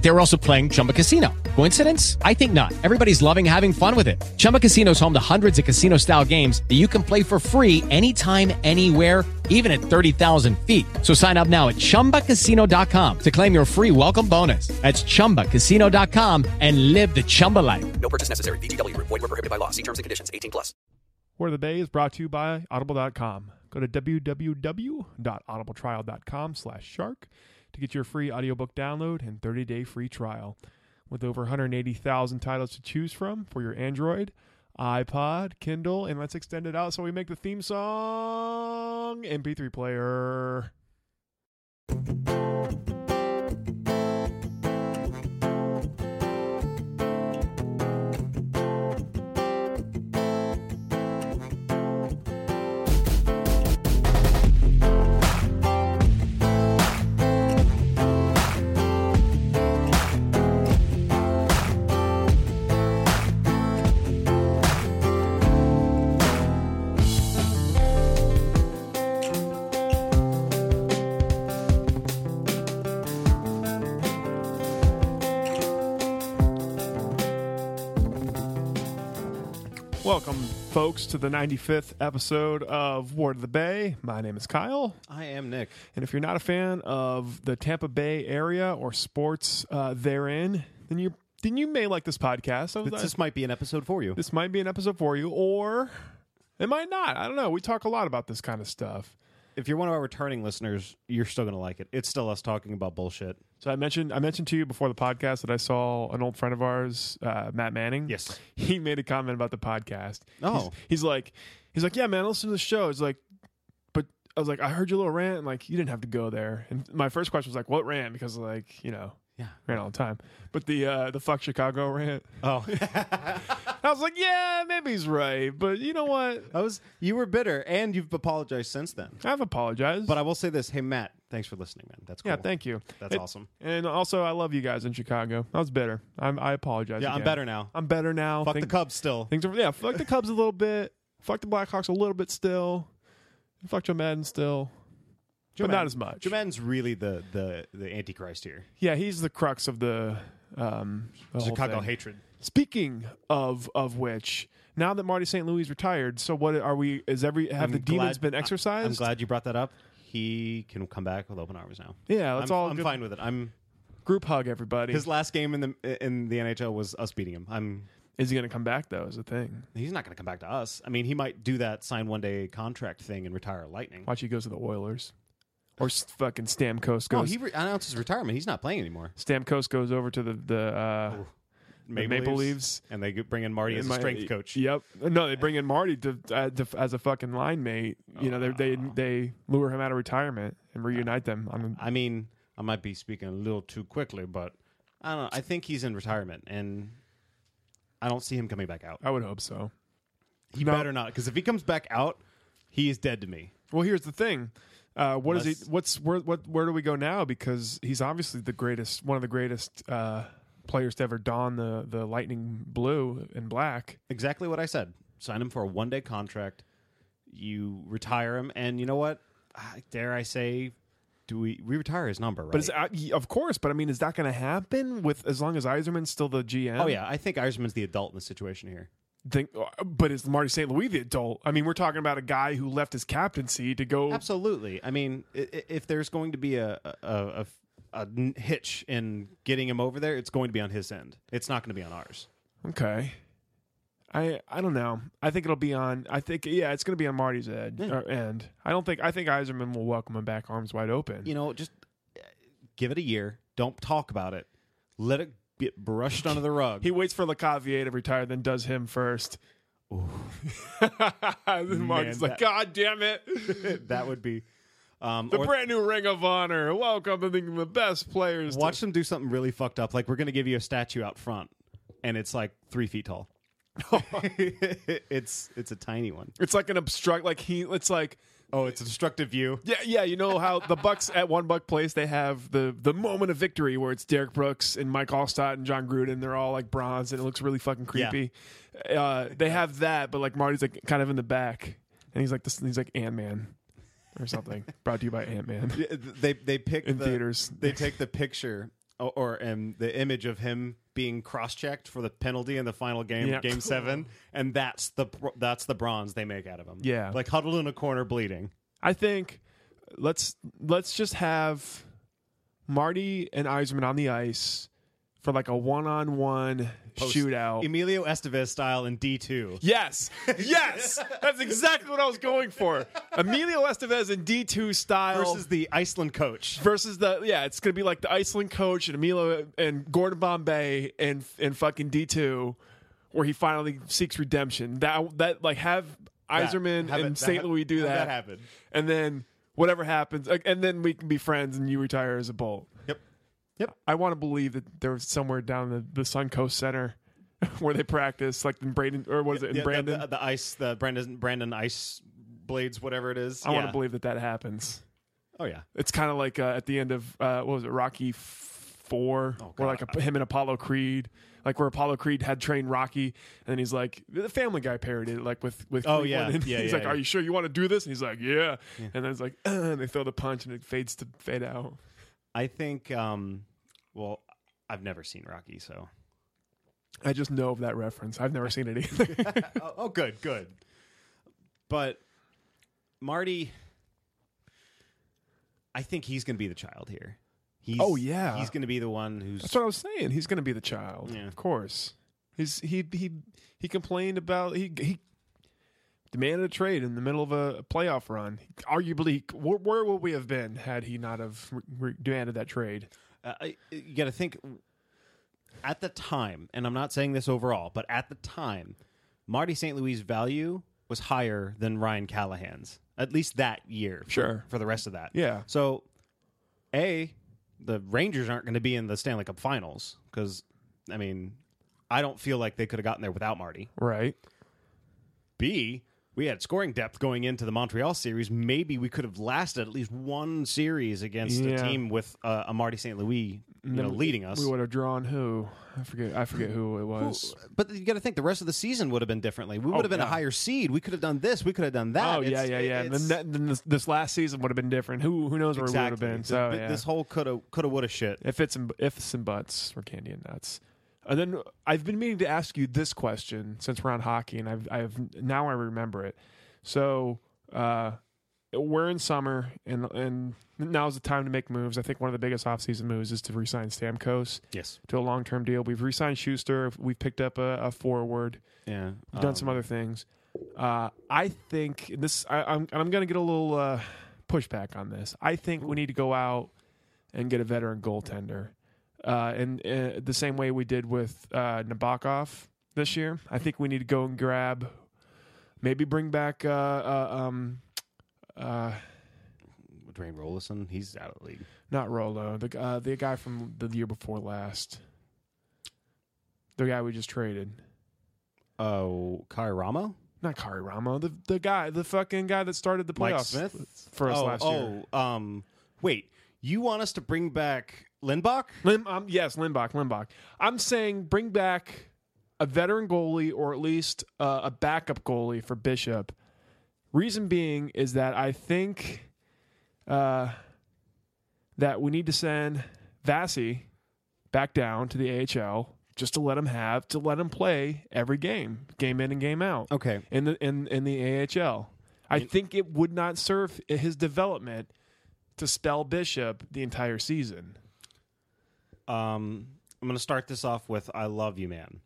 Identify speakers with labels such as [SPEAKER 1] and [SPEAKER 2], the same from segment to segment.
[SPEAKER 1] They were also playing Chumba Casino. Coincidence? I think not. Everybody's loving having fun with it. Chumba Casino is home to hundreds of casino style games that you can play for free anytime, anywhere even at 30,000 feet. So sign up now at ChumbaCasino.com to claim your free welcome bonus. That's ChumbaCasino.com and live the Chumba life.
[SPEAKER 2] No purchase necessary. VGW Group. Void were prohibited by law. See terms and conditions. 18 plus.
[SPEAKER 3] Word of the Day is brought to you by Audible.com. Go to www.audibletrial.com slash shark to get your free audiobook download and 30-day free trial. With over 180,000 titles to choose from for your Android, iPod, Kindle, and let's extend it out so we make the theme song MP3 player. Welcome, folks, to the 95th episode of Ward of the Bay. My name is Kyle.
[SPEAKER 4] I am Nick.
[SPEAKER 3] And if you're not a fan of the Tampa Bay area or sports uh, therein, then you then you may like this podcast. So
[SPEAKER 4] This,
[SPEAKER 3] that-
[SPEAKER 4] this might be an episode for you.
[SPEAKER 3] this might be an episode for you, or it might not. I don't know. We talk a lot about this kind of stuff.
[SPEAKER 4] If you're one of our returning listeners, you're still going to like it. It's still us talking about bullshit.
[SPEAKER 3] So I mentioned I mentioned to you before the podcast that I saw an old friend of ours, uh, Matt Manning.
[SPEAKER 4] Yes.
[SPEAKER 3] he made a comment about the podcast. he's,
[SPEAKER 4] Oh.
[SPEAKER 3] he's like, he's like, yeah, man, listen to the show. It's like, but I was like, I heard your little rant, and like you didn't have to go there. And my first question was like, what rant? Because like you know,
[SPEAKER 4] Yeah.
[SPEAKER 3] rant all the time. But the uh, the fuck Chicago rant,
[SPEAKER 4] Oh,
[SPEAKER 3] I was like, yeah, maybe he's right, but you know what?
[SPEAKER 4] I was. You were bitter, and you've apologized since then.
[SPEAKER 3] I've apologized.
[SPEAKER 4] But I will say this: Hey, Matt, thanks for listening, man. That's cool.
[SPEAKER 3] yeah, thank you.
[SPEAKER 4] That's
[SPEAKER 3] It-
[SPEAKER 4] awesome.
[SPEAKER 3] And also, I love you guys in Chicago. I was bitter. I'm, I apologize.
[SPEAKER 4] Yeah, I'm
[SPEAKER 3] again.
[SPEAKER 4] better now.
[SPEAKER 3] I'm better now.
[SPEAKER 4] Fuck
[SPEAKER 3] Things-
[SPEAKER 4] the Cubs still.
[SPEAKER 3] Things are yeah. Fuck the Cubs a little bit. Fuck the Blackhawks a little bit still. And fuck Joe Madden still,
[SPEAKER 4] Joe
[SPEAKER 3] but
[SPEAKER 4] Madden-
[SPEAKER 3] not as much.
[SPEAKER 4] Joe Madden's really the the the antichrist here.
[SPEAKER 3] yeah, he's the crux of the um the whole
[SPEAKER 4] Chicago
[SPEAKER 3] thing.
[SPEAKER 4] hatred.
[SPEAKER 3] Speaking of of which, now that Marty St. Louis is retired, so what are we? Is every have the
[SPEAKER 4] I'm
[SPEAKER 3] demons
[SPEAKER 4] glad-
[SPEAKER 3] been
[SPEAKER 4] I-
[SPEAKER 3] exercised?
[SPEAKER 4] I'm glad you brought that up. He can come back with open arms now.
[SPEAKER 3] Yeah, that's
[SPEAKER 4] I'm,
[SPEAKER 3] all
[SPEAKER 4] I'm
[SPEAKER 3] good.
[SPEAKER 4] fine with it. I'm.
[SPEAKER 3] Group hug everybody.
[SPEAKER 4] His last game in the in the NHL was us beating him. I'm
[SPEAKER 3] is he going to come back though? Is the thing.
[SPEAKER 4] He's not going to come back to us. I mean, he might do that sign one day contract thing and retire Lightning.
[SPEAKER 3] Watch he goes to the Oilers, or s- fucking Stamkos goes.
[SPEAKER 4] No, he re- announced his retirement. He's not playing anymore.
[SPEAKER 3] Stamkos goes over to the the uh, Maple Leafs.
[SPEAKER 4] and they bring in Marty as a
[SPEAKER 3] my-
[SPEAKER 4] strength coach.
[SPEAKER 3] Yep. No, they bring in Marty to, uh, to as a fucking line mate. You know, they they
[SPEAKER 4] Oh,
[SPEAKER 3] they lure him out of retirement and reunite them. I'm,
[SPEAKER 4] I mean, I might be speaking a little too quickly, but I don't. know. I think he's in retirement, and I don't see him coming back out.
[SPEAKER 3] I would hope so.
[SPEAKER 4] He
[SPEAKER 3] no.
[SPEAKER 4] better not, because if he comes back out, he is dead to me.
[SPEAKER 3] Well, here's the thing. Uh, what is
[SPEAKER 4] Unless-
[SPEAKER 3] he? What's where? What where do we go now? Because he's obviously the greatest, one of the greatest uh, players to ever don the the lightning blue and black.
[SPEAKER 4] Exactly what I said. Sign him for a one day contract. You retire him, and you know what? I- Dare I say, do we we retire his number? Right?
[SPEAKER 3] But it's, uh, y- of course, but I mean, is that going to happen with as long as Eiserman's still the GM?
[SPEAKER 4] Oh yeah, I think Irishman's the adult in the situation here.
[SPEAKER 3] Think, uh, but is Marty St. Louis the adult? I mean, we're talking about a guy who left his captaincy to go
[SPEAKER 4] Absolutely. I mean, i- i- if there's going to be a a, a a n- hitch in getting him over there, it's going to be on his end. It's not going to be on ours.
[SPEAKER 3] Okay. I I don't know. I think it'll be on. I think yeah, it's going to be on Marty's ed, or end. I don't think I think Eiserman will welcome him back arms wide open.
[SPEAKER 4] You know, just uh, give it a year. Don't talk about it. Let it get brushed under the rug.
[SPEAKER 3] he waits for LeCavier to retire, then does him first. then Marty's
[SPEAKER 4] Man,
[SPEAKER 3] like,
[SPEAKER 4] that-
[SPEAKER 3] God damn it!
[SPEAKER 4] that would be. Um,
[SPEAKER 3] The
[SPEAKER 4] or
[SPEAKER 3] brand new Ring of Honor, welcoming the best players. to-
[SPEAKER 4] watch them do something really fucked up. Like we're going to give you a statue out front, and it's like three feet tall. it's it's a tiny one.
[SPEAKER 3] It's like an obstruct. Like he. It's like
[SPEAKER 4] Oh, it's a destructive view.
[SPEAKER 3] Yeah, yeah. You know how the Bucks at one buck place they have the the moment of victory where it's Derek Brooks and Mike Allstott and John Gruden. They're all like bronze and it looks really fucking creepy. Uh, they have that, but like Marty's like kind of in the back and he's like this. He's like Ant Man or something. Brought to you by Ant Man.
[SPEAKER 4] Yeah, th- They they pick
[SPEAKER 3] In
[SPEAKER 4] the,
[SPEAKER 3] theaters.
[SPEAKER 4] They take the picture or, or um, the image of him being cross-checked for the penalty in the final game,
[SPEAKER 3] Yeah.
[SPEAKER 4] game seven, and that's the pr- that's the bronze they make out of him.
[SPEAKER 3] Yeah.
[SPEAKER 4] like huddled in a corner, bleeding.
[SPEAKER 3] I think let's let's just have Marty and Eisman on the ice for like a one on one shootout.
[SPEAKER 4] Emilio Estevez style in D two.
[SPEAKER 3] Yes, yes, that's exactly what I was going for. Emilio Estevez in D two style
[SPEAKER 4] Versus the Iceland coach.
[SPEAKER 3] versus the yeah, it's gonna be like the Iceland coach and Emilio and Gordon Bombay and and fucking D two, where he finally seeks redemption. That that like have Iserman
[SPEAKER 4] Have it-
[SPEAKER 3] and
[SPEAKER 4] that-
[SPEAKER 3] St. Louis do
[SPEAKER 4] have
[SPEAKER 3] that,
[SPEAKER 4] that happen.
[SPEAKER 3] and then whatever happens, like, and then we can be friends, and you retire as a bull.
[SPEAKER 4] Yep.
[SPEAKER 3] I want to believe that there was somewhere down the the Suncoast Center where they practice, like in Braden or what is it in
[SPEAKER 4] Yeah, the-
[SPEAKER 3] Brandon?
[SPEAKER 4] the, the ice, the Brandon Brandon ice blades, whatever it is.
[SPEAKER 3] I want
[SPEAKER 4] Yeah.
[SPEAKER 3] to believe that that happens.
[SPEAKER 4] Oh yeah.
[SPEAKER 3] It's kind of like uh, at the end of uh, what was it, Rocky Four,
[SPEAKER 4] Oh,
[SPEAKER 3] where like a, him and Apollo Creed, like where Apollo Creed had trained Rocky, and then he's like the Family Guy parodied it, like with with
[SPEAKER 4] Oh,
[SPEAKER 3] Cleveland,
[SPEAKER 4] yeah.
[SPEAKER 3] and
[SPEAKER 4] Yeah,
[SPEAKER 3] he's
[SPEAKER 4] yeah,
[SPEAKER 3] like,
[SPEAKER 4] yeah.
[SPEAKER 3] "Are you sure you want to do this?" And he's like, "Yeah," and then it's like, uh, and they throw the punch and it fades to fade out.
[SPEAKER 4] I think. um Well, I've never seen Rocky, so.
[SPEAKER 3] I just know of that reference. I've never seen it either.
[SPEAKER 4] oh, oh, good, good. But Marty, I think he's going to be the child here. He's,
[SPEAKER 3] Oh, yeah.
[SPEAKER 4] he's going to be the one who's
[SPEAKER 3] That's what I was saying. He's going to be the child,
[SPEAKER 4] Yeah.
[SPEAKER 3] of course. He's he he he complained about he he demanded a trade in the middle of a playoff run. Arguably, where, where would we have been had he not have re- re- demanded that trade?
[SPEAKER 4] uh, I- you got to think at the time, and I'm not saying this overall, but at the time, Marty St. Louis' value was higher than Ryan Callahan's, at least that year. for-
[SPEAKER 3] Sure.
[SPEAKER 4] For the rest of that.
[SPEAKER 3] Yeah.
[SPEAKER 4] So, A, the Rangers aren't going to be in the Stanley Cup finals because, I mean, I don't feel like they could have gotten there without Marty.
[SPEAKER 3] Right?
[SPEAKER 4] B, we had scoring depth going into the Montreal series. Maybe we could have lasted at least one series against a
[SPEAKER 3] Yeah.
[SPEAKER 4] team with uh, a Marty St. Louis you know, leading us.
[SPEAKER 3] We would have drawn who? I forget. I forget who it was.
[SPEAKER 4] But you got to think the rest of the season would have been differently. We would have been a
[SPEAKER 3] Oh, yeah.
[SPEAKER 4] higher seed. We could have done this. We could have done that.
[SPEAKER 3] Oh yeah,
[SPEAKER 4] It's-
[SPEAKER 3] yeah, yeah. And
[SPEAKER 4] it's-
[SPEAKER 3] then, that, then this, this last season would have been different. Who who knows where we would
[SPEAKER 4] exactly.
[SPEAKER 3] have been?
[SPEAKER 4] This-
[SPEAKER 3] So
[SPEAKER 4] this,
[SPEAKER 3] yeah.
[SPEAKER 4] whole coulda, coulda, woulda shit.
[SPEAKER 3] If it's and, ifs and buts for candy and nuts. And then I've been meaning to ask you this question since we're on hockey, and I've, I've now I remember it. So uh, we're in summer, and and now's the time to make moves. I think one of the biggest offseason moves is to resign Stamkos
[SPEAKER 4] Yes.
[SPEAKER 3] to a long term deal. We've re-signed Schuster. We've picked up a, a forward.
[SPEAKER 4] Yeah. Um,
[SPEAKER 3] We've done some other things. Uh, I think this. I, I'm and I'm going to get a little uh, pushback on this. I think we need to go out and get a veteran goaltender, uh, and uh, the same way we did with uh, Nabokov this year. I think we need to go and grab, maybe bring back. Uh, uh, um, uh,
[SPEAKER 4] Dwayne Rollison, he's out of the league.
[SPEAKER 3] not Rolo, the uh, the guy from the year before last, the guy we just traded.
[SPEAKER 4] Oh, Kai Ramo,
[SPEAKER 3] Not Kari Ramo, the the guy, the fucking guy that started the playoffs.
[SPEAKER 4] Mike Smith
[SPEAKER 3] for us
[SPEAKER 4] oh,
[SPEAKER 3] last year.
[SPEAKER 4] Oh, um, wait. You want us to bring back Lindbach?
[SPEAKER 3] Lim, um, yes, Limbach, Limbach. I'm saying bring back a veteran goalie or at least uh, a backup goalie for Bishop. Reason being is that I think uh, that we need to send Vasi back down to the AHL just to let him have to let him play every game, game in and game out.
[SPEAKER 4] Okay.
[SPEAKER 3] in the in in the AHL. I think it would not serve his development to spell Bishop the entire season.
[SPEAKER 4] Um, I'm going to start this off with "I love you, man,"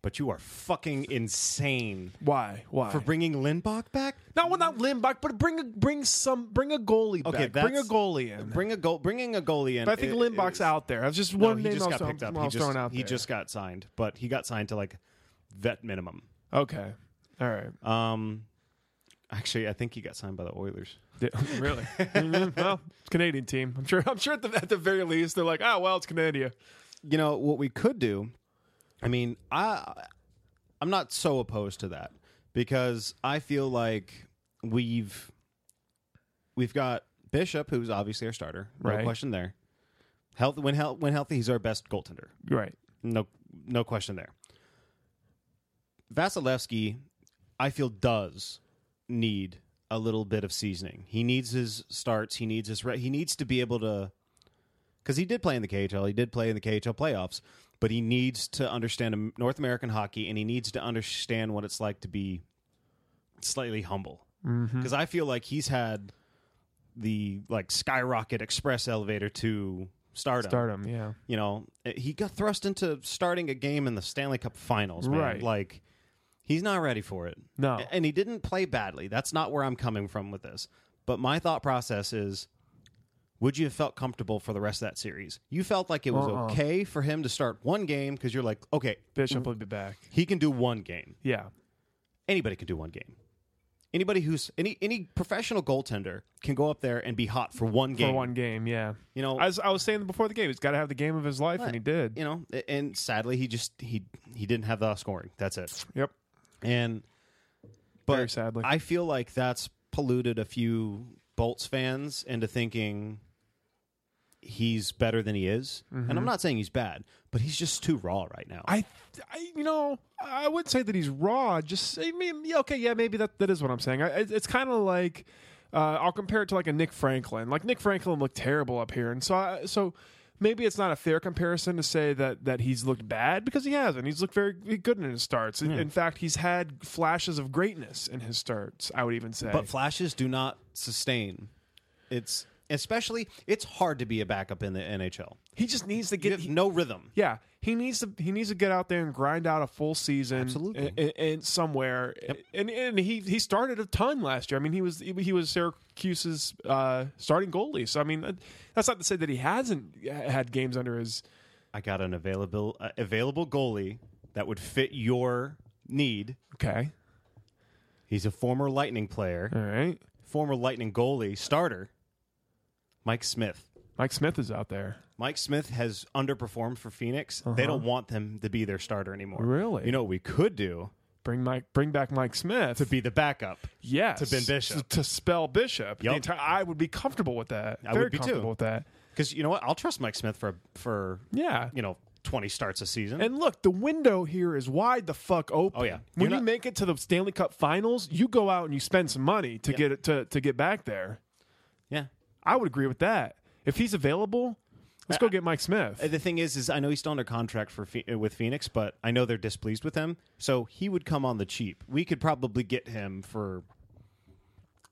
[SPEAKER 4] but you are fucking insane
[SPEAKER 3] Why? Why?
[SPEAKER 4] for bringing Lindbach back.
[SPEAKER 3] not well, not Limbach, but bring a bring some bring a goalie
[SPEAKER 4] Okay,
[SPEAKER 3] back. Bring a
[SPEAKER 4] that's-
[SPEAKER 3] goalie in.
[SPEAKER 4] Bring a goal, bringing a goalie in.
[SPEAKER 3] but I think
[SPEAKER 4] it-
[SPEAKER 3] Limbach's
[SPEAKER 4] is-
[SPEAKER 3] out there. I was just
[SPEAKER 4] No,
[SPEAKER 3] one
[SPEAKER 4] he
[SPEAKER 3] name
[SPEAKER 4] just
[SPEAKER 3] I was,
[SPEAKER 4] got
[SPEAKER 3] throwing-
[SPEAKER 4] picked up.
[SPEAKER 3] I
[SPEAKER 4] He
[SPEAKER 3] was
[SPEAKER 4] just,
[SPEAKER 3] throwing out
[SPEAKER 4] he
[SPEAKER 3] there.
[SPEAKER 4] just got signed, but he got signed to like vet minimum.
[SPEAKER 3] okay. All right.
[SPEAKER 4] Um, actually, I think he got signed by the Oilers.
[SPEAKER 3] really? Mhm. well, it's Canadian team. I'm sure. I'm sure at the, at the very least they're like, oh well, it's Canada.
[SPEAKER 4] You know what we could do? I mean, I I'm not so opposed to that because I feel like we've we've got Bishop, who's obviously our starter. No
[SPEAKER 3] Right.
[SPEAKER 4] question there. Health when health when healthy, he's our best goaltender.
[SPEAKER 3] Right.
[SPEAKER 4] No, no question there. Vasilevsky, I feel, does need a little bit of seasoning. He needs his starts. He needs his. Re- he needs to be able to, because he did play in the KHL. He did play in the KHL playoffs, but he needs to understand Am- North American hockey and he needs to understand what it's like to be slightly humble. Because I feel like he's had the like skyrocket express elevator to stardom
[SPEAKER 3] Stardom. Yeah.
[SPEAKER 4] you know, he got thrust into starting a game in the Stanley Cup Finals, man.
[SPEAKER 3] Right.
[SPEAKER 4] Like he's not ready for it.
[SPEAKER 3] No.
[SPEAKER 4] A- And he didn't play badly. That's not where I'm coming from with this. But my thought process is would you have felt comfortable for the rest of that series? You felt like it was
[SPEAKER 3] Uh-uh.
[SPEAKER 4] okay for him to start one game because you're like, okay,
[SPEAKER 3] Bishop will be back.
[SPEAKER 4] he can do one game.
[SPEAKER 3] Yeah.
[SPEAKER 4] Anybody can do one game. Anybody who's any any professional goaltender can go up there and be hot for one game.
[SPEAKER 3] For one game. Yeah.
[SPEAKER 4] You know,
[SPEAKER 3] As I was saying before the game, he's got to have the game of his life, and he did.
[SPEAKER 4] you know, a- and sadly he just he he didn't have the scoring. That's it.
[SPEAKER 3] Yep.
[SPEAKER 4] And but
[SPEAKER 3] Very sadly.
[SPEAKER 4] I feel like that's polluted a few Bolts fans into thinking he's better than he is. And I'm not saying he's bad, but he's just too raw right now.
[SPEAKER 3] Mm-hmm. I, I, you know, I would say that he's raw. Just, I mean, yeah, okay, yeah, maybe that, that is what I'm saying. I, it's it's kind of like, uh, I'll compare it to like a Nick Franklin. Like Nick Franklin looked terrible up here, and so, I, so maybe it's not a fair comparison to say that that he's looked bad because he hasn't. He's looked very good in his starts. In, in fact, he's had flashes of greatness in his starts. I would even say,
[SPEAKER 4] but flashes do not sustain. It's especially it's hard to be a backup in the NHL.
[SPEAKER 3] he just needs to
[SPEAKER 4] You
[SPEAKER 3] get
[SPEAKER 4] have no rhythm.
[SPEAKER 3] Yeah, he needs to he needs to get out there and grind out a full season,
[SPEAKER 4] Absolutely.
[SPEAKER 3] and, somewhere. And and he he started a ton last year. I mean, he was he was Syracuse's uh, starting goalie. So I mean, that's not to say that he hasn't uh, had games under his.
[SPEAKER 4] I got an available uh, available goalie that would fit your need.
[SPEAKER 3] Okay,
[SPEAKER 4] He's a former Lightning player,
[SPEAKER 3] all right.
[SPEAKER 4] former Lightning goalie, starter, Mike Smith.
[SPEAKER 3] Mike Smith is out there.
[SPEAKER 4] Mike Smith has underperformed for Phoenix. They don't want them to be their starter anymore.
[SPEAKER 3] Uh-huh. Really?
[SPEAKER 4] You know what we could do
[SPEAKER 3] Bring Mike, bring back Mike Smith
[SPEAKER 4] to be the backup.
[SPEAKER 3] yes
[SPEAKER 4] to Ben Bishop.
[SPEAKER 3] to, to spell Bishop. The
[SPEAKER 4] Yup.
[SPEAKER 3] entire- I would be comfortable with that.
[SPEAKER 4] I
[SPEAKER 3] Very
[SPEAKER 4] would be too.
[SPEAKER 3] comfortable with that.
[SPEAKER 4] Because you know what? I'll trust Mike Smith for for
[SPEAKER 3] Yeah,
[SPEAKER 4] you know twenty starts a season.
[SPEAKER 3] And look, the window here is wide the fuck open.
[SPEAKER 4] Oh, yeah.
[SPEAKER 3] When
[SPEAKER 4] You're
[SPEAKER 3] you
[SPEAKER 4] not-
[SPEAKER 3] make it to the Stanley Cup Finals, you go out and you spend some money to get it to to get back there.
[SPEAKER 4] yeah.
[SPEAKER 3] I would agree with that. If he's available, let's go get Mike Smith.
[SPEAKER 4] Uh, The thing is, is I know he's still under contract for Phe- uh, with Phoenix, but I know they're displeased with him. So he would come on the cheap. We could probably get him for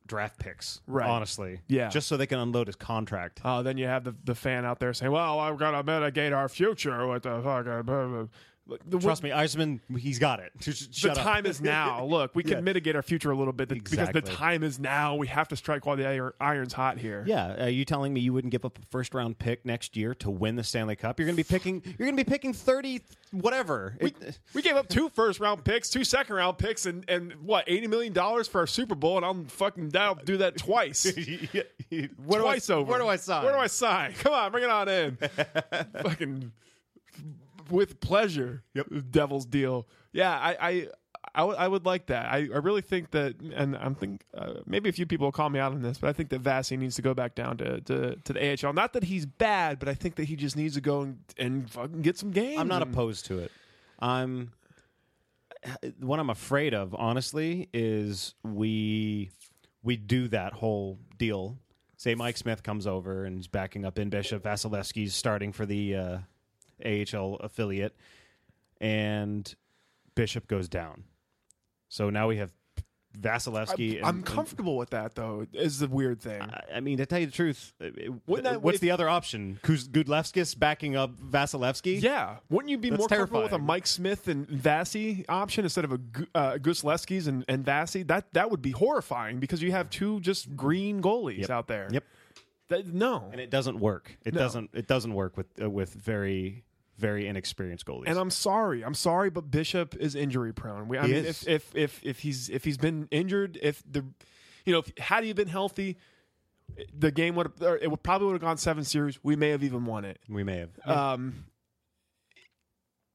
[SPEAKER 4] draft picks,
[SPEAKER 3] Right.
[SPEAKER 4] honestly.
[SPEAKER 3] Yeah.
[SPEAKER 4] Just so they can unload his contract.
[SPEAKER 3] Oh, then you have the, the fan out there saying, "Well, I've got to mitigate our future." What the fuck? uh, blah, blah." Like, The,
[SPEAKER 4] Trust me, Eisman, he's got it. Just
[SPEAKER 3] the
[SPEAKER 4] Shut up.
[SPEAKER 3] time is now. Look, we can
[SPEAKER 4] Yeah.
[SPEAKER 3] mitigate our future a little bit th- because the
[SPEAKER 4] Exactly.
[SPEAKER 3] time is now. We have to strike while the iron, iron's hot here.
[SPEAKER 4] Yeah, are you telling me you wouldn't give up a first round pick next year to win the Stanley Cup? You're going to be picking. You're going to be picking thirty, whatever. It-
[SPEAKER 3] We gave up two first round picks, two second round picks, and, and what eighty million dollars for our Super Bowl, and I'm fucking down to do that twice,
[SPEAKER 4] What do I-
[SPEAKER 3] twice over.
[SPEAKER 4] Where do I sign?
[SPEAKER 3] Where do I sign? Come on, bring it on in. fucking with pleasure. Yep. Devil's deal. Yeah, I. I I would- I would like that. I, I really think that, and I'm think uh, maybe a few people will call me out on this, but I think that Vasi needs to go back down to, to, to the AHL. Not that he's bad, but I think that he just needs to go and, and fucking get some games.
[SPEAKER 4] I'm not
[SPEAKER 3] and-
[SPEAKER 4] opposed to it. I'm. uh, What I'm afraid of, honestly, is we we do that whole deal. Say Mike Smith comes over and is backing up in Bishop Vasilevsky's starting for the uh, AHL affiliate, and Bishop goes down. So now we have Vasilevsky. and-
[SPEAKER 3] I'm
[SPEAKER 4] and-
[SPEAKER 3] comfortable with that though. Is the weird thing.
[SPEAKER 4] I- I mean, to tell you the truth, uh, uh,
[SPEAKER 3] Wouldn't I-
[SPEAKER 4] what's
[SPEAKER 3] if-
[SPEAKER 4] the other option? Kuz- Gudlevskis backing up Vasilevsky?
[SPEAKER 3] yeah, wouldn't you be
[SPEAKER 4] That's
[SPEAKER 3] more comfortable with a
[SPEAKER 4] terrifying.
[SPEAKER 3] Mike Smith and Vasi option instead of a Gu- uh, Gusleski's and, and Vasi? That that would be horrifying because you have two just green goalies out there.
[SPEAKER 4] Yep.
[SPEAKER 3] That- no,
[SPEAKER 4] and it doesn't work. It doesn't. It doesn't work with uh, with very very inexperienced goalies.
[SPEAKER 3] And I'm sorry, I'm sorry, but Bishop is injury prone. We, I
[SPEAKER 4] He
[SPEAKER 3] mean,
[SPEAKER 4] is.
[SPEAKER 3] if, if if if he's if he's been injured, if the, you know, if, had he been healthy, the game would have- or it would probably would have gone seven series. We may have even won it.
[SPEAKER 4] we may have.
[SPEAKER 3] Um,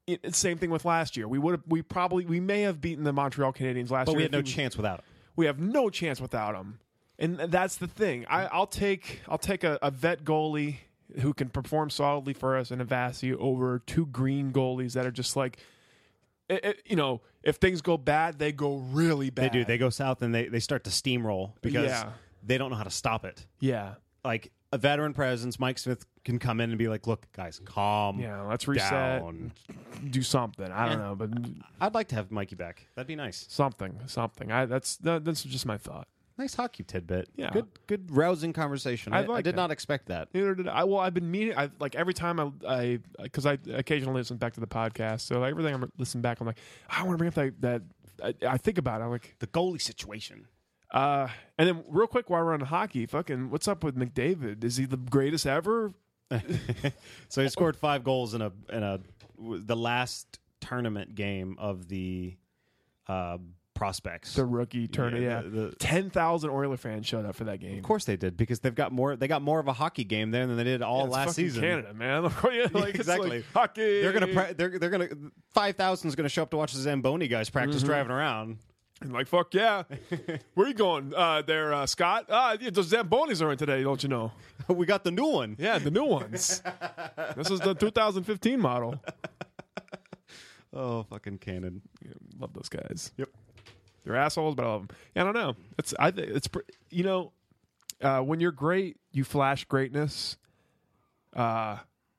[SPEAKER 3] it, it's same thing with last year. We would have, we probably we may have beaten the Montreal Canadiens last
[SPEAKER 4] but
[SPEAKER 3] year.
[SPEAKER 4] we had
[SPEAKER 3] if
[SPEAKER 4] no
[SPEAKER 3] he-
[SPEAKER 4] chance without it.
[SPEAKER 3] We have no chance without him. And that's the thing. I, I'll take I'll take a, a vet goalie who can perform solidly for us in Avasi over two green goalies that are just like, i i you know, if things go bad, they go really
[SPEAKER 4] They
[SPEAKER 3] bad.
[SPEAKER 4] do. They go south and they, they start to steamroll because
[SPEAKER 3] Yeah.
[SPEAKER 4] they don't know how to stop it.
[SPEAKER 3] yeah,
[SPEAKER 4] Like a veteran presence, Mike Smith can come in and be like, "Look, guys, calm
[SPEAKER 3] yeah. Let's reset,
[SPEAKER 4] down."
[SPEAKER 3] do something. I don't know, but
[SPEAKER 4] I'd like to have Mikey back. That'd be nice.
[SPEAKER 3] something, something. I that's that, that's just my thought.
[SPEAKER 4] Nice hockey tidbit.
[SPEAKER 3] Yeah.
[SPEAKER 4] Good, good rousing conversation.
[SPEAKER 3] I
[SPEAKER 4] I,
[SPEAKER 3] like
[SPEAKER 4] I did
[SPEAKER 3] that.
[SPEAKER 4] not expect that.
[SPEAKER 3] Neither did I. Well, I've been meaning. I like every time I, I, because I occasionally listen back to the podcast. So like, everything I'm listening back, I'm like, I want to bring up that. that I, I think about it. I'm like,
[SPEAKER 4] The goalie situation.
[SPEAKER 3] uh, and then real quick while we're on hockey, fucking, what's up with McDavid? Is he the greatest ever?
[SPEAKER 4] So he scored five goals in a in a w- the last tournament game of the uh, prospects.
[SPEAKER 3] The rookie tournament. Yeah,
[SPEAKER 4] Yeah, the- the-
[SPEAKER 3] ten thousand Oiler fans showed up for that game.
[SPEAKER 4] of course they did because they've got more. They got more of a hockey game there than they did all
[SPEAKER 3] It's
[SPEAKER 4] last
[SPEAKER 3] fucking
[SPEAKER 4] season.
[SPEAKER 3] Canada, man. Like, it's like
[SPEAKER 4] exactly.
[SPEAKER 3] hockey.
[SPEAKER 4] They're gonna pre- they're they're gonna five thousand is gonna show up to watch the Zamboni guys practice
[SPEAKER 3] Mm-hmm.
[SPEAKER 4] driving around.
[SPEAKER 3] And like, fuck yeah. Where you going? Uh, there, uh, Scott. Ah, yeah, those Zambonis are in today, don't you know?
[SPEAKER 4] we got the new one.
[SPEAKER 3] Yeah, the new ones. this is the 2015 model.
[SPEAKER 4] Oh fucking Canada!
[SPEAKER 3] Love those guys.
[SPEAKER 4] Yep.
[SPEAKER 3] They're assholes, but I love them. Yeah, I don't know. It's I thi- it's pr- you know, uh, when you're great, you flash greatness. Uh,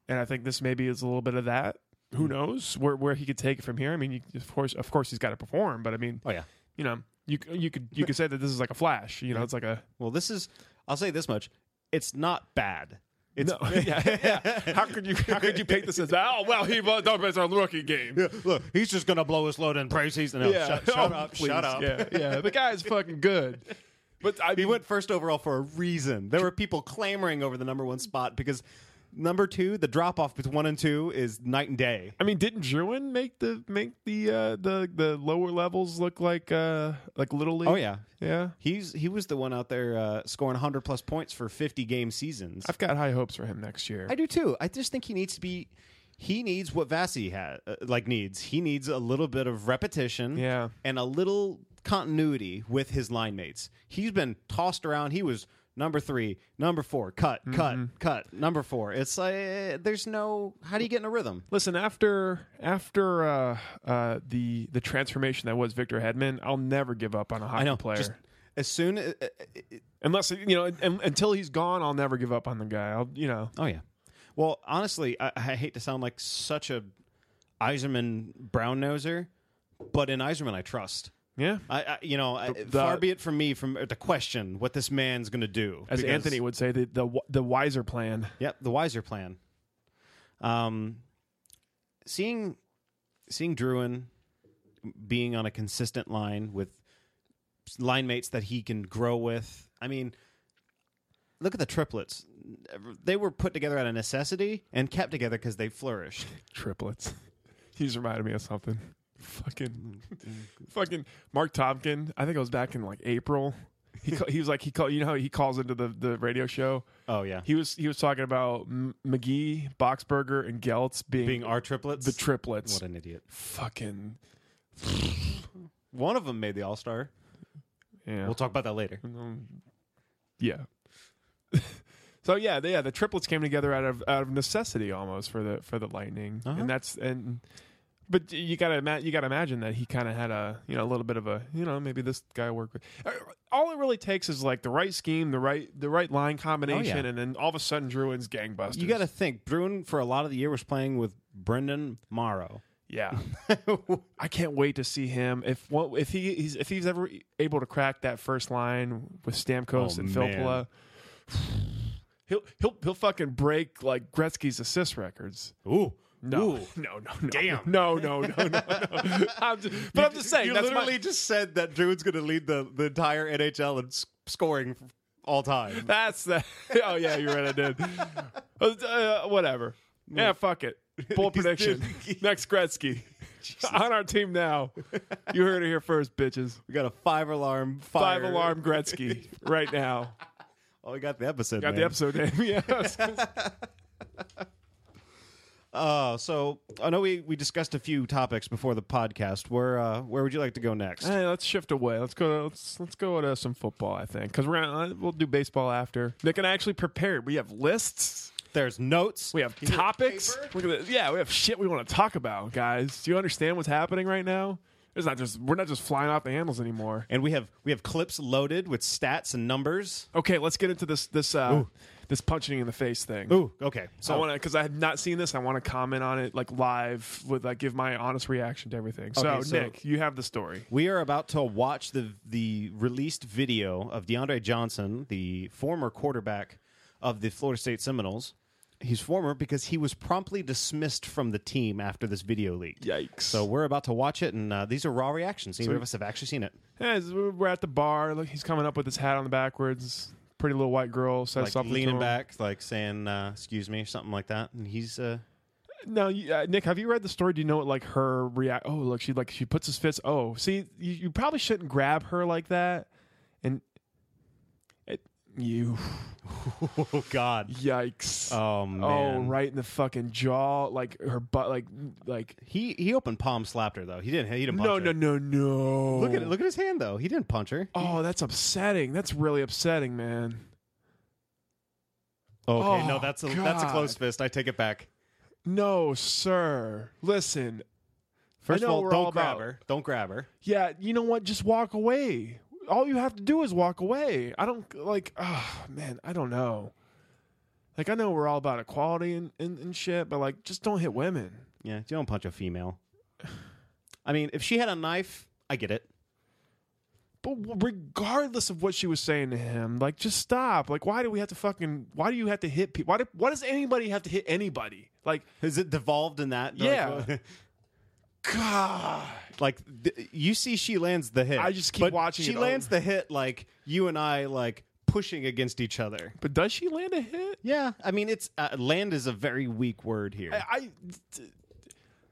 [SPEAKER 3] and I think this maybe is a little bit of that.
[SPEAKER 4] Hmm.
[SPEAKER 3] Who knows where where he could take it from here? I mean, you, of course, of course, he's got to perform. But I mean,
[SPEAKER 4] Oh yeah.
[SPEAKER 3] you know, you c- you could you could say that this is like a flash. You know, it's like a
[SPEAKER 4] Well, this is. I'll say this much: it's not bad. It's
[SPEAKER 3] No, yeah, yeah. How could you? How could you paint this as? Oh well, he was the best on the rookie game.
[SPEAKER 4] Yeah, look, he's just gonna blow his load in preseason. No,
[SPEAKER 3] Yeah.
[SPEAKER 4] shut, shut
[SPEAKER 3] Oh,
[SPEAKER 4] up,
[SPEAKER 3] please.
[SPEAKER 4] shut up.
[SPEAKER 3] Yeah, yeah. The guy's fucking good. But I
[SPEAKER 4] He
[SPEAKER 3] mean,
[SPEAKER 4] went first overall for a reason. There were people clamoring over the number one spot because number two, the drop off between one and two is night and day.
[SPEAKER 3] I mean, didn't Druin make the make the uh, the the lower levels look like uh like little league?
[SPEAKER 4] Oh yeah,
[SPEAKER 3] yeah.
[SPEAKER 4] he's he was the one out there uh, scoring hundred plus points for fifty game seasons.
[SPEAKER 3] I've got high hopes for him next year.
[SPEAKER 4] I do too. I just think he needs to be. He needs what Vasi had uh, like needs. He needs a little bit of repetition,
[SPEAKER 3] Yeah.
[SPEAKER 4] and a little continuity with his line mates. He's been tossed around. He was number three, number four, cut, cut, cut, number four. It's like uh, there's no. How do you get in a rhythm?
[SPEAKER 3] Listen, after after uh, uh, the the transformation that was Victor Hedman, I'll never give up on a hockey player.
[SPEAKER 4] Just as soon. as... Uh, uh,
[SPEAKER 3] Unless you know, un until he's gone, I'll never give up on the guy. I'll you know,
[SPEAKER 4] oh yeah. Well, honestly, I, I hate to sound like such a Eiserman brown noser, but in Eiserman I trust.
[SPEAKER 3] yeah.
[SPEAKER 4] I, I you know, I,
[SPEAKER 3] the-
[SPEAKER 4] far be it from me from to question what this man's going to do.
[SPEAKER 3] As
[SPEAKER 4] because-
[SPEAKER 3] Anthony would say, the the wi- the wiser plan.
[SPEAKER 4] yep, the wiser plan. Um, seeing seeing Druin being on a consistent line with line mates that he can grow with. I mean, look at the triplets. They were put together out of necessity and kept together because they flourished.
[SPEAKER 3] triplets. He's reminded me of something. Fucking, fucking Mark Tompkin. I think it was back in like April. He ca- he was like he called. You know how he calls into the the radio show.
[SPEAKER 4] Oh yeah,
[SPEAKER 3] He was he was talking about M- McGee, Boxberger, and Geltz being,
[SPEAKER 4] being our triplets.
[SPEAKER 3] the triplets.
[SPEAKER 4] what an idiot!
[SPEAKER 3] fucking
[SPEAKER 4] One of them made the All Star.
[SPEAKER 3] yeah
[SPEAKER 4] We'll talk about that later.
[SPEAKER 3] yeah. so yeah, they, yeah, the triplets came together out of out of necessity almost for the for the Lightning, and that's and. But you gotta ima- you gotta imagine that he kind of had a you know a little bit of a you know maybe this guy worked with. Uh, All it really takes is like the right scheme, the right the right line combination, and then all of a sudden Druin's gangbusters.
[SPEAKER 4] You got to think, Bruin for a lot of the year was playing with Brendan Morrow.
[SPEAKER 3] yeah. I can't wait to see him if one, if he he's, if he's ever able to crack that first line with Stamkos
[SPEAKER 4] Oh,
[SPEAKER 3] and
[SPEAKER 4] man.
[SPEAKER 3] Filppula. He'll he'll he'll fucking break like Gretzky's assist records.
[SPEAKER 4] Ooh,
[SPEAKER 3] No, no, no, no, damn, no, no, no, no. no. I'm just, but I'm just saying.
[SPEAKER 4] you
[SPEAKER 3] that's
[SPEAKER 4] literally
[SPEAKER 3] my,
[SPEAKER 4] just said that Druin's going to lead the, the entire NHL in s- scoring f- all time.
[SPEAKER 3] that's the. Oh yeah, you're right. I did. Uh, whatever. Yeah, fuck it. Bold
[SPEAKER 4] He's
[SPEAKER 3] prediction. Next Gretzky on our team now. You heard it here first, bitches.
[SPEAKER 4] We got a five alarm fire.
[SPEAKER 3] Five alarm Gretzky right now.
[SPEAKER 4] Oh, we got the episode.
[SPEAKER 3] Got
[SPEAKER 4] man.
[SPEAKER 3] the episode name. Yeah.
[SPEAKER 4] Uh, so I know we, we discussed a few topics before the podcast. Where uh, where would you like to go next?
[SPEAKER 3] Hey, let's shift away. Let's go. Let's let's go to some football. I think because we're gonna, uh, we'll do baseball after. Nick and I actually prepared. We have lists.
[SPEAKER 4] There's notes.
[SPEAKER 3] We have topics. Look at this. Yeah, we have shit we want to talk about, guys. Do you understand what's happening right now? It's not just we're not just flying off the handles anymore.
[SPEAKER 4] and we have we have clips loaded with stats and numbers.
[SPEAKER 3] Okay, let's get into this this uh, this punching in the face thing.
[SPEAKER 4] Ooh, okay.
[SPEAKER 3] So I
[SPEAKER 4] So
[SPEAKER 3] want to because I have not seen this. I want to comment on it like live with like give my honest reaction to everything. so,
[SPEAKER 4] Okay, so-
[SPEAKER 3] Nick, you have the story.
[SPEAKER 4] we are about to watch the the released video of DeAndre Johnson, the former quarterback of the Florida State Seminoles. He's former because he was promptly dismissed from the team after this video leaked.
[SPEAKER 3] Yikes.
[SPEAKER 4] So we're about to watch it, and uh, these are raw reactions. Neither of us have actually seen it.
[SPEAKER 3] Yeah, it's- we're at the bar. Look, he's coming up with his hat on the backwards. Pretty little white girl says
[SPEAKER 4] like
[SPEAKER 3] something. to
[SPEAKER 4] leaning
[SPEAKER 3] him.
[SPEAKER 4] back, like saying uh, "excuse me" or something like that. And he's uh,
[SPEAKER 3] No, you, uh, Nick, have you read the story? Do you know what like her react? Oh, look, she like she puts his fist. Oh, see, you, you probably shouldn't grab her like that. And it, you,
[SPEAKER 4] oh god,
[SPEAKER 3] yikes.
[SPEAKER 4] oh
[SPEAKER 3] oh,
[SPEAKER 4] man,
[SPEAKER 3] right in the fucking jaw, like her butt, like like.
[SPEAKER 4] He he open palm slapped her though. He didn't. He didn't. Punch
[SPEAKER 3] No,
[SPEAKER 4] her.
[SPEAKER 3] no, no, no.
[SPEAKER 4] Look at it. Look at his hand though. He didn't punch her.
[SPEAKER 3] Oh, that's upsetting. That's really upsetting, man.
[SPEAKER 4] Okay,
[SPEAKER 3] Oh,
[SPEAKER 4] no, that's a that's a
[SPEAKER 3] God.
[SPEAKER 4] close fist. I take it back.
[SPEAKER 3] No, sir. Listen,
[SPEAKER 4] First of
[SPEAKER 3] know
[SPEAKER 4] all,
[SPEAKER 3] we're
[SPEAKER 4] don't
[SPEAKER 3] all
[SPEAKER 4] grab
[SPEAKER 3] about-
[SPEAKER 4] her. Don't grab her.
[SPEAKER 3] yeah, you know what? Just walk away. All you have to do is walk away. I don't like, oh, man, I don't know. Like, I know we're all about equality and, and, and shit, but like, just don't hit women.
[SPEAKER 4] Yeah, you don't punch a female. I mean, if she had a knife, I get it.
[SPEAKER 3] But w- regardless of what she was saying to him, like, just stop. Like, why do we have to fucking, why do you have to hit people? Why, do, why does anybody have to hit anybody? Like,
[SPEAKER 4] Is it devolved in that? They're like,
[SPEAKER 3] Yeah. God.
[SPEAKER 4] like th- you see, she lands the hit.
[SPEAKER 3] I just keep
[SPEAKER 4] but
[SPEAKER 3] watching
[SPEAKER 4] She
[SPEAKER 3] it
[SPEAKER 4] lands
[SPEAKER 3] over.
[SPEAKER 4] the hit like you and I like pushing against each other.
[SPEAKER 3] But does she land a hit?
[SPEAKER 4] Yeah, I mean, it's uh, land is a very weak word here.
[SPEAKER 3] I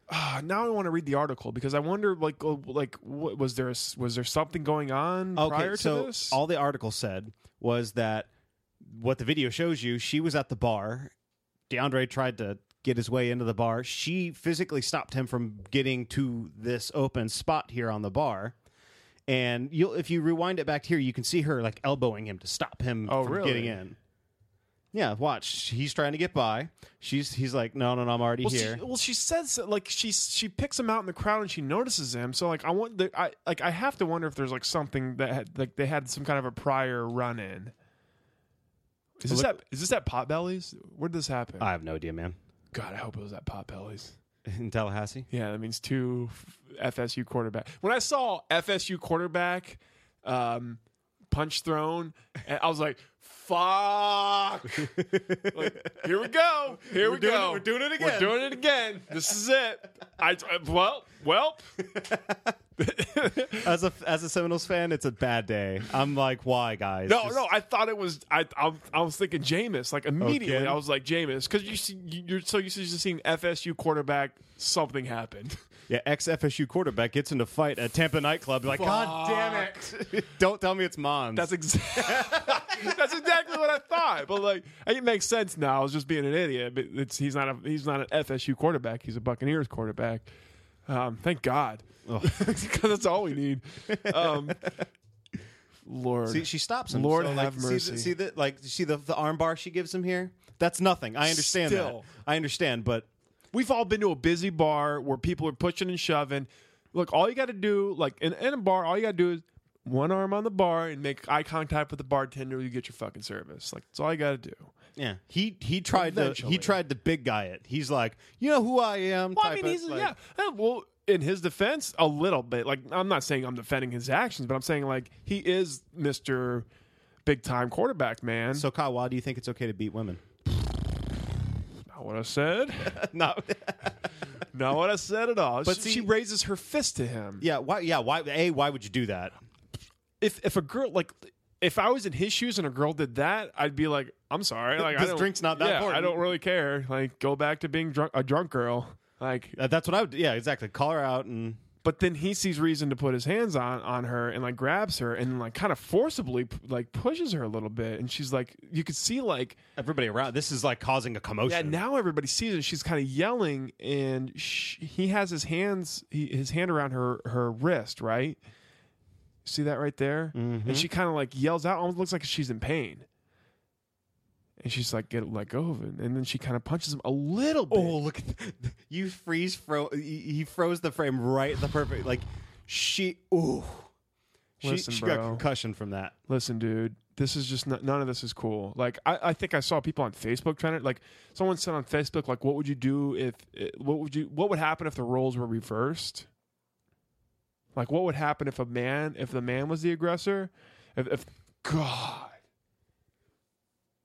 [SPEAKER 3] uh, now I want to read the article because I wonder like uh, like what, was there a s was there something going on prior
[SPEAKER 4] so
[SPEAKER 3] to this?
[SPEAKER 4] all the article said was that what the video shows you, she was at the bar. DeAndre tried to get his way into the bar. She physically stopped him from getting to this open spot here on the bar. And you'll if you rewind it back here, you can see her like elbowing him to stop him
[SPEAKER 3] Oh,
[SPEAKER 4] from
[SPEAKER 3] really?
[SPEAKER 4] getting in. Yeah, watch. He's trying to get by. She's he's like, no, no, no, I'm already
[SPEAKER 3] well,
[SPEAKER 4] here.
[SPEAKER 3] she, well, she says that, like she she picks him out in the crowd and she notices him. So like I want the, I like I have to wonder if there's like something that had, like they had some kind of a prior run in. Is this
[SPEAKER 4] Look-
[SPEAKER 3] at is this at Potbellies? Where did this happen?
[SPEAKER 4] I have no idea, man.
[SPEAKER 3] God, I hope it was at Potbellies.
[SPEAKER 4] In Tallahassee,
[SPEAKER 3] Yeah, that means two f- FSU quarterback. When I saw FSU quarterback um, punch thrown, and I was like, "Fuck!" like, here we go. Here we
[SPEAKER 4] doing it-
[SPEAKER 3] go.
[SPEAKER 4] we're doing it again.
[SPEAKER 3] We're doing it again. This is it. I I- well, well.
[SPEAKER 4] as a as a Seminoles fan, it's a bad day. I'm like, why, guys?
[SPEAKER 3] No,
[SPEAKER 4] Just-
[SPEAKER 3] no. I thought it was. I I, I was thinking Jameis. Like immediately,
[SPEAKER 4] Okay.
[SPEAKER 3] I was like Jameis because you see, you're so used to just seeing FSU quarterback. Something happened.
[SPEAKER 4] Yeah, ex FSU quarterback gets into fight at Tampa nightclub. Like, God damn it! Don't tell me it's Mons.
[SPEAKER 3] That's exactly that's exactly what I thought. But like, it makes sense now. I was just being an idiot. But it's, he's not a he's not an FSU quarterback. He's a Buccaneers quarterback. Um, thank God, because that's all we need. Um, Lord,
[SPEAKER 4] see, she stops him.
[SPEAKER 3] Lord
[SPEAKER 4] so, like,
[SPEAKER 3] have
[SPEAKER 4] See,
[SPEAKER 3] mercy.
[SPEAKER 4] the, see the like, see the the arm bar she gives him here. That's nothing. I understand
[SPEAKER 3] Still.
[SPEAKER 4] that. I understand, but
[SPEAKER 3] we've all been to a busy bar where people are pushing and shoving. Look, all you got to do, like in, in a bar, all you got to do is one arm on the bar and make eye contact with the bartender. You get your fucking service. Like that's all you got to do.
[SPEAKER 4] yeah, he he tried to
[SPEAKER 3] Eventually.
[SPEAKER 4] he tried to big guy it. He's like, you know who I am.
[SPEAKER 3] Well, I mean,
[SPEAKER 4] type of,
[SPEAKER 3] he's
[SPEAKER 4] like-
[SPEAKER 3] yeah. Eh, Well, in his defense, a little bit. Like, I'm not saying I'm defending his actions, but I'm saying like he is Mister Big Time Quarterback Man. So
[SPEAKER 4] So Kyle, why do you think it's okay to beat women?
[SPEAKER 3] not what I said.
[SPEAKER 4] no.
[SPEAKER 3] not what I said at all. But
[SPEAKER 4] But
[SPEAKER 3] she, she
[SPEAKER 4] see-
[SPEAKER 3] raises her fist to him.
[SPEAKER 4] yeah. Why? Yeah. Why? A. Why would you do that?
[SPEAKER 3] If if a girl like. If I was in his shoes and a girl did that, I'd be like, "I'm sorry, like I
[SPEAKER 4] This
[SPEAKER 3] don't,
[SPEAKER 4] drink's not that
[SPEAKER 3] yeah, I
[SPEAKER 4] important."
[SPEAKER 3] don't really care. Like, go back to being drunk, a drunk girl. Like,
[SPEAKER 4] Uh, that's what I would. Yeah. Exactly. Call her out and
[SPEAKER 3] But then he sees reason to put his hands on on her and like grabs her and like kind of forcibly p- like pushes her a little bit, and she's like, you could see like
[SPEAKER 4] Everybody around. This is like causing a
[SPEAKER 3] yeah,
[SPEAKER 4] commotion.
[SPEAKER 3] now everybody sees it. She's kind of yelling, and sh he has his hands, he, his hand around her her wrist, right? See that right there?
[SPEAKER 4] Mm-hmm.
[SPEAKER 3] And she kind of like yells out, almost looks like she's in pain. And she's like, "Get let go of it," and then she kind of punches him a little bit.
[SPEAKER 4] Oh, look! At th- you freeze fro. He he froze the frame right at the perfect. Like she. Ooh. She,
[SPEAKER 3] Listen,
[SPEAKER 4] she got
[SPEAKER 3] bro.
[SPEAKER 4] concussion from that.
[SPEAKER 3] Listen, dude, this is just not, none of this is cool. Like, I, I think I saw people on Facebook trying to like someone said on Facebook, like, "What would you do if? eh, What would you? What would happen if the roles were reversed?" Like what would happen if a man if the man was the aggressor? If, if God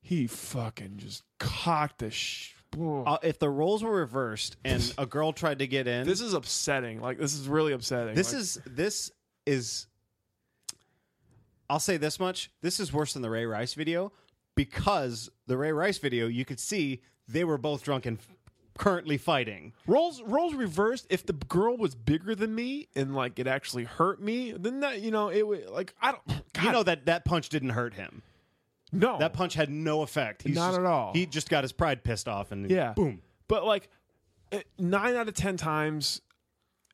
[SPEAKER 3] he fucking just cocked the sh-
[SPEAKER 4] Uh, if the roles were reversed and a girl tried to get in,
[SPEAKER 3] This is upsetting. Like this is really upsetting.
[SPEAKER 4] This
[SPEAKER 3] Like,
[SPEAKER 4] is this is. I'll say this much: this is worse than the Ray Rice video because the Ray Rice video, you could see they were both drunk and f- currently fighting.
[SPEAKER 3] Roles roles reversed. If the girl was bigger than me and like it actually hurt me, then that you know it would like I don't. God,
[SPEAKER 4] You know that that punch didn't hurt him.
[SPEAKER 3] no
[SPEAKER 4] That punch had no effect. He's
[SPEAKER 3] Not
[SPEAKER 4] just-
[SPEAKER 3] at all.
[SPEAKER 4] He just got his pride pissed off and
[SPEAKER 3] yeah
[SPEAKER 4] boom.
[SPEAKER 3] But like eh, nine out of ten times,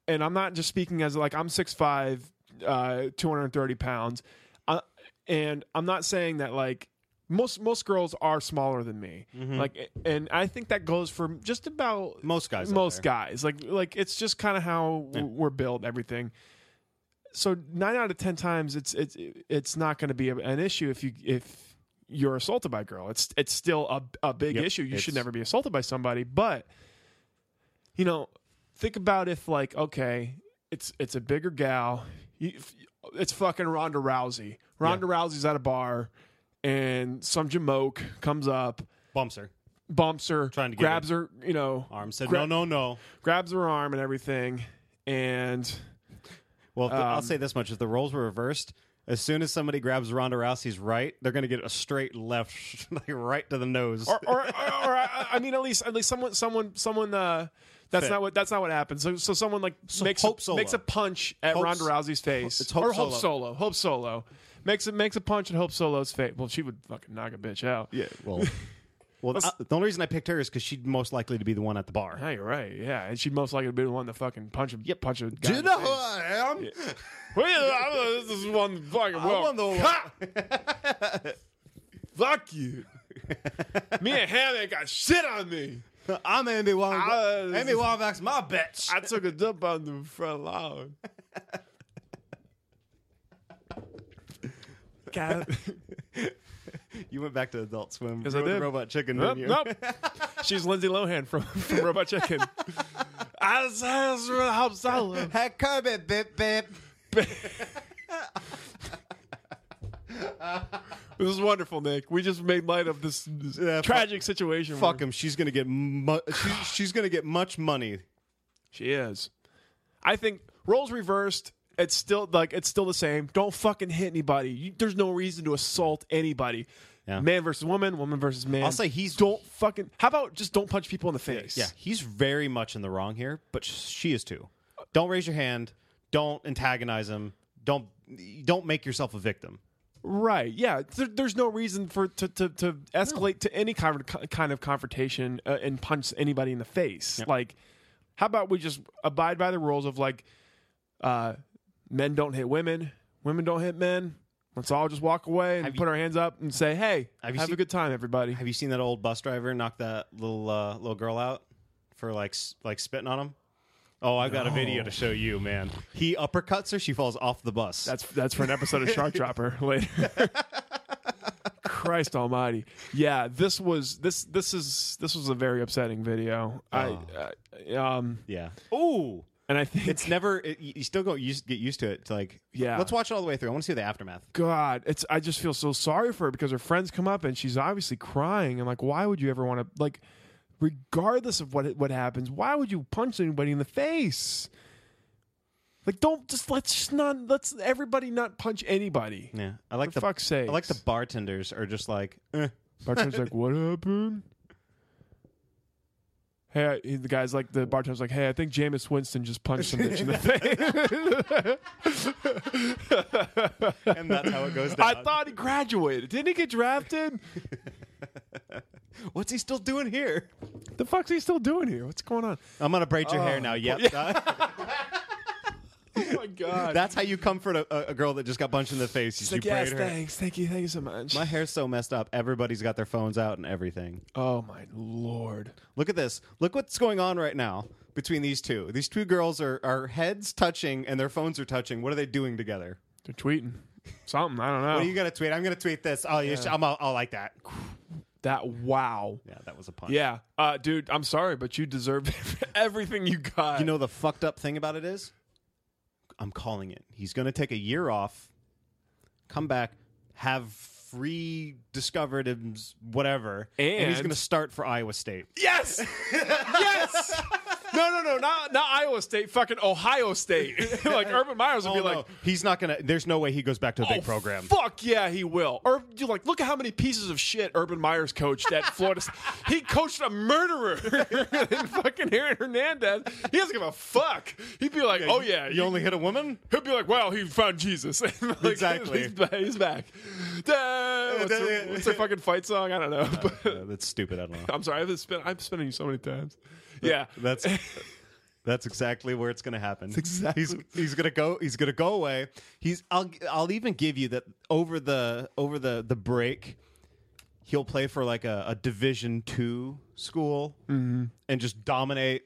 [SPEAKER 3] and I'm not just speaking as like I'm six five, uh, two hundred thirty pounds, uh, and I'm not saying that like. Most most girls are smaller than me, like, eh, and I think that goes for just about
[SPEAKER 4] Mm-hmm. Most guys out
[SPEAKER 3] Most
[SPEAKER 4] there.
[SPEAKER 3] guys, like, like it's just kind of how w we're built, everything. so nine out of ten times it's it's it's not going to be a, an issue if you if you're assaulted by a girl it's it's still a, a big
[SPEAKER 4] Yep,
[SPEAKER 3] issue you should
[SPEAKER 4] it's-
[SPEAKER 3] never be assaulted by somebody but you know think about if like okay it's it's a bigger gal you, if- it's fucking Ronda Rousey Ronda Rousey's at a bar and some jamoke comes up
[SPEAKER 4] Bumps her.
[SPEAKER 3] bumps her
[SPEAKER 4] Trying to get
[SPEAKER 3] grabs her you know
[SPEAKER 4] Arm said,
[SPEAKER 3] Gra-
[SPEAKER 4] "No, no, no."
[SPEAKER 3] grabs her arm and everything and
[SPEAKER 4] Well, if the- I'll say this much: if the roles were reversed, as soon as somebody grabs Ronda Rousey's right, they're going to get a straight left, like right to the nose.
[SPEAKER 3] or, or, or, or I I mean, at least at least someone someone someone. Uh, that's
[SPEAKER 4] Fit.
[SPEAKER 3] not what that's not what happens. So, so someone like makes
[SPEAKER 4] Hope
[SPEAKER 3] a,
[SPEAKER 4] Solo.
[SPEAKER 3] makes a punch at
[SPEAKER 4] Hope-
[SPEAKER 3] Ronda Rousey's face,
[SPEAKER 4] it's Hope
[SPEAKER 3] or Hope
[SPEAKER 4] Solo.
[SPEAKER 3] Solo. Hope Solo makes a makes a punch at Hope Solo's face. Well, she would fucking knock a bitch out.
[SPEAKER 4] Yeah. Well, well, I- the only reason I picked her is because she'd most likely to be the one at the bar.
[SPEAKER 3] Yeah, you're right. Yeah, and she'd most likely be the one to fucking punch a punch a guy. in the face.
[SPEAKER 4] I am?
[SPEAKER 3] Well, yeah, I'm, uh, this is one fucking well.
[SPEAKER 4] want the-
[SPEAKER 3] Ha! Fuck you. me and Hannah got shit on me.
[SPEAKER 4] I'm Amy
[SPEAKER 3] Ah, this is-
[SPEAKER 4] Weinbach's my bitch.
[SPEAKER 3] I took a dump on the front lawn. God.
[SPEAKER 4] You went back to Adult Swim.
[SPEAKER 3] Yes,
[SPEAKER 4] You
[SPEAKER 3] I
[SPEAKER 4] were the
[SPEAKER 3] did.
[SPEAKER 4] Robot Chicken,
[SPEAKER 3] Nope,
[SPEAKER 4] didn't you?
[SPEAKER 3] nope. She's Lindsay Lohan from, from Robot Chicken. I just I just really hope so.
[SPEAKER 4] Hey, Kirby, bip, bip.
[SPEAKER 3] This is wonderful, Nick. We just made light of this, this
[SPEAKER 4] Yeah, fuck-
[SPEAKER 3] tragic situation.
[SPEAKER 4] Fuck
[SPEAKER 3] where-
[SPEAKER 4] him. She's gonna get. Mu- she, she's gonna get much money.
[SPEAKER 3] She is. I think roles reversed. It's still like it's still the same. Don't fucking hit anybody. You, there's no reason to assault anybody.
[SPEAKER 4] Yeah.
[SPEAKER 3] Man versus woman, woman versus man.
[SPEAKER 4] I'll say he's-
[SPEAKER 3] don't fucking. How about just don't punch people in the face?
[SPEAKER 4] Yeah, he's very much in the wrong here, but sh- she is too. Don't raise your hand. Don't antagonize him. Don't don't make yourself a victim.
[SPEAKER 3] Right. Yeah. There, there's no reason for to to, to escalate to any kind of kind of confrontation uh, and punch anybody in the face. Like, how about we just abide by the rules of like, uh, men don't hit women, women don't hit men. Let's all just walk away and
[SPEAKER 4] Have you-
[SPEAKER 3] put our hands up and say, "Hey,
[SPEAKER 4] Have
[SPEAKER 3] have,
[SPEAKER 4] you seen-
[SPEAKER 3] a good time, everybody."
[SPEAKER 4] Have you seen that old bus driver knock that little uh, little girl out for like s- like spitting on him? Oh, I've got a video to show you, man. He uppercuts her, she falls off the bus.
[SPEAKER 3] That's that's for an episode of Shark Dropper later. Christ Almighty! Yeah, this was this this is this was a very upsetting video. I, I um
[SPEAKER 4] yeah. Ooh.
[SPEAKER 3] and I think
[SPEAKER 4] Oh. It's never it, you you still go you get used to it. It's like
[SPEAKER 3] Yeah.
[SPEAKER 4] Let's watch it all the way through. I want to see the aftermath.
[SPEAKER 3] God, it's I just feel so sorry for her because her friends come up and she's obviously crying. I'm like, why would you ever want to like, regardless of what what happens, why would you punch anybody in the face? Like, don't just let's just not let's everybody not punch anybody.
[SPEAKER 4] Yeah. I like
[SPEAKER 3] For
[SPEAKER 4] the
[SPEAKER 3] fuck's sake,
[SPEAKER 4] I like the bartenders are just like eh.
[SPEAKER 3] bartender's like, what happened? hey, I- the guy's like, the bartender's like, hey, I think Jameis Winston just punched some bitch in the face.
[SPEAKER 4] and that's how it goes down.
[SPEAKER 3] I thought he graduated. Didn't he get drafted?
[SPEAKER 4] what's he still doing here?
[SPEAKER 3] the fuck's he still doing here? What's going on?
[SPEAKER 4] I'm gonna braid your hair now. Yep.
[SPEAKER 3] Oh my god.
[SPEAKER 4] that's how you comfort a- a, a girl that just got punched in the face. is
[SPEAKER 3] He's like,
[SPEAKER 4] you
[SPEAKER 3] yes,
[SPEAKER 4] braid her.
[SPEAKER 3] thanks, thank you, thank you so much.
[SPEAKER 4] My hair's so messed up. Everybody's got their phones out and everything.
[SPEAKER 3] oh my lord.
[SPEAKER 4] Look at this. Look what's going on right now between these two. These two girls are, are heads touching and their phones are touching. What are they doing together?
[SPEAKER 3] They're tweeting something. I don't know.
[SPEAKER 4] What are you gonna tweet? I'm gonna tweet this. Oh, you sh- I'm all, all like that.
[SPEAKER 3] that wow.
[SPEAKER 4] Yeah, that was a punch.
[SPEAKER 3] Yeah, uh, dude, I'm sorry, but you deserve everything you got.
[SPEAKER 4] You know the fucked up thing about it is, I'm calling it. He's gonna take a year off, come back, have rediscovered him, whatever, he's
[SPEAKER 3] And-
[SPEAKER 4] gonna start for Iowa State.
[SPEAKER 3] yes, yes. No, no, no, not not Iowa State, fucking Ohio State. like Urban Myers would
[SPEAKER 4] Oh,
[SPEAKER 3] be
[SPEAKER 4] no.
[SPEAKER 3] like,
[SPEAKER 4] he's not gonna. There's no way he goes back to the
[SPEAKER 3] "Oh,
[SPEAKER 4] big program.
[SPEAKER 3] Fuck yeah, he will. Or you like, look at how many pieces of shit Urban Myers coached at Florida. State. He coached a murderer in fucking Aaron Hernandez. He doesn't give a fuck. He'd be like, oh yeah,
[SPEAKER 4] you only hit a woman.
[SPEAKER 3] He'll be like, "Well, he found Jesus." Like,
[SPEAKER 4] Exactly.
[SPEAKER 3] He's back. He's back. Da- What's, her, what's her fucking fight song? I don't know. But
[SPEAKER 4] Uh, that's stupid. I don't know.
[SPEAKER 3] I'm sorry. I've spent. I'm spinning you so many times. Yeah.
[SPEAKER 4] That's that's exactly where it's going to happen.
[SPEAKER 3] exactly-
[SPEAKER 4] He's he's going to go he's going to go away. He's I'll I'll even give you that over the over the the break he'll play for like a, a division 2 school
[SPEAKER 3] Mm-hmm.
[SPEAKER 4] and just dominate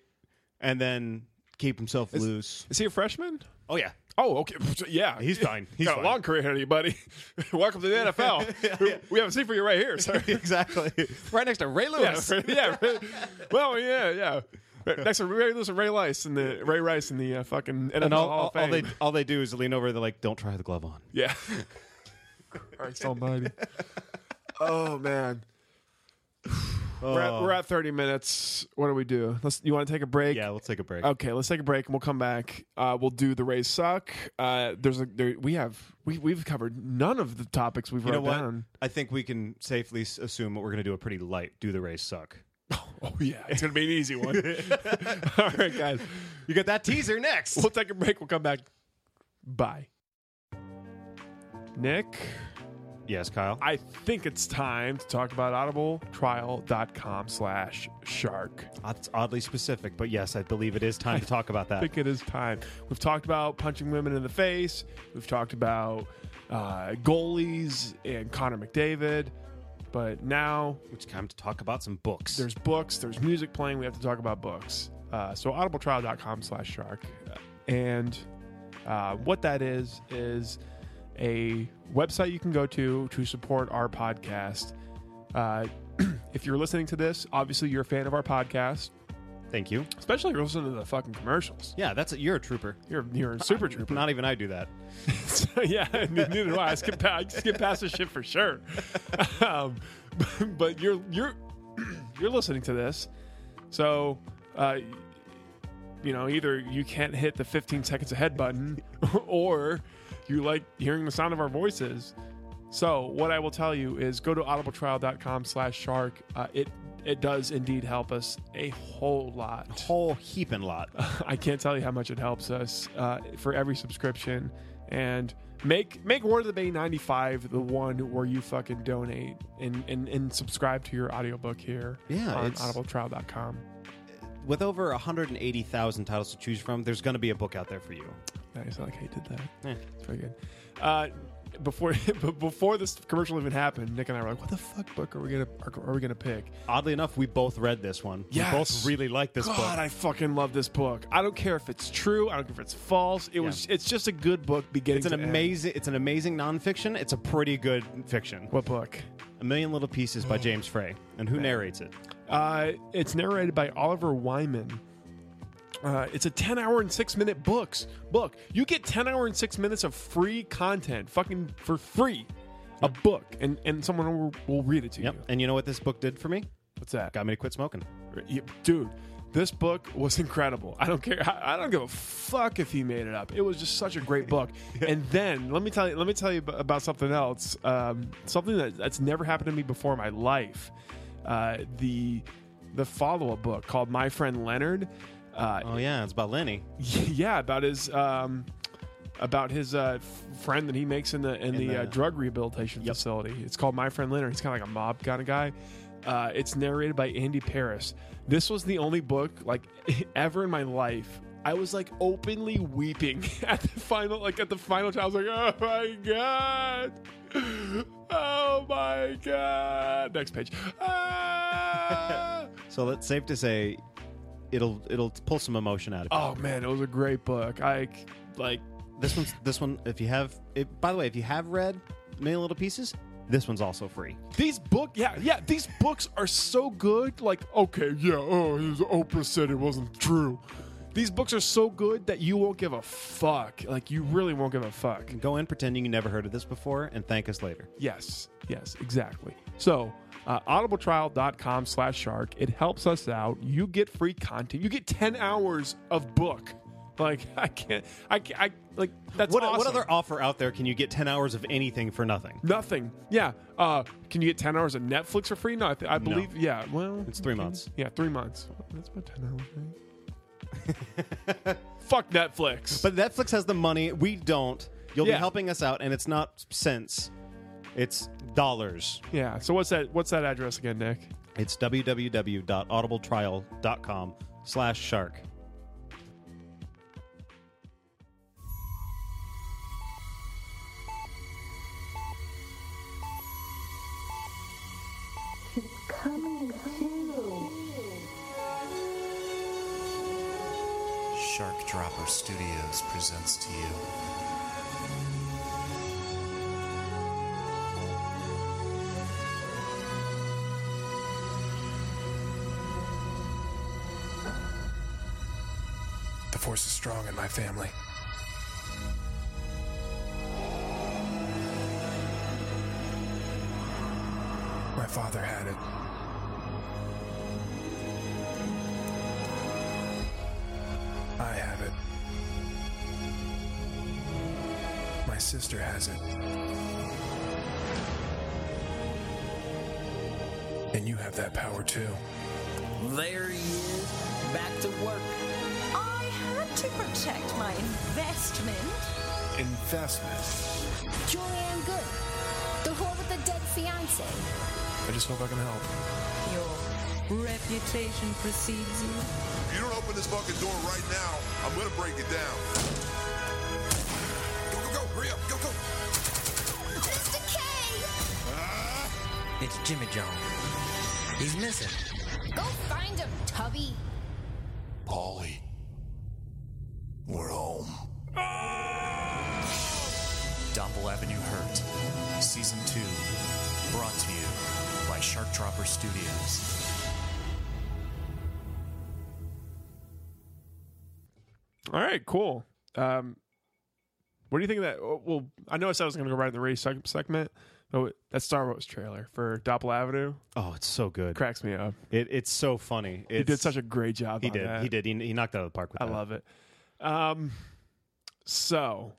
[SPEAKER 4] and then keep himself loose.
[SPEAKER 3] Is he a freshman?
[SPEAKER 4] Oh yeah.
[SPEAKER 3] Oh, okay. Yeah,
[SPEAKER 4] He's fine. He's
[SPEAKER 3] got
[SPEAKER 4] fine.
[SPEAKER 3] a long career ahead of you, buddy. Welcome to the NFL. We have a seat for you right here, sir.
[SPEAKER 4] exactly. right next to Ray
[SPEAKER 3] yeah,
[SPEAKER 4] Lewis.
[SPEAKER 3] yeah. Well, yeah, yeah. Next to Ray Lewis and Ray Rice and the Ray Rice and the uh, fucking NFL
[SPEAKER 4] And all,
[SPEAKER 3] Hall
[SPEAKER 4] all,
[SPEAKER 3] of
[SPEAKER 4] all
[SPEAKER 3] Fame.
[SPEAKER 4] they all they do is lean over. They're like, "Don't try the glove on."
[SPEAKER 3] Yeah. Christ almighty. Oh man. We're, at, we're at 30 minutes. What do we do? Let's, you want to take a break?
[SPEAKER 4] Yeah, let's take a break.
[SPEAKER 3] Okay, let's take a break and we'll come back. Uh, we'll do the Rays suck. Uh, there's a there, we have we we've covered none of the topics we've
[SPEAKER 4] You know
[SPEAKER 3] wrote
[SPEAKER 4] what?
[SPEAKER 3] down.
[SPEAKER 4] I think we can safely s- assume that we're going to do a pretty light do the race suck.
[SPEAKER 3] Oh yeah, it's gonna be an easy one. All right, guys,
[SPEAKER 4] You get that teaser next.
[SPEAKER 3] we'll take a break. We'll come back. Bye, Nick.
[SPEAKER 4] yes, Kyle.
[SPEAKER 3] I think it's time to talk about audibletrial.com slash shark.
[SPEAKER 4] That's oddly specific, but yes, I believe it is time to talk about
[SPEAKER 3] I
[SPEAKER 4] that.
[SPEAKER 3] think it is time. We've talked about punching women in the face. We've talked about uh, goalies and Connor McDavid. But now
[SPEAKER 4] It's time to talk about some books.
[SPEAKER 3] there's books, there's music playing. We have to talk about books. Uh, so audibletrial.com slash shark. And uh, what that is, is a website you can go to to support our podcast. Uh, if you're listening to this, obviously you're a fan of our podcast,
[SPEAKER 4] Thank you.
[SPEAKER 3] especially if you're listening to the fucking commercials.
[SPEAKER 4] Yeah, that's you're a trooper.
[SPEAKER 3] You're, you're a super trooper.
[SPEAKER 4] Not even I do that.
[SPEAKER 3] So, yeah, neither do I. I skip, pa- I skip past this shit for sure. Um, but, but you're you're you're listening to this, so uh, you know either you can't hit the 15 seconds ahead button, or you like hearing the sound of our voices. So what I will tell you is go to audibletrial.com/shark. Uh, it it does indeed help us a whole lot.
[SPEAKER 4] Whole heaping lot.
[SPEAKER 3] I can't tell you how much it helps us uh, for every subscription. And make make War of the Bay 95 the one where you fucking donate and, and, and subscribe to your audiobook here
[SPEAKER 4] Yeah,
[SPEAKER 3] on
[SPEAKER 4] it's-
[SPEAKER 3] audibletrial.com.
[SPEAKER 4] With over 180,000 titles to choose from, there's going to be a book out there for you.
[SPEAKER 3] Nice. I like how you did that. It's very good. Uh, before but before this commercial even happened, Nick and I were like, "What the fuck book are we gonna are, are we gonna pick?"
[SPEAKER 4] Oddly enough, we both read this one.
[SPEAKER 3] Yes.
[SPEAKER 4] We both really like this
[SPEAKER 3] God,
[SPEAKER 4] book.
[SPEAKER 3] I fucking love this book. I don't care if it's true. I don't care if it's false. It was. It's just a good book. Beginning.
[SPEAKER 4] It's an
[SPEAKER 3] to end.
[SPEAKER 4] amazing. It's an amazing nonfiction. It's a pretty good fiction.
[SPEAKER 3] What book?
[SPEAKER 4] A Million Little Pieces
[SPEAKER 3] Oh.
[SPEAKER 4] by James Frey. And who narrates it?
[SPEAKER 3] Uh, it's narrated by Oliver Wyman. Uh, it's a 10 hour and 6 minute books book. You get 10 hour and 6 minutes of free content fucking for free. A book and and someone will, will read it to
[SPEAKER 4] Yep.
[SPEAKER 3] you.
[SPEAKER 4] And you know what this book did for me?
[SPEAKER 3] What's that?
[SPEAKER 4] Got me to quit smoking.
[SPEAKER 3] Yeah, Dude, this book was incredible. I don't care I, I don't give a fuck if he made it up. It was just such a great book. And then let me tell you let me tell you ab- about something else. Um, something that, that's never happened to me before in my life. Uh, the the follow up book called My Friend Leonard. Uh,
[SPEAKER 4] Oh yeah, it's about Lenny
[SPEAKER 3] yeah, about his um, about his uh, f- friend that he makes in the in, the, uh,
[SPEAKER 4] the-
[SPEAKER 3] drug rehabilitation facility. It's called My Friend Leonard. He's kind of like a mob kind of guy. Uh, it's narrated by Andy Paris. This was the only book like ever in my life. I was like openly weeping at the final, like at the final. Time. I was like, "Oh my god, oh my god!" Next page. Ah!
[SPEAKER 4] So that's safe to say, it'll it'll pull some emotion out of you.
[SPEAKER 3] oh man, it was a great book. I like
[SPEAKER 4] This one's this one. If you have, if, by the way, if you have read Many Little Pieces, this one's also free.
[SPEAKER 3] These book, yeah, yeah, these books are so good. Like, okay, yeah, oh, his- Oprah said it wasn't true. These books are so good that you won't give a fuck. Like, you really won't give a fuck.
[SPEAKER 4] Go in pretending you never heard of this before and thank us later.
[SPEAKER 3] Yes, yes, exactly. So, uh, audibletrial.com slash shark. It helps us out. You get free content. You get 10 hours of book. Like, I can't, I can't, I, like, that's
[SPEAKER 4] What,
[SPEAKER 3] awesome.
[SPEAKER 4] what other offer out there can you get ten hours of anything for nothing?
[SPEAKER 3] Nothing. Yeah. Uh, can you get 10 hours of Netflix for free? No, I, th- I believe, yeah, well.
[SPEAKER 4] It's three months.
[SPEAKER 3] Yeah, three months. That's about ten hours. right? Fuck Netflix.
[SPEAKER 4] But Netflix has the money. We don't. You'll
[SPEAKER 3] Yeah.
[SPEAKER 4] be helping us out, and it's not cents. It's dollars.
[SPEAKER 3] yeah. So what's that? What's that address again, Nick?
[SPEAKER 4] It's www.audibletrial.com slash shark.
[SPEAKER 5] coming to.
[SPEAKER 6] Shark Dropper Studios presents to you
[SPEAKER 7] The force is strong in my family. My father had it. I have it. My sister has it. And you have that power too.
[SPEAKER 8] There he is, back to work.
[SPEAKER 9] I had to protect my investment.
[SPEAKER 7] Investment.
[SPEAKER 10] Julianne Good, the whore with the dead fiance.
[SPEAKER 7] I just hope I can help.
[SPEAKER 8] Your reputation precedes you.
[SPEAKER 11] If you don't open this fucking door right now, I'm gonna break it down. Go, go, go, hurry up, go, go.
[SPEAKER 10] Mr. K!
[SPEAKER 8] It's Jimmy John. He's missing.
[SPEAKER 10] Go find him, Tubby.
[SPEAKER 7] Polly. We're home.
[SPEAKER 6] Doppel Avenue Hurt, Season 2, brought to you by Shark Dropper Studios.
[SPEAKER 3] All right. Cool. Um, what do you think of that? oh, Well, I know I said I was going to go right in the race seg- segment. but that Star Wars trailer for Doppel Avenue
[SPEAKER 4] Oh, it's so good.
[SPEAKER 3] cracks me up.
[SPEAKER 4] It, it's so funny.
[SPEAKER 3] He did such a great job.
[SPEAKER 4] He
[SPEAKER 3] on
[SPEAKER 4] did.
[SPEAKER 3] that.
[SPEAKER 4] He did. He, he knocked it out of the park with
[SPEAKER 3] I
[SPEAKER 4] that.
[SPEAKER 3] love it. Um, so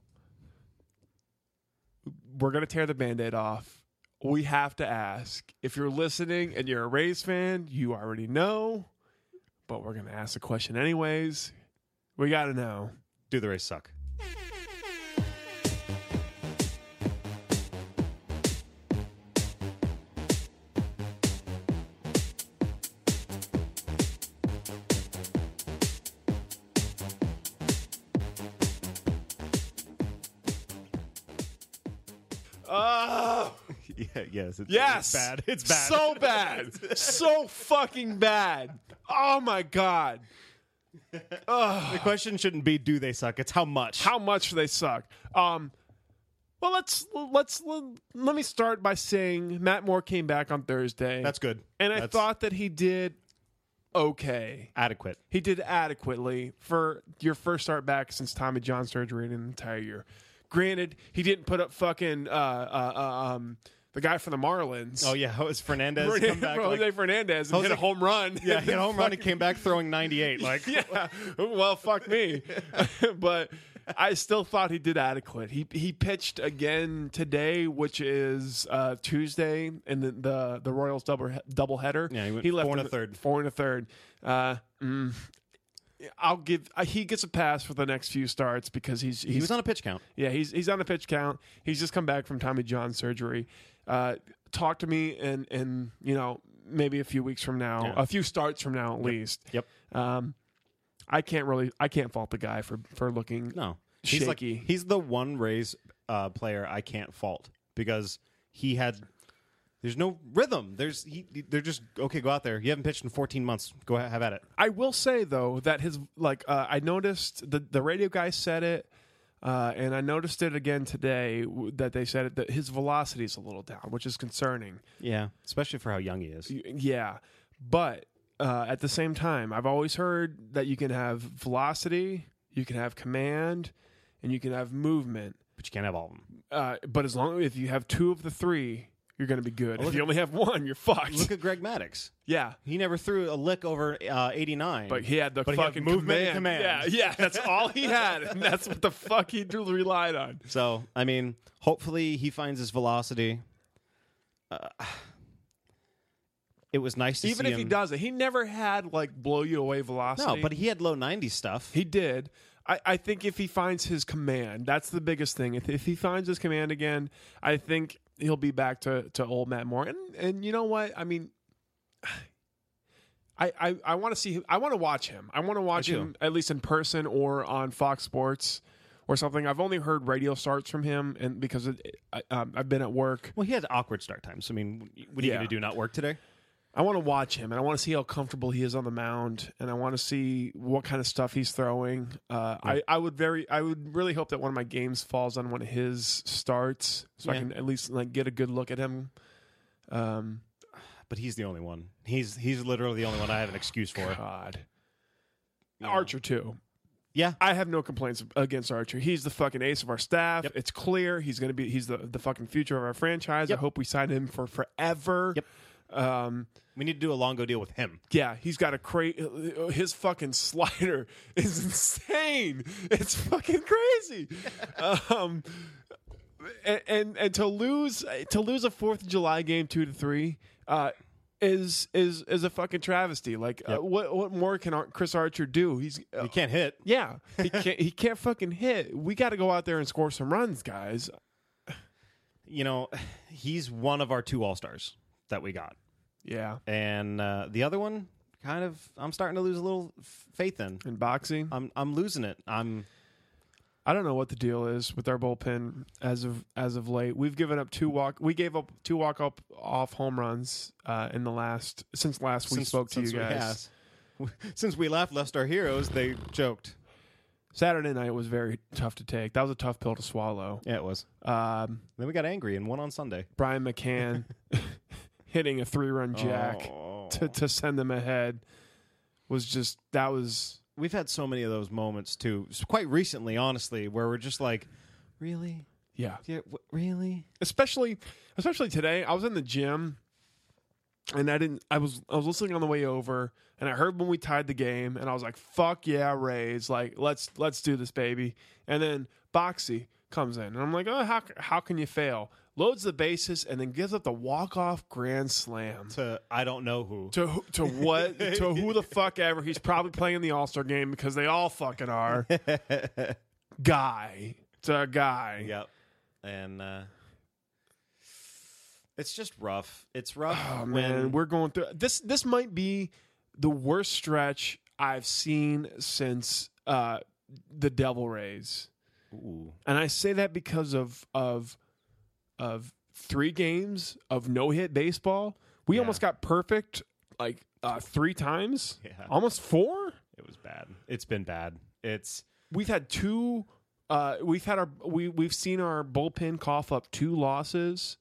[SPEAKER 3] we're gonna tear the band-aid off. We have to ask if you're listening and you're a Rays fan, you already know, but we're gonna ask the question anyways. We gotta know.
[SPEAKER 4] Do the race suck?
[SPEAKER 3] Oh
[SPEAKER 4] Yeah, yes. It's,
[SPEAKER 3] yes,
[SPEAKER 4] It's bad. It's bad.
[SPEAKER 3] So bad. so fucking bad. Oh my god.
[SPEAKER 4] the question shouldn't be do they suck? It's how much.
[SPEAKER 3] how much they suck. Um, well, let's let's let me start by saying Matt Moore came back on Thursday.
[SPEAKER 4] That's good.
[SPEAKER 3] and I
[SPEAKER 4] That's
[SPEAKER 3] thought that he did okay.
[SPEAKER 4] adequate.
[SPEAKER 3] He did adequately for your first start back since Tommy John surgery in an entire year. Granted, he didn't put up fucking uh, uh, uh, um, the guy from the Marlins.
[SPEAKER 4] Oh yeah, how is Fernandez come back?
[SPEAKER 3] Jose
[SPEAKER 4] like-
[SPEAKER 3] Fernandez and
[SPEAKER 4] Jose-
[SPEAKER 3] hit a home run.
[SPEAKER 4] yeah, hit a home run and came back throwing 98. Like
[SPEAKER 3] yeah. Well, fuck me. but I still thought he did adequate. He he pitched again today, which is uh, Tuesday, and the, the the Royals double doubleheader.
[SPEAKER 4] Yeah, he went four and a
[SPEAKER 3] him-
[SPEAKER 4] third.
[SPEAKER 3] Four and a third. Uh, mm, I'll give. Uh, he gets a pass for the next few starts because he's, he's
[SPEAKER 4] he was on a pitch count.
[SPEAKER 3] yeah, he's he's on a pitch count. He's just come back from Tommy John surgery. Uh, talk to me, and and you know maybe a few weeks from now,
[SPEAKER 4] Yeah.
[SPEAKER 3] a few starts from now at least.
[SPEAKER 4] Yep.
[SPEAKER 3] Um, I can't really, I can't fault the guy for for looking.
[SPEAKER 4] No, he's
[SPEAKER 3] shaky.
[SPEAKER 4] like he's the one Rays uh, player I can't fault because he had. There's no rhythm. There's he, they're just okay. Go out there. You haven't pitched in 14 months. Go ha- have at it.
[SPEAKER 3] I will say though that his like uh, I noticed the the radio guy said it, uh, and I noticed it again today w- that they said it that his velocity is a little down, which is concerning.
[SPEAKER 4] Yeah, especially for how young he is.
[SPEAKER 3] Y- Yeah, but uh, at the same time, I've always heard that you can have velocity, you can have command, and you can have movement.
[SPEAKER 4] But you can't have all of them.
[SPEAKER 3] Uh, but as long if you have two of the three, you're going to be good.
[SPEAKER 4] Well,
[SPEAKER 3] if
[SPEAKER 4] look
[SPEAKER 3] you
[SPEAKER 4] at-
[SPEAKER 3] only have one, you're fucked.
[SPEAKER 4] Look at Greg Maddox.
[SPEAKER 3] yeah.
[SPEAKER 4] He never threw a lick over uh, 89.
[SPEAKER 3] But he had the
[SPEAKER 4] But he had
[SPEAKER 3] fucking
[SPEAKER 4] movement and
[SPEAKER 3] command.
[SPEAKER 4] command.
[SPEAKER 3] Yeah, yeah, that's all he had, and that's what the fuck he drew- relied on.
[SPEAKER 4] So I mean, hopefully he finds his velocity. Uh, it was nice to
[SPEAKER 3] Even
[SPEAKER 4] see
[SPEAKER 3] if he
[SPEAKER 4] him-
[SPEAKER 3] doesn't, he never had like blow you away velocity.
[SPEAKER 4] No, but he had low 90 stuff.
[SPEAKER 3] He did. I, I think if he finds his command, that's the biggest thing. If, if he finds his command again, I think he'll be back to, to old Matt Moore. And and you know what? I mean, I I, I want to see him. I want to watch him. I want to watch
[SPEAKER 4] do.
[SPEAKER 3] him at least in person or on Fox Sports or something. I've only heard radio starts from him, and because it, I, um, I've been at work,
[SPEAKER 4] Well, he had awkward start times. I mean, what are you
[SPEAKER 3] Yeah.
[SPEAKER 4] going to do? Not work today?
[SPEAKER 3] I want to watch him, and I want to see how comfortable he is on the mound, and I want to see what kind of stuff he's throwing. Uh, I, I would very, I would really hope that one of my games falls on one of his starts, so I
[SPEAKER 4] Yeah.
[SPEAKER 3] can at least like get a good look at him. Um,
[SPEAKER 4] But he's the only one. He's he's literally the only one I have an excuse for.
[SPEAKER 3] God, Archer too.
[SPEAKER 4] Yeah.
[SPEAKER 3] I have no complaints against Archer. He's the fucking ace of our staff.
[SPEAKER 4] Yep.
[SPEAKER 3] It's clear he's going to be. He's the the fucking future of our franchise.
[SPEAKER 4] Yep.
[SPEAKER 3] I hope we sign him for forever.
[SPEAKER 4] Yep.
[SPEAKER 3] Um,
[SPEAKER 4] We need to do a Longo deal with him.
[SPEAKER 3] Yeah, he's got a crate. His fucking slider is insane. It's fucking crazy. um, and, and and to lose to lose a Fourth of July game two to three uh, is is is a fucking travesty. Like, uh, what what more can Ar- Chris Archer do? He's uh,
[SPEAKER 4] He can't hit.
[SPEAKER 3] yeah, he can't he can't fucking hit. We got to go out there and score some runs, guys.
[SPEAKER 4] You know, he's one of our two All Stars that we got.
[SPEAKER 3] Yeah,
[SPEAKER 4] And uh, the other one, kind of, I'm starting to lose a little f- faith in.
[SPEAKER 3] in boxing.
[SPEAKER 4] I'm I'm losing it. I'm
[SPEAKER 3] I don't know what the deal is with our bullpen as of as of late. We've given up two walk. We gave up two walk up off home runs uh, in the last since last we
[SPEAKER 4] since-
[SPEAKER 3] spoke to you
[SPEAKER 4] since we-
[SPEAKER 3] guys.
[SPEAKER 4] yeah. Since we left, left our heroes, they joked.
[SPEAKER 3] Saturday night was very tough to take. That was a tough pill to swallow.
[SPEAKER 4] Yeah, it was.
[SPEAKER 3] Um,
[SPEAKER 4] Then we got angry and won on Sunday.
[SPEAKER 3] Brian McCann hitting a three run jack
[SPEAKER 4] Oh.
[SPEAKER 3] to to send them ahead was just that was
[SPEAKER 4] We've had so many of those moments too, s- quite recently, honestly, where we're just like, really,
[SPEAKER 3] yeah.
[SPEAKER 4] yeah, w- really.
[SPEAKER 3] especially especially today i was in the gym and i didn't i was i was listening on the way over and i heard when we tied the game and i was like fuck yeah rays like let's let's do this baby and then boxy comes in and i'm like oh how, how can you fail loads the bases and then gives up the walk-off grand slam
[SPEAKER 4] To I don't know who.
[SPEAKER 3] to who- to what to who the fuck ever he's probably playing the all-star game because they all fucking are guy to guy
[SPEAKER 4] Yep. And uh, it's just rough. It's rough.
[SPEAKER 3] Oh
[SPEAKER 4] when
[SPEAKER 3] man, we're going through this. This might be the worst stretch I've seen since uh, the Devil Rays,
[SPEAKER 4] Ooh.
[SPEAKER 3] and I say that because of of of three games of no hit baseball. We
[SPEAKER 4] Yeah.
[SPEAKER 3] almost got perfect like uh, three times,
[SPEAKER 4] Yeah.
[SPEAKER 3] almost four.
[SPEAKER 4] It was bad. It's been bad. It's
[SPEAKER 3] We've had two. Uh, we've had our we we've seen our bullpen cough up two losses.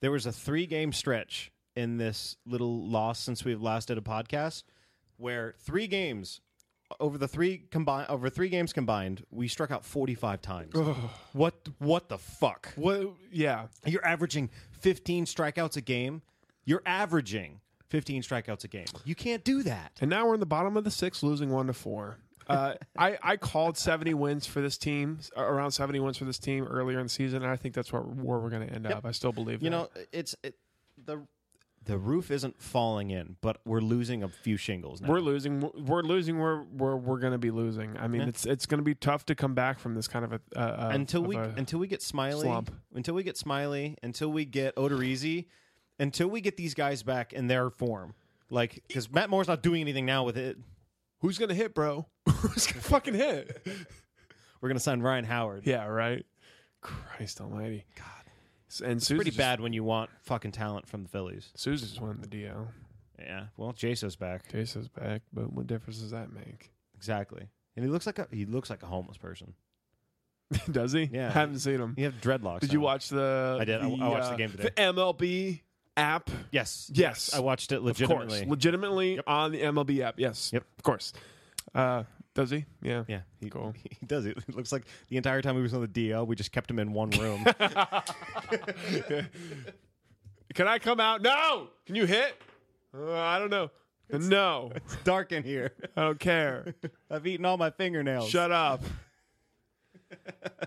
[SPEAKER 4] there was a three game stretch in this little loss since we've last did a podcast where three games over the three combined over three games combined we struck out 45 times what what the fuck
[SPEAKER 3] What? Yeah,
[SPEAKER 4] you're averaging 15 strikeouts a game you're averaging 15 strikeouts a game you can't do that
[SPEAKER 3] and now we're in the bottom of the sixth, losing one to four. Uh, I, I called 70 wins for this team, around 70 wins for this team earlier in the season, and I think that's what, where we're going to end up. I still believe
[SPEAKER 4] You
[SPEAKER 3] that.
[SPEAKER 4] know, it's it, the the roof isn't falling in, but we're losing a few shingles now.
[SPEAKER 3] We're losing. We're losing. We're we're, we're going to be losing. I mean,
[SPEAKER 4] Yeah.
[SPEAKER 3] it's it's going to be tough to come back from this kind of a uh, uh,
[SPEAKER 4] until
[SPEAKER 3] of
[SPEAKER 4] we
[SPEAKER 3] a-
[SPEAKER 4] until we get Smiley,
[SPEAKER 3] slump.
[SPEAKER 4] until we get Smiley, until we get Odorizzi, until we get these guys back in their form. Like
[SPEAKER 3] E-
[SPEAKER 4] because Matt Moore's not doing anything now with it.
[SPEAKER 3] Who's gonna hit, bro? Who's gonna fucking hit?
[SPEAKER 4] We're gonna sign Ryan Howard.
[SPEAKER 3] yeah right. Christ Almighty, God. And
[SPEAKER 4] It's
[SPEAKER 3] Sue's
[SPEAKER 4] pretty
[SPEAKER 3] just-
[SPEAKER 4] bad when you want fucking talent from the Phillies.
[SPEAKER 3] Sue's just winning the DL.
[SPEAKER 4] Yeah. Well, Jaso's back.
[SPEAKER 3] Jaso's back, but what difference does that make?
[SPEAKER 4] Exactly. And he looks like a he looks like a homeless person.
[SPEAKER 3] does he?
[SPEAKER 4] Yeah.
[SPEAKER 3] I haven't seen him.
[SPEAKER 4] You have dreadlocks.
[SPEAKER 3] Did you
[SPEAKER 4] on.
[SPEAKER 3] watch the?
[SPEAKER 4] I did. I- I watched the
[SPEAKER 3] uh,
[SPEAKER 4] game today.
[SPEAKER 3] The MLB app.
[SPEAKER 4] Yes.
[SPEAKER 3] Yes,
[SPEAKER 4] I watched it legitimately.
[SPEAKER 3] Of course, legitimately on the MLB app. Yes.
[SPEAKER 4] Yep.
[SPEAKER 3] Of course. Uh, does he? Yeah.
[SPEAKER 4] Yeah, he,
[SPEAKER 3] Cool.
[SPEAKER 4] he does. It It looks like the entire time he was on the DL, we just kept him in one room.
[SPEAKER 3] Can I come out? No. Can you hit? Uh, I don't know. no.
[SPEAKER 4] it's dark in here.
[SPEAKER 3] I don't care.
[SPEAKER 4] I've eaten all my fingernails.
[SPEAKER 3] Shut up.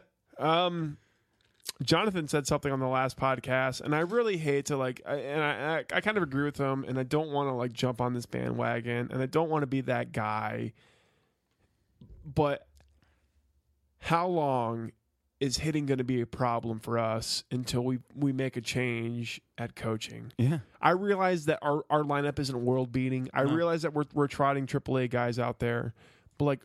[SPEAKER 3] um, Jonathan said something on the last podcast, and I really hate to like, I, and I, I I kind of agree with him, and I don't want to like jump on this bandwagon, and I don't want to be that guy. But how long is hitting going to be a problem for us until we we make a change at coaching?
[SPEAKER 4] Yeah.
[SPEAKER 3] I realize that our, our lineup isn't world beating. I realize that we're we're trotting AAA guys out there, but like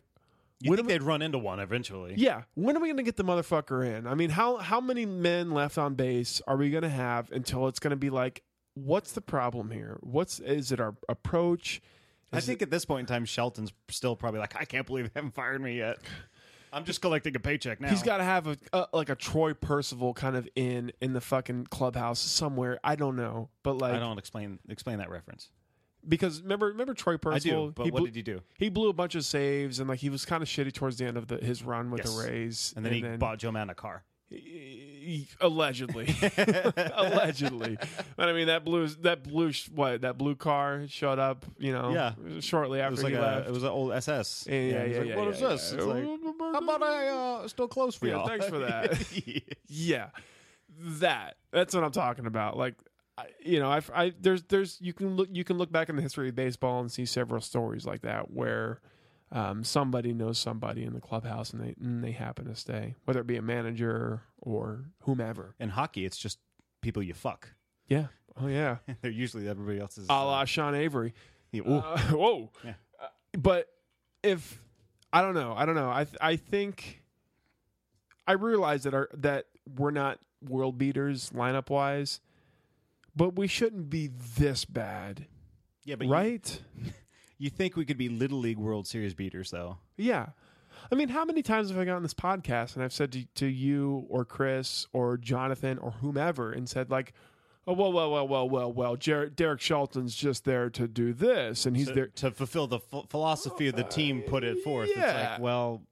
[SPEAKER 4] You think they'd run into one eventually?
[SPEAKER 3] yeah, when are we going to get the motherfucker in? I mean, how how many men left on base are we going to have until it's going to be like, what's the problem here? What's is it our approach?
[SPEAKER 4] I think at this point in time, Shelton's still probably like, I can't believe they haven't fired me yet. I'm just collecting a paycheck now.
[SPEAKER 3] He's got to have a, a like a Troy Percival kind of in in the fucking clubhouse somewhere. I don't know, but like
[SPEAKER 4] I don't explain explain that reference.
[SPEAKER 3] because remember remember Troy Percival.
[SPEAKER 4] but what did he do?
[SPEAKER 3] He blew a bunch of saves and like he was kind of shitty towards the end of the, his run with
[SPEAKER 4] Yes.
[SPEAKER 3] the Rays,
[SPEAKER 4] And then he bought Joe Madden a car.
[SPEAKER 3] allegedly allegedly but i mean that blue that blue sh- what that blue car showed up you know
[SPEAKER 4] Yeah.
[SPEAKER 3] shortly
[SPEAKER 4] It
[SPEAKER 3] after
[SPEAKER 4] was like
[SPEAKER 3] he
[SPEAKER 4] a,
[SPEAKER 3] left
[SPEAKER 4] it was an old SS.
[SPEAKER 3] Yeah, yeah,
[SPEAKER 4] he's
[SPEAKER 3] yeah,
[SPEAKER 4] like,
[SPEAKER 3] yeah,
[SPEAKER 4] What
[SPEAKER 3] yeah,
[SPEAKER 4] is
[SPEAKER 3] yeah.
[SPEAKER 4] this? It's like, how about I uh, still close for
[SPEAKER 3] Yeah,
[SPEAKER 4] y'all?
[SPEAKER 3] thanks for that. yeah that that's what i'm talking about like I, you know I, I there's there's you can look you can look back in the history of baseball and see several stories like that where um, somebody knows somebody in the clubhouse and they and they happen to stay whether it be a manager or whomever
[SPEAKER 4] In hockey, it's just people you fuck.
[SPEAKER 3] yeah oh yeah
[SPEAKER 4] They're usually everybody else's. uh,
[SPEAKER 3] a la Sean Avery.
[SPEAKER 4] Yeah, ooh.
[SPEAKER 3] Uh, whoa.
[SPEAKER 4] Yeah.
[SPEAKER 3] Uh, but if I don't know, I don't know. I th- I think I realize that our that we're not world beaters lineup wise, but we shouldn't be this bad,
[SPEAKER 4] yeah, but you-
[SPEAKER 3] right?
[SPEAKER 4] You, think we could be Little League World Series beaters, though?
[SPEAKER 3] Yeah. I mean, how many times have I gotten this podcast and I've said to, to you or Chris or Jonathan or whomever and said like, oh well, well, well, well, well, well, Jer- Derek Shelton's just there to do this and he's
[SPEAKER 4] to,
[SPEAKER 3] there
[SPEAKER 4] to fulfill the ph- philosophy of the team put it forth. It's
[SPEAKER 3] yeah.
[SPEAKER 4] like, well,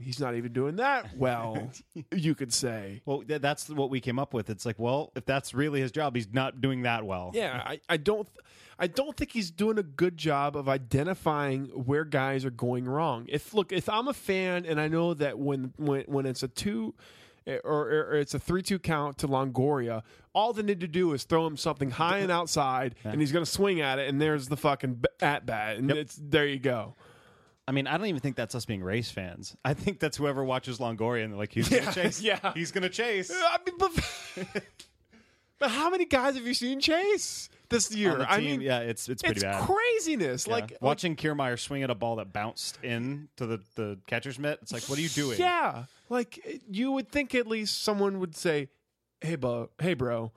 [SPEAKER 3] he's not even doing that well, you could say.
[SPEAKER 4] well, th- that's what we came up with. It's like, well, if that's really his job, he's not doing that well.
[SPEAKER 3] Yeah, I, I don't I don't think he's doing a good job of identifying where guys are going wrong. If look, if I'm a fan and I know that when when when it's a two or, or- or it's a three-two count to Longoria, all they need to do is throw him something high and outside, and he's going to swing at it, and there's the fucking b- at bat, and it's there you go.
[SPEAKER 4] I mean, I don't even think that's us being race fans. I think that's whoever watches Longoria and they're like, he's gonna chase.
[SPEAKER 3] yeah.
[SPEAKER 4] he's gonna chase.
[SPEAKER 3] I mean, but, but how many guys have you seen chase this year?
[SPEAKER 4] On the
[SPEAKER 3] I
[SPEAKER 4] team,
[SPEAKER 3] mean,
[SPEAKER 4] yeah, it's it's pretty
[SPEAKER 3] it's
[SPEAKER 4] bad.
[SPEAKER 3] craziness.
[SPEAKER 4] Yeah.
[SPEAKER 3] Like like-
[SPEAKER 4] watching Kiermaier swing at a ball that bounced in to the, the catcher's mitt. It's like, what are you doing?
[SPEAKER 3] Yeah, like it- you would think at least someone would say, "Hey, bro, hey, bro,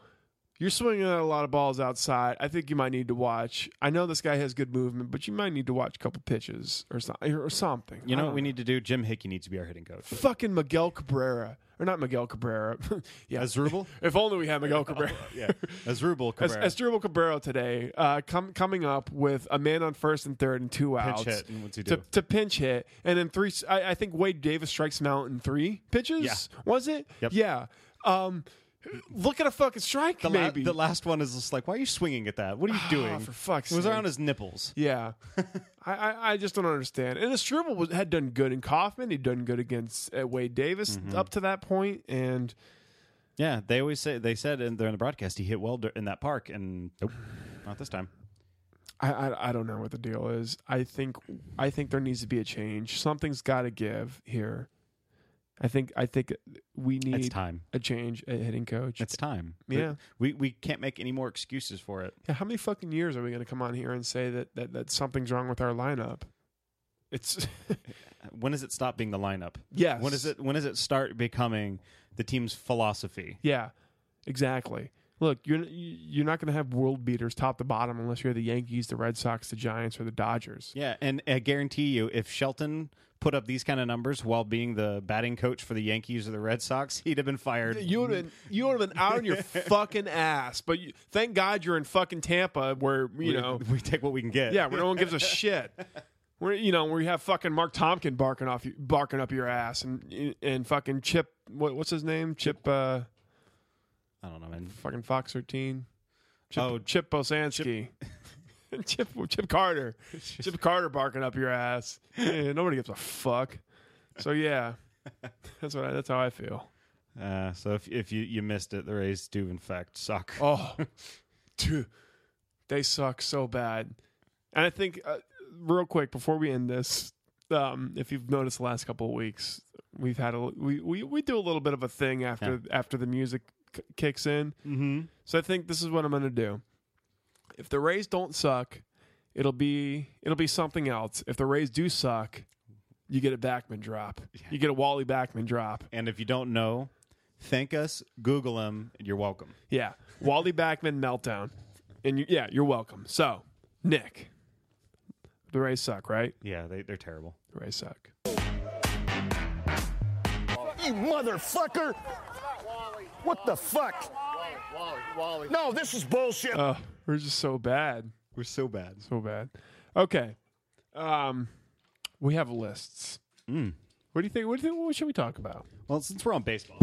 [SPEAKER 3] you're swinging at a lot of balls outside. I think you might need to watch. I know this guy has good movement, but you might need to watch a couple pitches or something or something.
[SPEAKER 4] You
[SPEAKER 3] I
[SPEAKER 4] know
[SPEAKER 3] don't
[SPEAKER 4] what we need to do? Jim Hickey needs to be our hitting coach.
[SPEAKER 3] Fucking Miguel Cabrera, or not Miguel Cabrera. yeah,
[SPEAKER 4] Asdrubal?
[SPEAKER 3] If only we had Miguel Cabrera.
[SPEAKER 4] Uh, yeah, Asdrubal
[SPEAKER 3] As,
[SPEAKER 4] Cabrera.
[SPEAKER 3] Asdrubal Cabrera today, uh, com- coming up with a man on first and third and two outs
[SPEAKER 4] hit, and what's he
[SPEAKER 3] to,
[SPEAKER 4] do?
[SPEAKER 3] to pinch hit, and then three. I, I think Wade Davis strikes him out in three pitches.
[SPEAKER 4] Yeah.
[SPEAKER 3] Was it?
[SPEAKER 4] Yep.
[SPEAKER 3] Yeah. Um, Look at a fucking strike,
[SPEAKER 4] The, la-
[SPEAKER 3] maybe. Ah,
[SPEAKER 4] the last one is just like, why are you swinging at that? What are you doing?
[SPEAKER 3] for fuck's
[SPEAKER 4] It was
[SPEAKER 3] sake.
[SPEAKER 4] around his nipples.
[SPEAKER 3] Yeah, I, I I just don't understand. And Struble was had done good in Kaufman. He'd done good against uh, Wade Davis
[SPEAKER 4] Mm-hmm.
[SPEAKER 3] up to that point, and
[SPEAKER 4] Yeah, they always say they said in during the broadcast he hit well dur- in that park, and nope, not this time.
[SPEAKER 3] I, I I don't know what the deal is. I think I think there needs to be a change. Something's got to give here. I think I think we need
[SPEAKER 4] time.
[SPEAKER 3] a change at hitting coach.
[SPEAKER 4] It's time.
[SPEAKER 3] Yeah.
[SPEAKER 4] we we can't make any more excuses for it.
[SPEAKER 3] Yeah, how many fucking years are we going to come on here and say that, that that something's wrong with our lineup? It's
[SPEAKER 4] When does it stop being the lineup?
[SPEAKER 3] Yes.
[SPEAKER 4] When does it when does it start becoming the team's philosophy?
[SPEAKER 3] yeah, exactly. Look, you're you're not going to have world beaters top to bottom unless you're the Yankees, the Red Sox, the Giants, or the Dodgers.
[SPEAKER 4] Yeah, and I guarantee you, if Shelton put up these kind of numbers while being the batting coach for the Yankees or the Red Sox, he'd have been fired.
[SPEAKER 3] You would have been you would have been out on your fucking ass. But you, thank God you're in fucking Tampa, where you
[SPEAKER 4] We-
[SPEAKER 3] know,
[SPEAKER 4] we take what we can get.
[SPEAKER 3] yeah, where no one gives a shit. Where you know where you have fucking Mark Tompkin barking off you, barking up your ass, and and fucking Chip, what, what's his name? Chip, uh,
[SPEAKER 4] I don't know, man.
[SPEAKER 3] fucking Fox thirteen. Chip,
[SPEAKER 4] Oh,
[SPEAKER 3] Chip Bosansky. Chip Chip Carter, Chip Carter barking up your ass. Yeah, nobody gives a fuck. So yeah, that's what I, that's how I feel.
[SPEAKER 4] Uh, so if if you, you missed it, the Rays do in fact suck.
[SPEAKER 3] Oh, dude, they suck so bad. And I think, uh, real quick before we end this, um, if you've noticed the last couple of weeks, we've had a we we, we do a little bit of a thing after after the music k- kicks in.
[SPEAKER 4] Mm-hmm.
[SPEAKER 3] So I think this is what I'm going to do. If the Rays don't suck, it'll be it'll be something else. If the Rays do suck, you get a Backman drop. You get a Wally Backman drop.
[SPEAKER 4] And if you don't know, thank us, Google them, and you're welcome.
[SPEAKER 3] Yeah, Wally Backman meltdown, and you, yeah, you're welcome. So, Nick, the Rays suck, right?
[SPEAKER 4] Yeah, they, they're terrible.
[SPEAKER 3] The Rays suck.
[SPEAKER 12] You motherfucker! What the fuck? No, this is bullshit.
[SPEAKER 3] Uh, we're just so bad,
[SPEAKER 4] We're so bad.
[SPEAKER 3] so bad. Okay, um, we have lists. What do you think? What do you think? What should we talk about?
[SPEAKER 4] Well, since we're on baseball,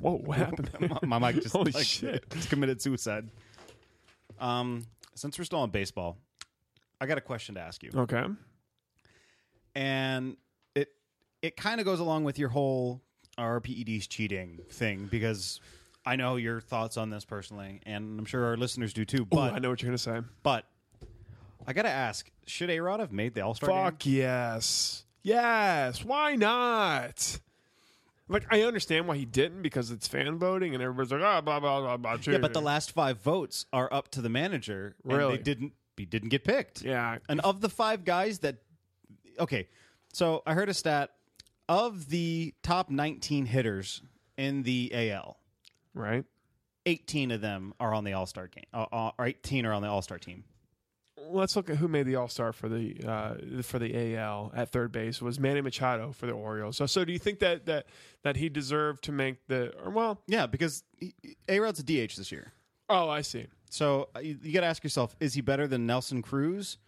[SPEAKER 3] Whoa, what happened? there?
[SPEAKER 4] my, my mic just
[SPEAKER 3] Holy
[SPEAKER 4] like,
[SPEAKER 3] shit.
[SPEAKER 4] just committed suicide. Um, since we're still on baseball, I got a question to ask you,
[SPEAKER 3] Okay.
[SPEAKER 4] and it it kind of goes along with your whole "Are PEDs cheating thing because I know your thoughts on this personally, and I'm sure our listeners do too.
[SPEAKER 3] Ooh,
[SPEAKER 4] But
[SPEAKER 3] I know what you're gonna say.
[SPEAKER 4] but I gotta ask, should A Rod have made the All Star?
[SPEAKER 3] Fuck yes. Yes. Why not? Like I understand why he didn't because it's fan voting and everybody's like, ah, blah blah blah blah.
[SPEAKER 4] Yeah, but the last five votes are up to the manager. And
[SPEAKER 3] Really?
[SPEAKER 4] they didn't he didn't get picked.
[SPEAKER 3] Yeah.
[SPEAKER 4] And of the five guys that okay. So I heard a stat of the top nineteen hitters in the AL,
[SPEAKER 3] right.
[SPEAKER 4] eighteen of them are on the All Star game. Uh, uh, or eighteen are on the All Star team.
[SPEAKER 3] Let's look at who made the All Star for the uh, for the AL at third base was Manny Machado for the Orioles. So, so do you think that that that he deserved to make the? Or well,
[SPEAKER 4] Yeah, because A Rod's a DH this year.
[SPEAKER 3] oh, I see.
[SPEAKER 4] So uh, you, you got to ask yourself: Is he better than Nelson Cruz?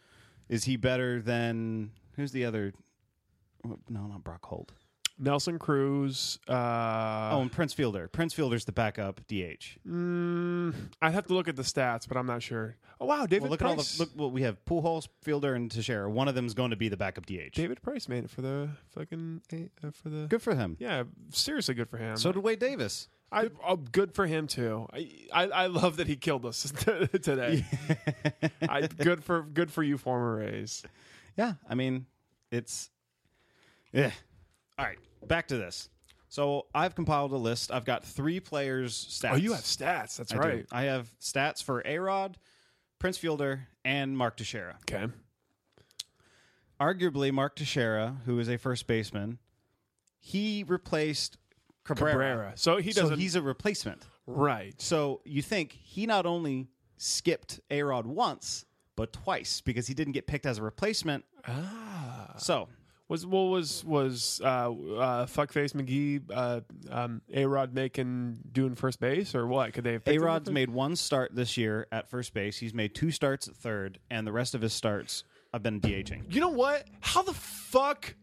[SPEAKER 4] Is he better than who's the other? oh, No, not Brock Holt.
[SPEAKER 3] Nelson Cruz.
[SPEAKER 4] oh,
[SPEAKER 3] Uh,
[SPEAKER 4] and Prince Fielder. Prince Fielder's the backup DH.
[SPEAKER 3] mm, I'd have to look at the stats, but I'm not sure. Oh wow, David
[SPEAKER 4] Well, look at all the
[SPEAKER 3] Price.
[SPEAKER 4] look. Well, we have Pujols, Fielder, and Teixeira. One of them's going to be the backup DH.
[SPEAKER 3] David Price made it for the fucking uh, for the
[SPEAKER 4] Good for him.
[SPEAKER 3] Yeah, seriously, good for him.
[SPEAKER 4] So did Wade Davis.
[SPEAKER 3] I, oh, good for him too. I, I, I love that he killed us today. I, good for good for you, former Rays.
[SPEAKER 4] Yeah, I mean, it's yeah. All right, back to this. So I've compiled a list. I've got three players' stats.
[SPEAKER 3] Oh, you have stats. That's
[SPEAKER 4] I do.
[SPEAKER 3] right.
[SPEAKER 4] I have stats for A Rod, Prince Fielder, and Mark Teixeira.
[SPEAKER 3] Okay.
[SPEAKER 4] Arguably, Mark Teixeira, who is a first baseman, he replaced Cabrera.
[SPEAKER 3] Cabrera. So he doesn't.
[SPEAKER 4] So he's a replacement.
[SPEAKER 3] right.
[SPEAKER 4] So you think he not only skipped A Rod once, but twice because he didn't get picked as a replacement.
[SPEAKER 3] Ah.
[SPEAKER 4] So
[SPEAKER 3] Was well was was uh, uh, fuckface McGee uh, um, A Rod making doing first base or what? Could they have picked
[SPEAKER 4] A
[SPEAKER 3] him at
[SPEAKER 4] Rod's
[SPEAKER 3] first?
[SPEAKER 4] made one start this year at first base. He's made two starts at third, and the rest of his starts have been DHing.
[SPEAKER 3] You know what? How the fuck?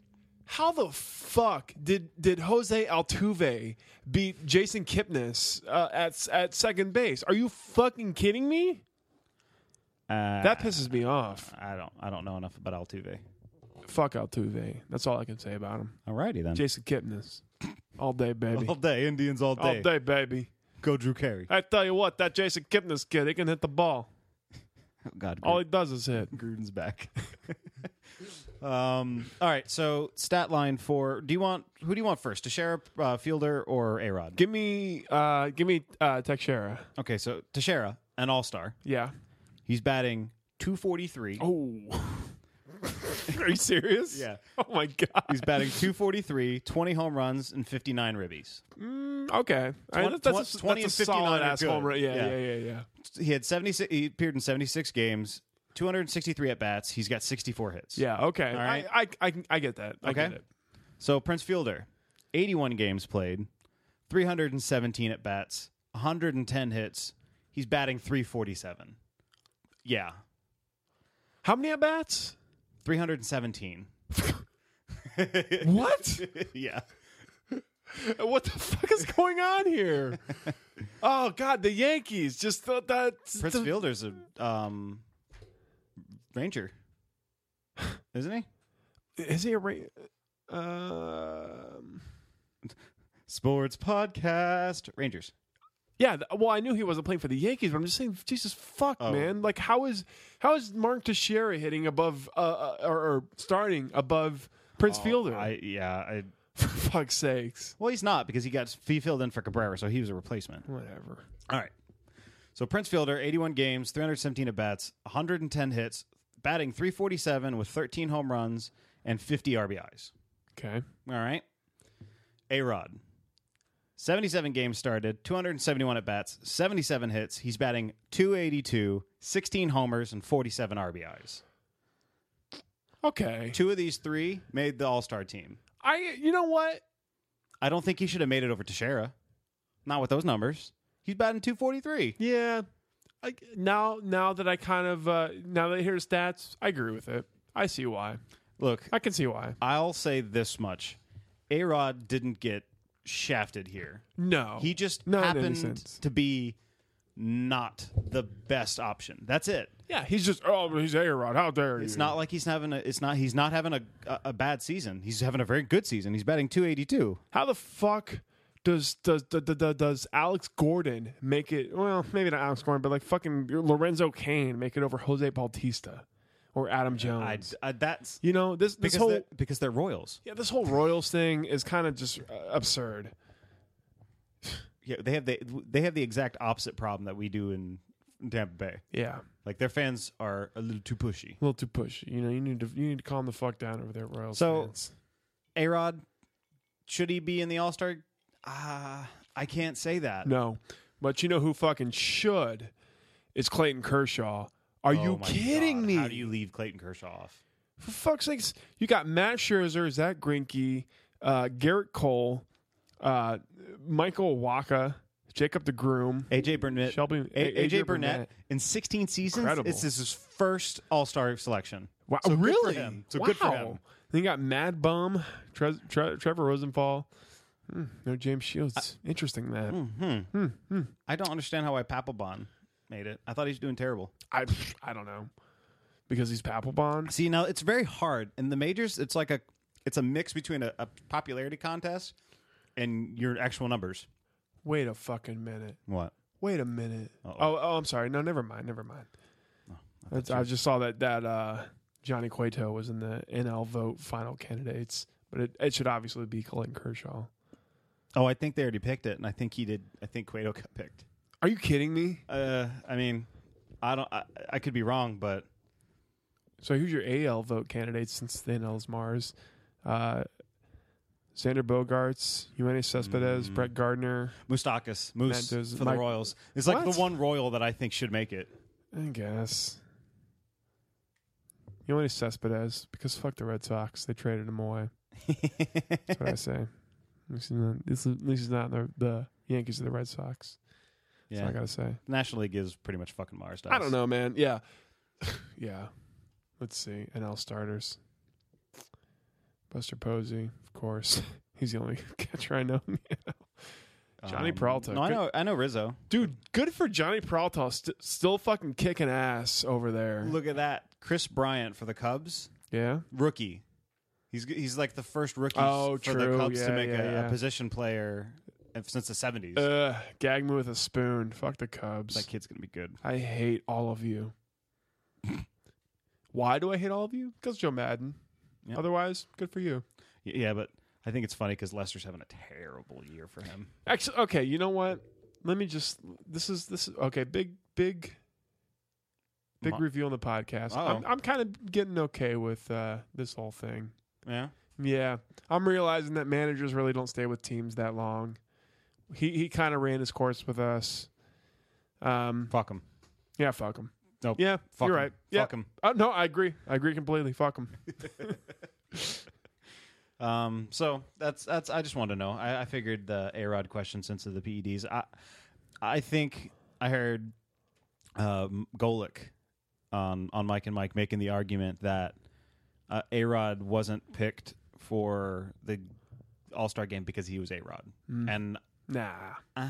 [SPEAKER 3] How the fuck did did Jose Altuve beat Jason Kipnis uh, at at second base? Are you fucking kidding me?
[SPEAKER 4] Uh,
[SPEAKER 3] that pisses me off.
[SPEAKER 4] I don't. I don't know enough about Altuve.
[SPEAKER 3] Fuck Altuve. That's all I can say about him.
[SPEAKER 4] Alrighty then.
[SPEAKER 3] Jason Kipnis, all day baby.
[SPEAKER 4] All day Indians. All day.
[SPEAKER 3] All day baby.
[SPEAKER 4] Go Drew Carey.
[SPEAKER 3] I tell you what, that Jason Kipnis kid, he can hit the ball.
[SPEAKER 4] Oh, God.
[SPEAKER 3] All he does is hit.
[SPEAKER 4] Gruden's back. um. All right. So stat line for. Do you want who do you want first? Teixeira, uh, Fielder, or Arod?
[SPEAKER 3] Give me, uh, give me uh, Teixeira.
[SPEAKER 4] Okay. So Teixeira, an All Star.
[SPEAKER 3] Yeah.
[SPEAKER 4] He's batting 243.
[SPEAKER 3] Oh. Are you serious?
[SPEAKER 4] Yeah.
[SPEAKER 3] Oh my god.
[SPEAKER 4] He's batting 243, 20 home runs, and 59 ribbies.
[SPEAKER 3] Mm, okay. I mean,
[SPEAKER 4] Twen-
[SPEAKER 3] that's,
[SPEAKER 4] twen-
[SPEAKER 3] a,
[SPEAKER 4] 20
[SPEAKER 3] that's
[SPEAKER 4] and
[SPEAKER 3] a
[SPEAKER 4] 59
[SPEAKER 3] solid
[SPEAKER 4] are
[SPEAKER 3] ass
[SPEAKER 4] good.
[SPEAKER 3] home run. Yeah,
[SPEAKER 4] Yeah.
[SPEAKER 3] yeah, yeah, yeah.
[SPEAKER 4] He had 76. He appeared in 76 games, 263 at bats. He's got 64 hits.
[SPEAKER 3] Yeah. Okay.
[SPEAKER 4] All right.
[SPEAKER 3] I, I, I, can- I get that. I
[SPEAKER 4] Okay.
[SPEAKER 3] get it.
[SPEAKER 4] So Prince Fielder, 81 games played, 317 at bats, 110 hits. He's batting 347. Yeah,
[SPEAKER 3] How many at bats?
[SPEAKER 4] 317.
[SPEAKER 3] What?
[SPEAKER 4] yeah.
[SPEAKER 3] what the fuck is going on here? oh God, the Yankees just thought that.
[SPEAKER 4] Prince Fielder's a um, Ranger, isn't he?
[SPEAKER 3] Is he a ra- um,
[SPEAKER 4] Sports podcast Rangers.
[SPEAKER 3] Yeah, th- well, I knew he wasn't playing for the Yankees, but I'm just saying, Jesus fuck,
[SPEAKER 4] Oh.
[SPEAKER 3] man! Like, how is how is Mark Teixeira hitting above uh, uh, or, or starting above Prince Fielder?
[SPEAKER 4] Oh, I yeah. I,
[SPEAKER 3] for fuck's sakes,
[SPEAKER 4] well, he's not because he got he filled in for Cabrera, so he was a replacement.
[SPEAKER 3] whatever.
[SPEAKER 4] All right. So Prince Fielder, 81 games, 317 at bats, 110 hits, batting 347 with 13 home runs and 50 RBIs.
[SPEAKER 3] Okay,
[SPEAKER 4] All right. A Rod, 77 games started, 271 at bats, 77 hits. He's batting 282, 16 homers, and 47 RBIs.
[SPEAKER 3] okay.
[SPEAKER 4] Two of these three made the All Star team.
[SPEAKER 3] I, you know what?
[SPEAKER 4] I don't think he should have made it over to Shara. Not with those numbers. He's batting 243.
[SPEAKER 3] Yeah. I, now, now that I kind of uh, now that I hear the stats, I agree with it. I see why.
[SPEAKER 4] Look,
[SPEAKER 3] I can see why.
[SPEAKER 4] I'll say this much: A Rod didn't get shafted here.
[SPEAKER 3] No,
[SPEAKER 4] He just
[SPEAKER 3] Not in any
[SPEAKER 4] happened
[SPEAKER 3] sense.
[SPEAKER 4] to be not the best option. That's it.
[SPEAKER 3] Yeah, he's just oh, he's A Rod. How dare you?
[SPEAKER 4] It's not like he's having a. It's not. He's not having a, a a bad season. He's having a very good season. He's batting 282.
[SPEAKER 3] How the fuck does does does, does, does Alex Gordon make it? Well, maybe not Alex Gordon, but like fucking Lorenzo Kane make it over Jose Bautista or Adam
[SPEAKER 4] I,
[SPEAKER 3] Jones.
[SPEAKER 4] I- uh, that's
[SPEAKER 3] you know this this
[SPEAKER 4] because
[SPEAKER 3] whole
[SPEAKER 4] they're, because they're Royals.
[SPEAKER 3] yeah this whole Royals thing is kind of just uh, absurd.
[SPEAKER 4] Yeah, they have the they have the exact opposite problem that we do in Tampa Bay.
[SPEAKER 3] Yeah, a
[SPEAKER 4] Like their fans are a little too pushy.
[SPEAKER 3] little too pushy. You know you need to you need to calm the fuck down over there, Royals.
[SPEAKER 4] So-
[SPEAKER 3] fans.
[SPEAKER 4] A Rod, should he be in the All Star? Ah, I can't say that.
[SPEAKER 3] no, but you know who fucking should is Clayton Kershaw. Are
[SPEAKER 4] Oh
[SPEAKER 3] you
[SPEAKER 4] my
[SPEAKER 3] kidding
[SPEAKER 4] God,
[SPEAKER 3] me?
[SPEAKER 4] How do you leave Clayton Kershaw off?
[SPEAKER 3] for fuck's sakes, you got Matt Scherzer, Zach Greinke, uh, Garrett Cole, uh, Michael Waka, Jacob DeGroom.
[SPEAKER 4] AJ Burnett.
[SPEAKER 3] Shelby-
[SPEAKER 4] A-
[SPEAKER 3] A-
[SPEAKER 4] AJ,
[SPEAKER 3] AJ
[SPEAKER 4] Burnett,
[SPEAKER 3] Burnett.
[SPEAKER 4] in 16 seasons.
[SPEAKER 3] Incredible.
[SPEAKER 4] It's his first All Star selection.
[SPEAKER 3] Wow,
[SPEAKER 4] So good for
[SPEAKER 3] really?
[SPEAKER 4] him. So
[SPEAKER 3] wow.
[SPEAKER 4] good for him.
[SPEAKER 3] Then you got Mad Bum, Tre- Tre- Trevor Rosenfall. Hmm, no James Shields. Interesting that.
[SPEAKER 4] Hmm. I don't understand how I Papelbon made it. I thought he was doing terrible.
[SPEAKER 3] I I don't know because he's Papelbon.
[SPEAKER 4] See, now it's very hard in the majors. It's like a it's a mix between a, a popularity contest and your actual numbers.
[SPEAKER 3] Wait a fucking minute.
[SPEAKER 4] What?
[SPEAKER 3] Wait a minute. Oh, oh, I'm sorry. No, never mind. Never mind. That's- I just saw that that uh, Johnny Cueto was in the NL vote final candidates, but it, it should obviously be Clayton Kershaw.
[SPEAKER 4] Oh, I think they already picked it, and I think he did. I think Cueto got picked.
[SPEAKER 3] Are you kidding me?
[SPEAKER 4] Uh, I mean, I don't. I, I could be wrong, but
[SPEAKER 3] So who's your AL vote candidates since the NL is Mars? Uh, Xander Bogarts, Eugenio Cespedes, Brett Gardner.
[SPEAKER 4] Mustakas Moose
[SPEAKER 3] That does-
[SPEAKER 4] for
[SPEAKER 3] Mike-
[SPEAKER 4] the Royals. It's like
[SPEAKER 3] What?
[SPEAKER 4] the one Royal that I think should make it.
[SPEAKER 3] I guess. Eugenio Cespedes because fuck the Red Sox, they traded him away. That's what I say. At least he's not, this is- at least he's not the, the Yankees or the Red Sox. That's
[SPEAKER 4] yeah,
[SPEAKER 3] all I gotta say.
[SPEAKER 4] National League is pretty much fucking Mars. to
[SPEAKER 3] I
[SPEAKER 4] us.
[SPEAKER 3] don't know, man. Yeah. yeah. Let's see. NL starters. Buster Posey, of course. He's the only catcher I know. in the NL. Johnny Peralta.
[SPEAKER 4] Um, No, I
[SPEAKER 3] Good-
[SPEAKER 4] know, I know Rizzo.
[SPEAKER 3] Dude, good for Johnny Peralta. St- still fucking kicking ass over there.
[SPEAKER 4] Look at that, Chris Bryant for the Cubs,
[SPEAKER 3] Yeah.
[SPEAKER 4] rookie. He's g- he's like the first rookie
[SPEAKER 3] Oh,
[SPEAKER 4] for
[SPEAKER 3] true.
[SPEAKER 4] the Cubs
[SPEAKER 3] Yeah,
[SPEAKER 4] to make
[SPEAKER 3] yeah,
[SPEAKER 4] a, a
[SPEAKER 3] yeah. Uh,
[SPEAKER 4] position player if- since the seventies.
[SPEAKER 3] Ugh, gag me with a spoon. Fuck the Cubs.
[SPEAKER 4] that kid's gonna be good.
[SPEAKER 3] I hate all of you. Why do I hate all of you? Because Joe Madden.
[SPEAKER 4] Yeah.
[SPEAKER 3] Otherwise, good for you.
[SPEAKER 4] Y- Yeah, but I think it's funny because Lester's having a terrible year for him.
[SPEAKER 3] Actually, okay. You know what? Let me just. This is this. Is, okay, big, big, big
[SPEAKER 4] Mo-
[SPEAKER 3] review on the podcast.
[SPEAKER 4] Uh-oh.
[SPEAKER 3] I'm, I'm kind of getting okay with uh, this whole thing.
[SPEAKER 4] Yeah,
[SPEAKER 3] Yeah, I'm realizing that managers really don't stay with teams that long. He he kind of ran his course with us. Um,
[SPEAKER 4] fuck him.
[SPEAKER 3] yeah, fuck him.
[SPEAKER 4] Nope.
[SPEAKER 3] Yeah,
[SPEAKER 4] Fuck
[SPEAKER 3] you're
[SPEAKER 4] him.
[SPEAKER 3] right. Yeah.
[SPEAKER 4] Fuck him.
[SPEAKER 3] Uh, no, I agree. I agree completely. Fuck him.
[SPEAKER 4] Um, so that's that's. I just wanted to know. I, I figured the A Rod question since of the PEDs. I I think I heard um, Golick on on Mike and Mike making the argument that uh, A Rod wasn't picked for the All Star game because he was A Rod,
[SPEAKER 3] Mm.
[SPEAKER 4] and
[SPEAKER 3] Nah.
[SPEAKER 4] Uh,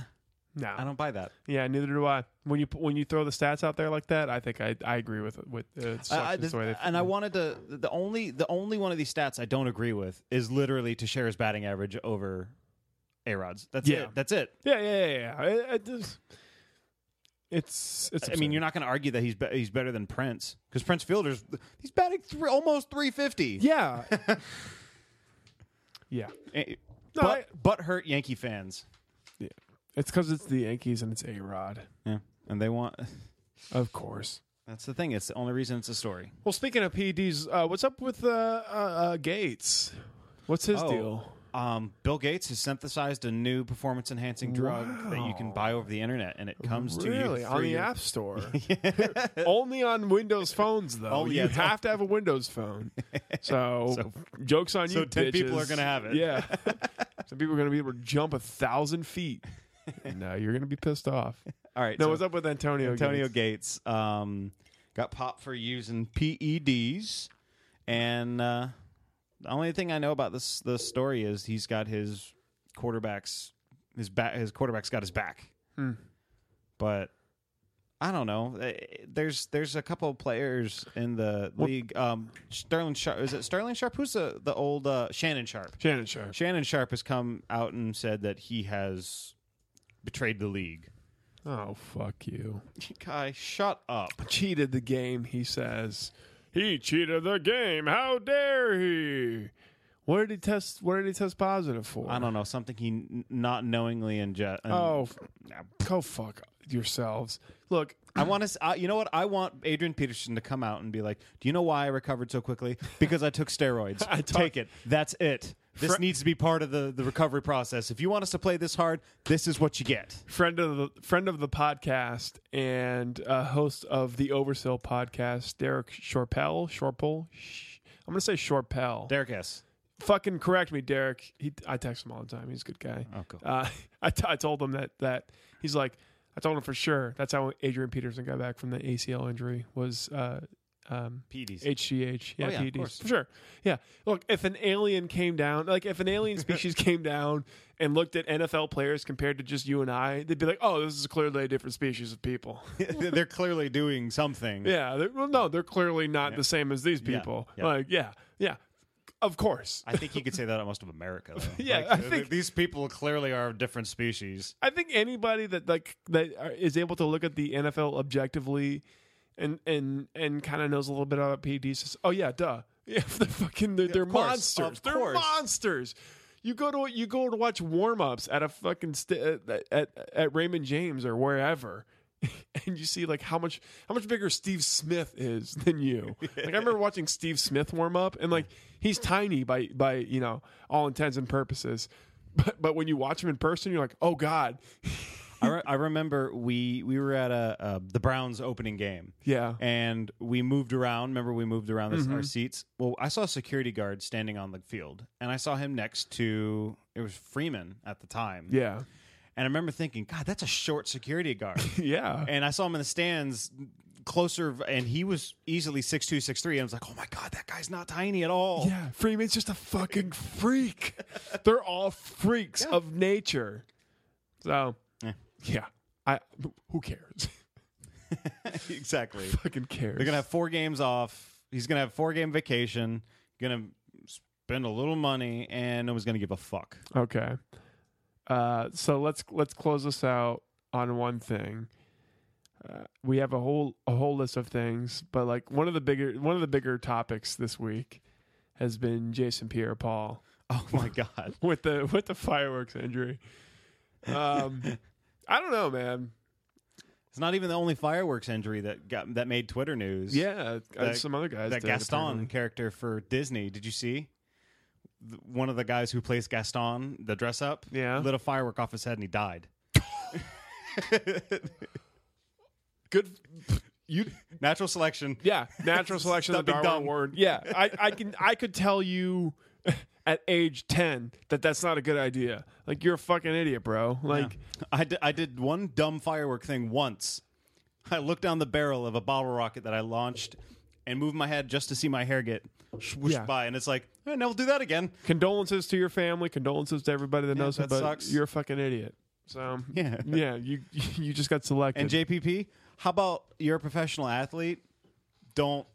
[SPEAKER 3] nah.
[SPEAKER 4] I don't buy that.
[SPEAKER 3] Yeah, neither do I. When you when you throw the stats out there like that, I think I I agree with with uh, it sucks
[SPEAKER 4] I- I-
[SPEAKER 3] it's the way they
[SPEAKER 4] and I wanted to the only the only one of these stats I don't agree with is literally to share his batting average over A Rod's. That's
[SPEAKER 3] Yeah.
[SPEAKER 4] it. That's it.
[SPEAKER 3] yeah yeah yeah. yeah. I, I just, it's it's.
[SPEAKER 4] I mean,
[SPEAKER 3] absurd.
[SPEAKER 4] you're not going to argue that he's be- he's better than Prince because Prince Fielder's he's batting thr almost 350.
[SPEAKER 3] Yeah. yeah.
[SPEAKER 4] Eh,
[SPEAKER 3] No,
[SPEAKER 4] but but hurt Yankee fans.
[SPEAKER 3] It's because it's the Yankees and it's A Rod,
[SPEAKER 4] Yeah, and they want.
[SPEAKER 3] of course.
[SPEAKER 4] That's the thing. It's the only reason it's a story.
[SPEAKER 3] Well, speaking of PEDs, uh, what's up with uh, uh, uh, Gates? What's his
[SPEAKER 4] Oh,
[SPEAKER 3] deal?
[SPEAKER 4] Um, Bill Gates has synthesized a new performance enhancing drug that you can buy over the internet, and it comes to you
[SPEAKER 3] Really on
[SPEAKER 4] through
[SPEAKER 3] the
[SPEAKER 4] your-
[SPEAKER 3] App Store, only on Windows phones though.
[SPEAKER 4] Oh, yeah.
[SPEAKER 3] You have to have a Windows phone. So, jokes on
[SPEAKER 4] so
[SPEAKER 3] you.
[SPEAKER 4] 10 people
[SPEAKER 3] bitches.
[SPEAKER 4] are gonna have it.
[SPEAKER 3] Yeah, some people are going to be able to jump a thousand feet. no, you're going to be pissed off.
[SPEAKER 4] All right.
[SPEAKER 3] No,
[SPEAKER 4] so
[SPEAKER 3] what's up with Antonio?
[SPEAKER 4] Antonio
[SPEAKER 3] Gates?
[SPEAKER 4] Gates, um, got popped for using PEDs, and uh, the only thing I know about this this story is he's got his quarterbacks his back his quarterback's got his back,
[SPEAKER 3] Hmm.
[SPEAKER 4] but. I don't know. Eh, There's there's a couple of players in the league. Um, Sterling Sharp is it Sterling Sharp? Who's the the old uh, Shannon Sharp?
[SPEAKER 3] Shannon Sharp.
[SPEAKER 4] Shannon Sharp has come out and said that he has betrayed the league.
[SPEAKER 3] Oh fuck you.
[SPEAKER 4] Kai, shut up.
[SPEAKER 3] cheated the game, he says. He cheated the game. How dare he? What did he test? What did he test positive for?
[SPEAKER 4] I don't know something he n- not knowingly ingest.
[SPEAKER 3] Oh, f- go fuck yourselves. Look,
[SPEAKER 4] I want to. Uh, you know what? I want Adrian Peterson to come out and be like, "Do you know why I recovered so quickly? Because I took steroids.
[SPEAKER 3] I took-
[SPEAKER 4] Take it. That's it. This
[SPEAKER 3] Fr-
[SPEAKER 4] needs to be part of the the recovery process. If you want us to play this hard, this is what you get."
[SPEAKER 3] friend of the friend of the podcast and uh, host of the Oversell podcast, Derek Shorpel. Shorpel. Sh- I'm gonna say Shorpel.
[SPEAKER 4] Derek S.
[SPEAKER 3] fucking correct me, Derek. He, I text him all the time. He's a good guy.
[SPEAKER 4] Oh, cool.
[SPEAKER 3] Uh, I, t- I told him that that he's like, I told him for sure. That's how Adrian Peterson got back from the ACL injury was uh, um,
[SPEAKER 4] PDs.
[SPEAKER 3] HGH. Yeah,
[SPEAKER 4] E Oh, yeah, of
[SPEAKER 3] PEDs.
[SPEAKER 4] course.
[SPEAKER 3] For sure. Yeah. Look, if an alien came down, like if an alien species came down and looked at NFL players compared to just you and I, they'd be like, oh, this is clearly a different species of people.
[SPEAKER 4] They're clearly doing something.
[SPEAKER 3] yeah. they're- Well, no, they're clearly not the same as these
[SPEAKER 4] Yeah,
[SPEAKER 3] people.
[SPEAKER 4] yeah.
[SPEAKER 3] Like, yeah, yeah. Of course.
[SPEAKER 4] I think you could say that on most of America. Though.
[SPEAKER 3] Yeah,
[SPEAKER 4] Like,
[SPEAKER 3] I
[SPEAKER 4] th-
[SPEAKER 3] think-
[SPEAKER 4] these people clearly are of different species.
[SPEAKER 3] I think anybody that like that are- is able to look at the NFL objectively and and and kind of knows a little bit about PEDs says, "Oh yeah, duh, yeah, they're fucking they're, they're
[SPEAKER 4] of course,
[SPEAKER 3] monsters,
[SPEAKER 4] of
[SPEAKER 3] they're
[SPEAKER 4] course.
[SPEAKER 3] monsters." You go to you go to watch warm ups at a fucking st- at, at at Raymond James or wherever. And you see like how much how much bigger Steve Smith is than you. Like I remember watching Steve Smith warm up, and like he's tiny by by you know all intents and purposes, but but when you watch him in person, you're like, oh god,
[SPEAKER 4] I, re- I remember we we were at a, uh the Browns opening game.
[SPEAKER 3] Yeah.
[SPEAKER 4] and we moved around. Remember, we moved around this,
[SPEAKER 3] Mm-hmm.
[SPEAKER 4] our seats. Well, I saw a security guard standing on the field, and I saw him next to it was Freeman at the time.
[SPEAKER 3] Yeah.
[SPEAKER 4] and I remember thinking, God, that's a short security guard.
[SPEAKER 3] Yeah.
[SPEAKER 4] and I saw him in the stands closer, and he was easily six two, six three. And I was like, oh my god, that guy's not tiny at all.
[SPEAKER 3] Yeah, Freeman's just a fucking freak. They're all freaks of nature. So, yeah, I who cares?
[SPEAKER 4] exactly.
[SPEAKER 3] Fucking cares.
[SPEAKER 4] They're gonna have four games off. He's gonna have four game vacation. Gonna spend a little money, and no one's gonna give a fuck.
[SPEAKER 3] Okay. Uh, so let's let's close this out on one thing. Uh, we have a whole a whole list of things, but like one of the bigger one of the bigger topics this week has been Jason Pierre-Paul
[SPEAKER 4] Oh my god.
[SPEAKER 3] with the with the fireworks injury. Um, I don't know, man.
[SPEAKER 4] It's not even the only fireworks injury that got that made Twitter news.
[SPEAKER 3] Yeah, uh, some other guys
[SPEAKER 4] That
[SPEAKER 3] did,
[SPEAKER 4] Gaston
[SPEAKER 3] apparently.
[SPEAKER 4] character for Disney. Did you see? Th- One of the guys who plays Gaston, the dress up,
[SPEAKER 3] Yeah.
[SPEAKER 4] lit a firework off his head and he died.
[SPEAKER 3] Good. You
[SPEAKER 4] natural selection.
[SPEAKER 3] Yeah, natural selection. the
[SPEAKER 4] Stop being
[SPEAKER 3] Darwin
[SPEAKER 4] dumb.
[SPEAKER 3] word. Yeah, I, I can I could tell you at age ten that that's not a good idea. Like you're a fucking idiot, bro. Like
[SPEAKER 4] I di- I did one dumb firework thing once. I looked down the barrel of a bottle rocket that I launched and moved my head just to see my hair get swooshed
[SPEAKER 3] Yeah.
[SPEAKER 4] by, and it's like, I never do that again.
[SPEAKER 3] condolences to your family, condolences to everybody that
[SPEAKER 4] Yeah,
[SPEAKER 3] knows
[SPEAKER 4] that
[SPEAKER 3] about
[SPEAKER 4] sucks.
[SPEAKER 3] You're a fucking idiot. So
[SPEAKER 4] Yeah.
[SPEAKER 3] yeah, you you just got selected.
[SPEAKER 4] And JPP, how about you're a professional athlete? Don't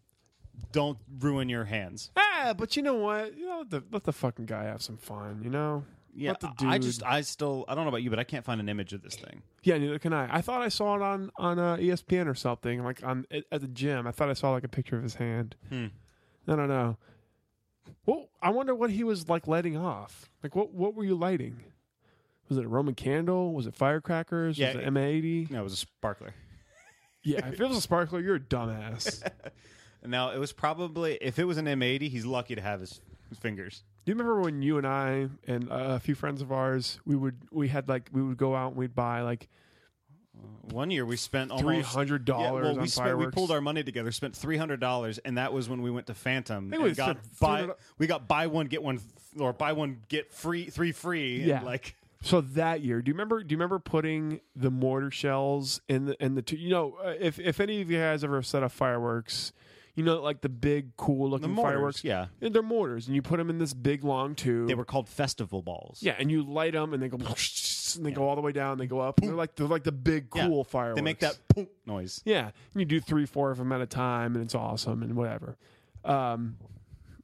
[SPEAKER 4] don't ruin your hands.
[SPEAKER 3] ah, but you know what? You know, let the, let the fucking guy have some fun. You know.
[SPEAKER 4] Yeah,
[SPEAKER 3] Let the
[SPEAKER 4] I I
[SPEAKER 3] dude-
[SPEAKER 4] just I still I don't know about you, but I can't find an image of this thing.
[SPEAKER 3] Yeah, neither can I. I thought I saw it on on uh, ESPN or something, like on at at the gym. I thought I saw like a picture of his hand.
[SPEAKER 4] Hmm.
[SPEAKER 3] I don't know. Well, I wonder what he was like lighting off. Like, what what were you lighting? Was it a Roman candle? Was it firecrackers?
[SPEAKER 4] Yeah,
[SPEAKER 3] was it
[SPEAKER 4] it-
[SPEAKER 3] M eighty?
[SPEAKER 4] No, it was a sparkler.
[SPEAKER 3] Yeah, if it was a sparkler, you're a dumbass. Do
[SPEAKER 4] Now it was probably if it was an M80, he's lucky to have his, his fingers.
[SPEAKER 3] you remember when you and I and uh, a few friends of ours we would we had like we would go out and we'd buy like
[SPEAKER 4] One year we spent almost
[SPEAKER 3] $300
[SPEAKER 4] Yeah, well,
[SPEAKER 3] on
[SPEAKER 4] we spent we
[SPEAKER 3] fireworks.
[SPEAKER 4] pulled our money together, spent three hundred dollars, and that was when we went to Phantom.
[SPEAKER 3] think
[SPEAKER 4] and
[SPEAKER 3] we
[SPEAKER 4] got
[SPEAKER 3] spent
[SPEAKER 4] buy,
[SPEAKER 3] $300
[SPEAKER 4] we got buy one get one or buy one get free three free. and,
[SPEAKER 3] Yeah.
[SPEAKER 4] like
[SPEAKER 3] So that year, do you remember? Do you remember putting the mortar shells in the in the two? You know, uh, if if any of you guys ever set up fireworks, you know, like the big cool
[SPEAKER 4] the
[SPEAKER 3] looking
[SPEAKER 4] mortars,
[SPEAKER 3] fireworks.
[SPEAKER 4] Yeah,
[SPEAKER 3] And they're mortars, and you put them in this big long tube.
[SPEAKER 4] they were called festival balls.
[SPEAKER 3] yeah, and you light them, and they go, and they go all the way down, they go up. and They're like they're like the big
[SPEAKER 4] Yeah.
[SPEAKER 3] cool fireworks.
[SPEAKER 4] They make that poop noise.
[SPEAKER 3] Yeah, and you do three, four of them at a time, and it's awesome and whatever. Um,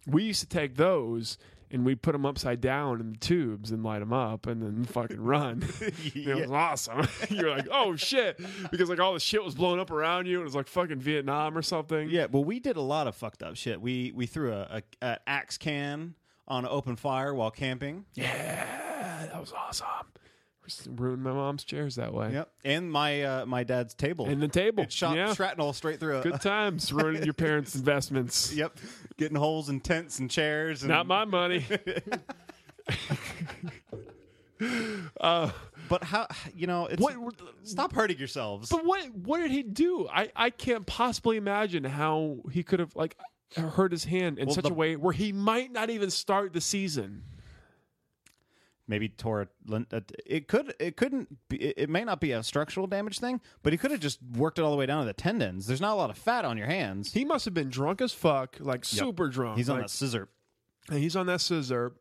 [SPEAKER 3] we used to take those and we put them upside down in the tubes and light them up and then fucking run. It was awesome. You're like, oh shit, because like all the shit was blown up around you. and It was like fucking Vietnam or something.
[SPEAKER 4] Yeah, well, we did a lot of fucked up shit. We we threw a, a, a axe can on an open fire while camping.
[SPEAKER 3] yeah, that was awesome. Just Ruined my mom's chairs that way.
[SPEAKER 4] Yep, and my uh, my dad's table
[SPEAKER 3] And the table.
[SPEAKER 4] It shot
[SPEAKER 3] yeah.
[SPEAKER 4] shrapnel straight through. A,
[SPEAKER 3] Good times ruining your parents' investments.
[SPEAKER 4] yep, getting holes in tents and chairs. And,
[SPEAKER 3] Not my money.
[SPEAKER 4] But how you know? It's,
[SPEAKER 3] What-
[SPEAKER 4] Stop hurting yourselves.
[SPEAKER 3] But what what did he do? I, I can't possibly imagine how he could have like hurt his hand in
[SPEAKER 4] Well,
[SPEAKER 3] such
[SPEAKER 4] the-
[SPEAKER 3] a way where he might not even start the season.
[SPEAKER 4] Maybe tore a- a- it could it couldn't be, it, it may not be a structural damage thing, but he could have just worked it all the way down to the tendons. There's not a lot of fat on your hands.
[SPEAKER 3] He must have been drunk as fuck, like super drunk.
[SPEAKER 4] He's on
[SPEAKER 3] like,
[SPEAKER 4] that scissor.
[SPEAKER 3] and he's on that scissor.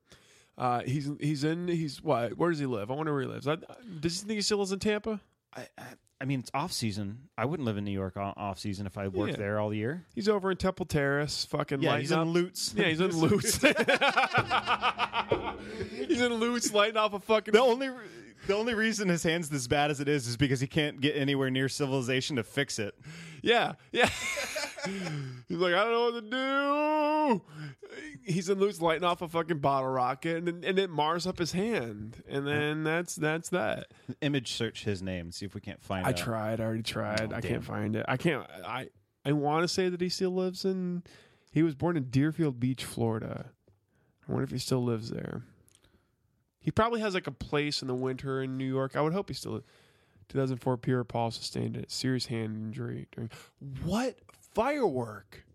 [SPEAKER 3] Uh, he's he's in he's what? Where does he live? I wonder where he lives. I, does he think he still lives in Tampa?
[SPEAKER 4] I, I, I mean, it's off season. I wouldn't live in New York on off season if I worked
[SPEAKER 3] Yeah.
[SPEAKER 4] there all year.
[SPEAKER 3] He's over in Temple Terrace, fucking
[SPEAKER 4] Yeah,
[SPEAKER 3] lighting
[SPEAKER 4] he's in
[SPEAKER 3] up-
[SPEAKER 4] Lutz.
[SPEAKER 3] Yeah, he's in Lutz. he's in Lutz lighting off a fucking
[SPEAKER 4] The only the only reason his hands this bad as it is is because he can't get anywhere near civilization to fix it.
[SPEAKER 3] Yeah, yeah. He's like, I don't know what to do. He's in loose lighting off a fucking bottle rocket, and then- and it mars up his hand, and then that's that's that.
[SPEAKER 4] Image search his name, see if we can't find.
[SPEAKER 3] I
[SPEAKER 4] out.
[SPEAKER 3] tried, I already tried. I
[SPEAKER 4] Oh, damn.
[SPEAKER 3] can't find it. I can't. I I want to say that he still lives in. He was born in Deerfield Beach, Florida. I wonder if he still lives there. He probably has like a place in the winter in New York. I would hope he still. 2004 Pierre Paul sustained a serious hand injury during what firework?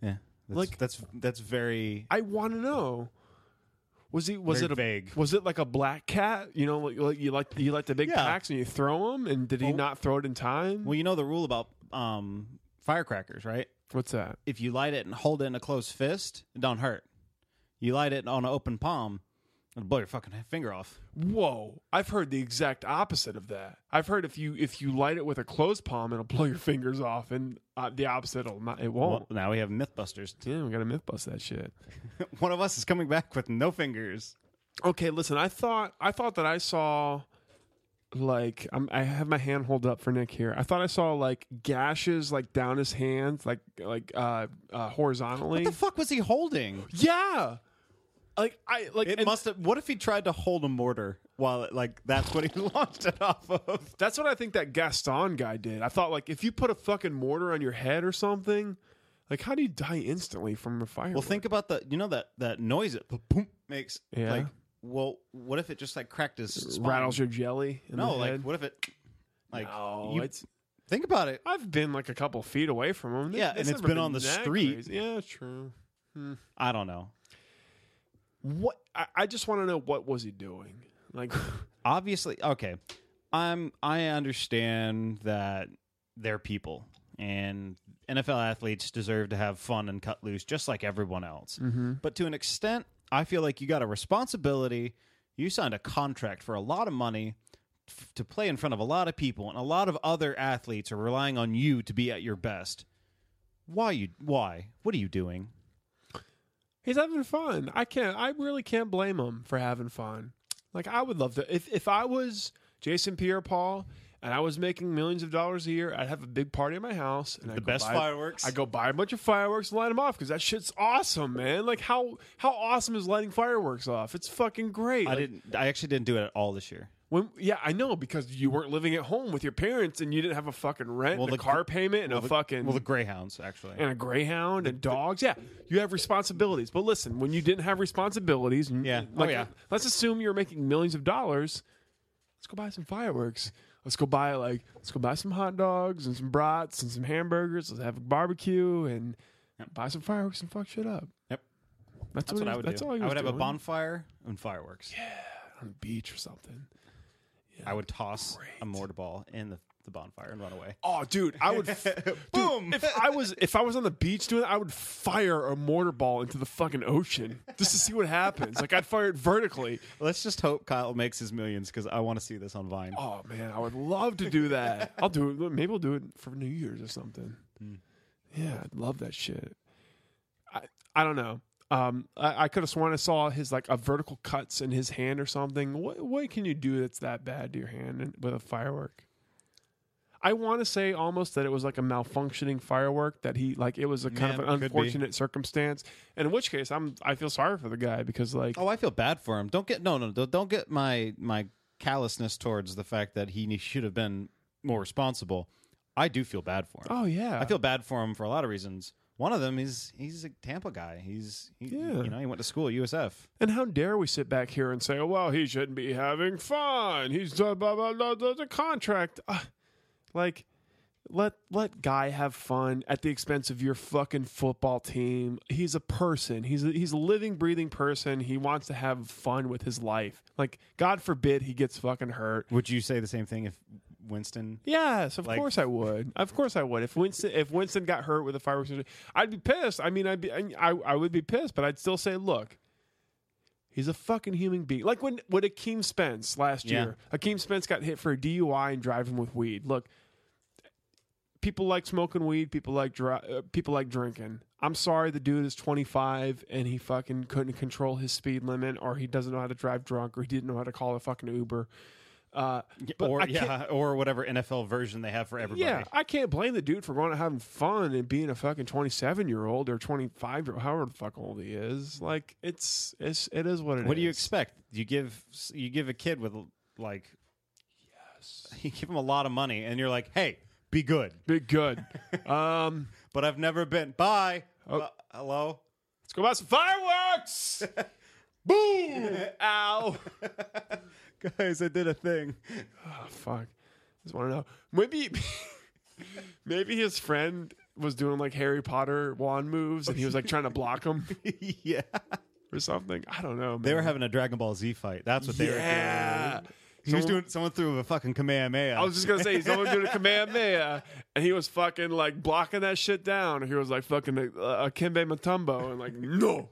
[SPEAKER 4] Yeah, that's,
[SPEAKER 3] Like-
[SPEAKER 4] that's that's very
[SPEAKER 3] I want to know. Was he? Was
[SPEAKER 4] Very
[SPEAKER 3] it a,
[SPEAKER 4] vague.
[SPEAKER 3] Was it like a black cat? You know, like, like you like you like the big
[SPEAKER 4] Yeah.
[SPEAKER 3] packs and you throw them, and did he
[SPEAKER 4] Well-
[SPEAKER 3] not throw it in time?
[SPEAKER 4] well. You know the rule about um firecrackers, right?
[SPEAKER 3] What's that?
[SPEAKER 4] If you light it and hold it in a closed fist, it don't hurt. You light it on an open palm, it'll blow your fucking finger off.
[SPEAKER 3] Whoa! I've heard the exact opposite of that. I've heard if you if you light it with a closed palm, it'll blow your fingers off, and uh, the opposite will not. It won't.
[SPEAKER 4] Well, now we have MythBusters.
[SPEAKER 3] Yeah, we got to MythBust that shit.
[SPEAKER 4] One of us is coming back with no fingers.
[SPEAKER 3] Okay, listen. I thought I thought that I saw like I'm, I have my hand hold up for Nick here. I thought I saw like gashes like down his hand, like like uh, uh horizontally.
[SPEAKER 4] What the fuck was he holding?
[SPEAKER 3] Yeah, like I like
[SPEAKER 4] It
[SPEAKER 3] and
[SPEAKER 4] must have. What if he tried to hold a mortar while it, like that's what he launched it off of?
[SPEAKER 3] That's what I think that Gaston guy did. I thought like if you put a fucking mortar on your head or something, like how do you die instantly from a fire?
[SPEAKER 4] Well, think about the you know that that noise it boom makes.
[SPEAKER 3] Yeah.
[SPEAKER 4] Like, well, what if it just like cracked his spine?
[SPEAKER 3] rattles your jelly. In the
[SPEAKER 4] No, like
[SPEAKER 3] head?
[SPEAKER 4] what if it like
[SPEAKER 3] No,
[SPEAKER 4] you-
[SPEAKER 3] it's-
[SPEAKER 4] think about it.
[SPEAKER 3] I've been like a couple feet away from him.
[SPEAKER 4] Yeah, and it's
[SPEAKER 3] never
[SPEAKER 4] been on the
[SPEAKER 3] that
[SPEAKER 4] street.
[SPEAKER 3] crazy. Yeah, true. Hmm.
[SPEAKER 4] I don't know.
[SPEAKER 3] What I, I just want to know what was he doing? Like
[SPEAKER 4] Obviously, okay. I'm I understand that they're people and NFL athletes deserve to have fun and cut loose just like everyone else.
[SPEAKER 3] Mhm.
[SPEAKER 4] But to an extent, I feel like you got a responsibility. You signed a contract for a lot of money f- to play in front of a lot of people and a lot of other athletes are relying on you to be at your best. Why you why? What are you doing?
[SPEAKER 3] He's having fun. I can't. I really can't blame him for having fun. Like I would love to. If if I was Jason Pierre-Paul and I was making millions of dollars a year, I'd have a big party at my house and I
[SPEAKER 4] The best fireworks.
[SPEAKER 3] I go buy a bunch of fireworks and light them off because that shit's awesome, man. Like how how awesome is lighting fireworks off? It's fucking great.
[SPEAKER 4] I
[SPEAKER 3] Like,
[SPEAKER 4] didn't I actually didn't do it at all this year.
[SPEAKER 3] When, yeah, I know because you weren't living at home with your parents and you didn't have a fucking rent,
[SPEAKER 4] Well,
[SPEAKER 3] and a
[SPEAKER 4] the-
[SPEAKER 3] car payment, and
[SPEAKER 4] well,
[SPEAKER 3] a
[SPEAKER 4] the-
[SPEAKER 3] fucking
[SPEAKER 4] Well, the Greyhounds actually.
[SPEAKER 3] and a greyhound and dogs. Yeah, you have responsibilities. But listen, when you didn't have responsibilities, and-
[SPEAKER 4] Yeah. Oh,
[SPEAKER 3] like,
[SPEAKER 4] yeah.
[SPEAKER 3] Let's assume you're making millions of dollars. Let's go buy some fireworks. Let's go buy like let's go buy some hot dogs and some brats and some hamburgers. Let's have a barbecue and buy some fireworks and fuck shit up.
[SPEAKER 4] Yep.
[SPEAKER 3] That's,
[SPEAKER 4] That's what, I would
[SPEAKER 3] that's
[SPEAKER 4] do.
[SPEAKER 3] All he
[SPEAKER 4] I
[SPEAKER 3] was
[SPEAKER 4] would have a
[SPEAKER 3] doing.
[SPEAKER 4] bonfire and fireworks.
[SPEAKER 3] on the beach or something.
[SPEAKER 4] I would toss a mortar ball in the, the bonfire and run away.
[SPEAKER 3] Oh, dude, I would f- boom if I was if I was on the beach doing that. I would fire a mortar ball into the fucking ocean just to see what happens. Like I'd fire it vertically.
[SPEAKER 4] Let's just hope Kyle makes his millions because I want to see this on Vine.
[SPEAKER 3] Oh man, I would love to do that. I'll do it. Maybe we'll do it for New Year's or something.
[SPEAKER 4] Hmm.
[SPEAKER 3] Yeah, I'd love that shit. I I don't know. Um, I, I could have sworn I saw his like a vertical cuts in his hand or something. What what can you do that's that bad to your hand and- with a firework? I want to say almost that it was like a malfunctioning firework that he like it was a kind
[SPEAKER 4] Yeah,
[SPEAKER 3] of an
[SPEAKER 4] could be.
[SPEAKER 3] unfortunate circumstance. And in which case, I'm I feel sorry for the guy because like
[SPEAKER 4] Oh, I feel bad for him. Don't get no, no, don't- don't get my my callousness towards the fact that he should have been more responsible. I do feel bad for him.
[SPEAKER 3] oh yeah,
[SPEAKER 4] I feel bad for him for a lot of reasons. One of them is he's a Tampa guy. He's he,
[SPEAKER 3] Yeah.
[SPEAKER 4] you know he went to school at USF.
[SPEAKER 3] And how dare we sit back here and say, oh, well, he shouldn't be having fun. He's blah, blah, blah, blah, blah, the contract. Ah, like, let let guy have fun at the expense of your fucking football team. He's a person. He's a, he's a living, breathing person. He wants to have fun with his life. Like, God forbid he gets fucking hurt.
[SPEAKER 4] Would you say the same thing if Winston?
[SPEAKER 3] Yes, of
[SPEAKER 4] Like-
[SPEAKER 3] course I would. Of course I would. If Winston if Winston got hurt with a fireworks injury, I'd be pissed. I mean, I'd be I I would be pissed, but I'd still say, look, he's a fucking human being. Like when when Akeem Spence last
[SPEAKER 4] Yeah.
[SPEAKER 3] year, Akeem Spence got hit for a DUI and driving with weed. Look, people like smoking weed. People like dri- uh, people like drinking. I'm sorry, the dude is 25 and he fucking couldn't control his speed limit, or he doesn't know how to drive drunk, or he didn't know how to call a fucking Uber. Uh, but
[SPEAKER 4] or
[SPEAKER 3] I can't-
[SPEAKER 4] yeah, or whatever NFL version they have for everybody.
[SPEAKER 3] yeah, I can't blame the dude for going out having fun and being a fucking twenty seven year old or twenty five year old, however the fuck old he is. Like it's it's it is what it is.
[SPEAKER 4] What do you expect? You give you give a kid with like yes, you give him a lot of money, and you're like, hey, be good.
[SPEAKER 3] Big good. um,
[SPEAKER 4] But I've never been. Bye. Bu- hello.
[SPEAKER 3] let's go buy some fireworks. Boom! Ow!
[SPEAKER 4] Guys, I did a thing.
[SPEAKER 3] Oh, fuck. Just want to know. Maybe, maybe his friend was doing like Harry Potter wand moves, and he was like trying to block him
[SPEAKER 4] yeah.
[SPEAKER 3] or something. I don't know. Man.
[SPEAKER 4] They were having a Dragon Ball Z fight. That's what they
[SPEAKER 3] yeah.
[SPEAKER 4] were doing. He was doing someone threw a fucking Kamehameha.
[SPEAKER 3] I was just gonna say he's only doing a Kamehameha, uh, and he was fucking like blocking that shit down. He was like fucking uh, Akembe Matumbo, and like no,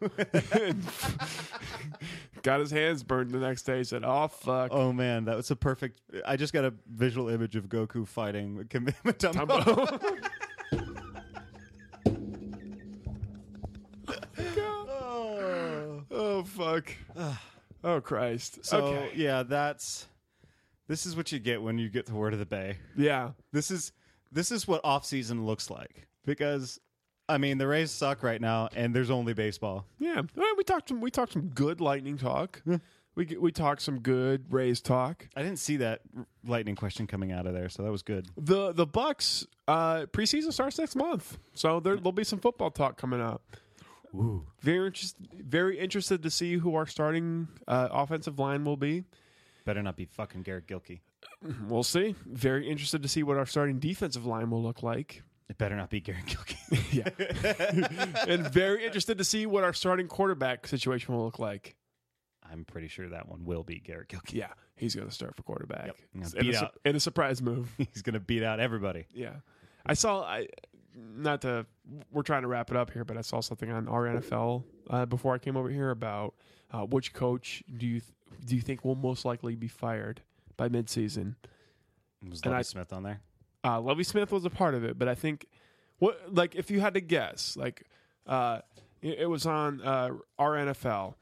[SPEAKER 3] got his hands burned the next day. He said, "Oh fuck."
[SPEAKER 4] Oh man, that was a perfect. I just got a visual image of Goku fighting Kimbe Matumbo.
[SPEAKER 3] oh, oh fuck. oh Christ.
[SPEAKER 4] So
[SPEAKER 3] okay.
[SPEAKER 4] yeah, that's this is what you get when you get the word of the bay.
[SPEAKER 3] Yeah.
[SPEAKER 4] This is this is what off season looks like because I mean the Rays suck right now and there's only baseball.
[SPEAKER 3] Yeah, Well, we talked some we talked some good lightning talk. we g- we talked some good Rays talk.
[SPEAKER 4] I didn't see that r- lightning question coming out of there, so that was good.
[SPEAKER 3] The the Bucks uh, preseason starts next month, so there, there'll be some football talk coming up. Very interest, very interested to see who our starting uh, offensive line will be.
[SPEAKER 4] Better not be fucking Garrett Gilkey.
[SPEAKER 3] We'll see. Very interested to see what our starting defensive line will look like.
[SPEAKER 4] It better not be Garrett Gilkey.
[SPEAKER 3] yeah. and very interested to see what our starting quarterback situation will look like.
[SPEAKER 4] I'm pretty sure that one will be Garrett Gilkey.
[SPEAKER 3] Yeah, he's going to start for quarterback.
[SPEAKER 4] I'm gonna
[SPEAKER 3] In,
[SPEAKER 4] beat
[SPEAKER 3] a, su-
[SPEAKER 4] out-
[SPEAKER 3] in a surprise move.
[SPEAKER 4] He's gonna beat out everybody.
[SPEAKER 3] Yeah. I saw I not to we're trying to wrap it up here, but I saw something on our NFL uh, before I came over here about uh, which coach do you th- do you think will most likely be fired by midseason?
[SPEAKER 4] Was
[SPEAKER 3] And
[SPEAKER 4] Lovie
[SPEAKER 3] I-
[SPEAKER 4] Smith on there?
[SPEAKER 3] Uh, Lovey Smith was a part of it, but I think what like if you had to guess, like uh, it, it was on uh, our NFL,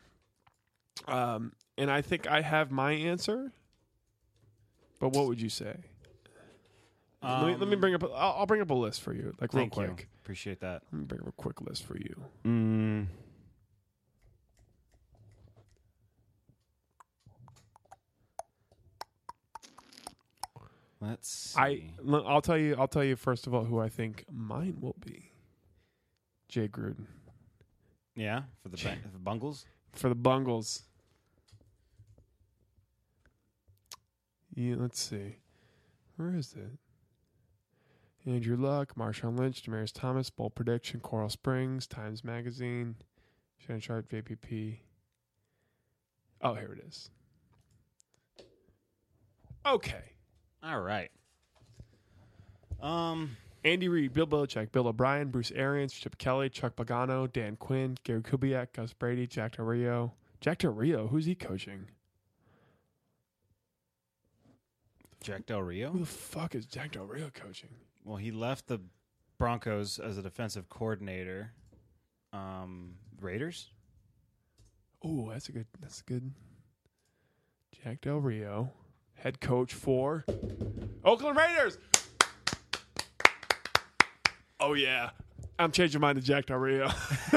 [SPEAKER 3] um, and I think I have my answer. But what would you say? let, me, let me bring up. A, I'll, I'll bring up a list for you, like real
[SPEAKER 4] Um, Thank
[SPEAKER 3] quick.
[SPEAKER 4] you. Appreciate that.
[SPEAKER 3] Let me bring up a quick list for you.
[SPEAKER 4] Mm. Let's. See.
[SPEAKER 3] I l- I'll tell you. I'll tell you first of all who I think mine will be. Jay Gruden
[SPEAKER 4] yeah for the, bun- for the Bungles.
[SPEAKER 3] for the Bungles. Yeah, let's see. Where is it? Andrew Luck, Marshawn Lynch, Damaris Thomas, Bowl Prediction, Coral Springs, Times Magazine, Shannon Sharp, JPP. Oh, here it is. Okay.
[SPEAKER 4] All right. Um.
[SPEAKER 3] Andy Reid, Bill Belichick, Bill O'Brien, Bruce Arians, Chip Kelly, Chuck Pagano, Dan Quinn, Gary Kubiak, Gus Brady, Jack Del Rio. Jack Del Rio, who's he coaching?
[SPEAKER 4] Jack Del
[SPEAKER 3] Who
[SPEAKER 4] Rio.
[SPEAKER 3] the fuck is Jack Del Rio coaching?
[SPEAKER 4] Well, he left the Broncos as a defensive coordinator. Um, Raiders.
[SPEAKER 3] Oh, that's a good. That's a good. Jack Del Rio, head coach for Oakland Raiders. Oh yeah, I'm changing mine to Jack Del Rio.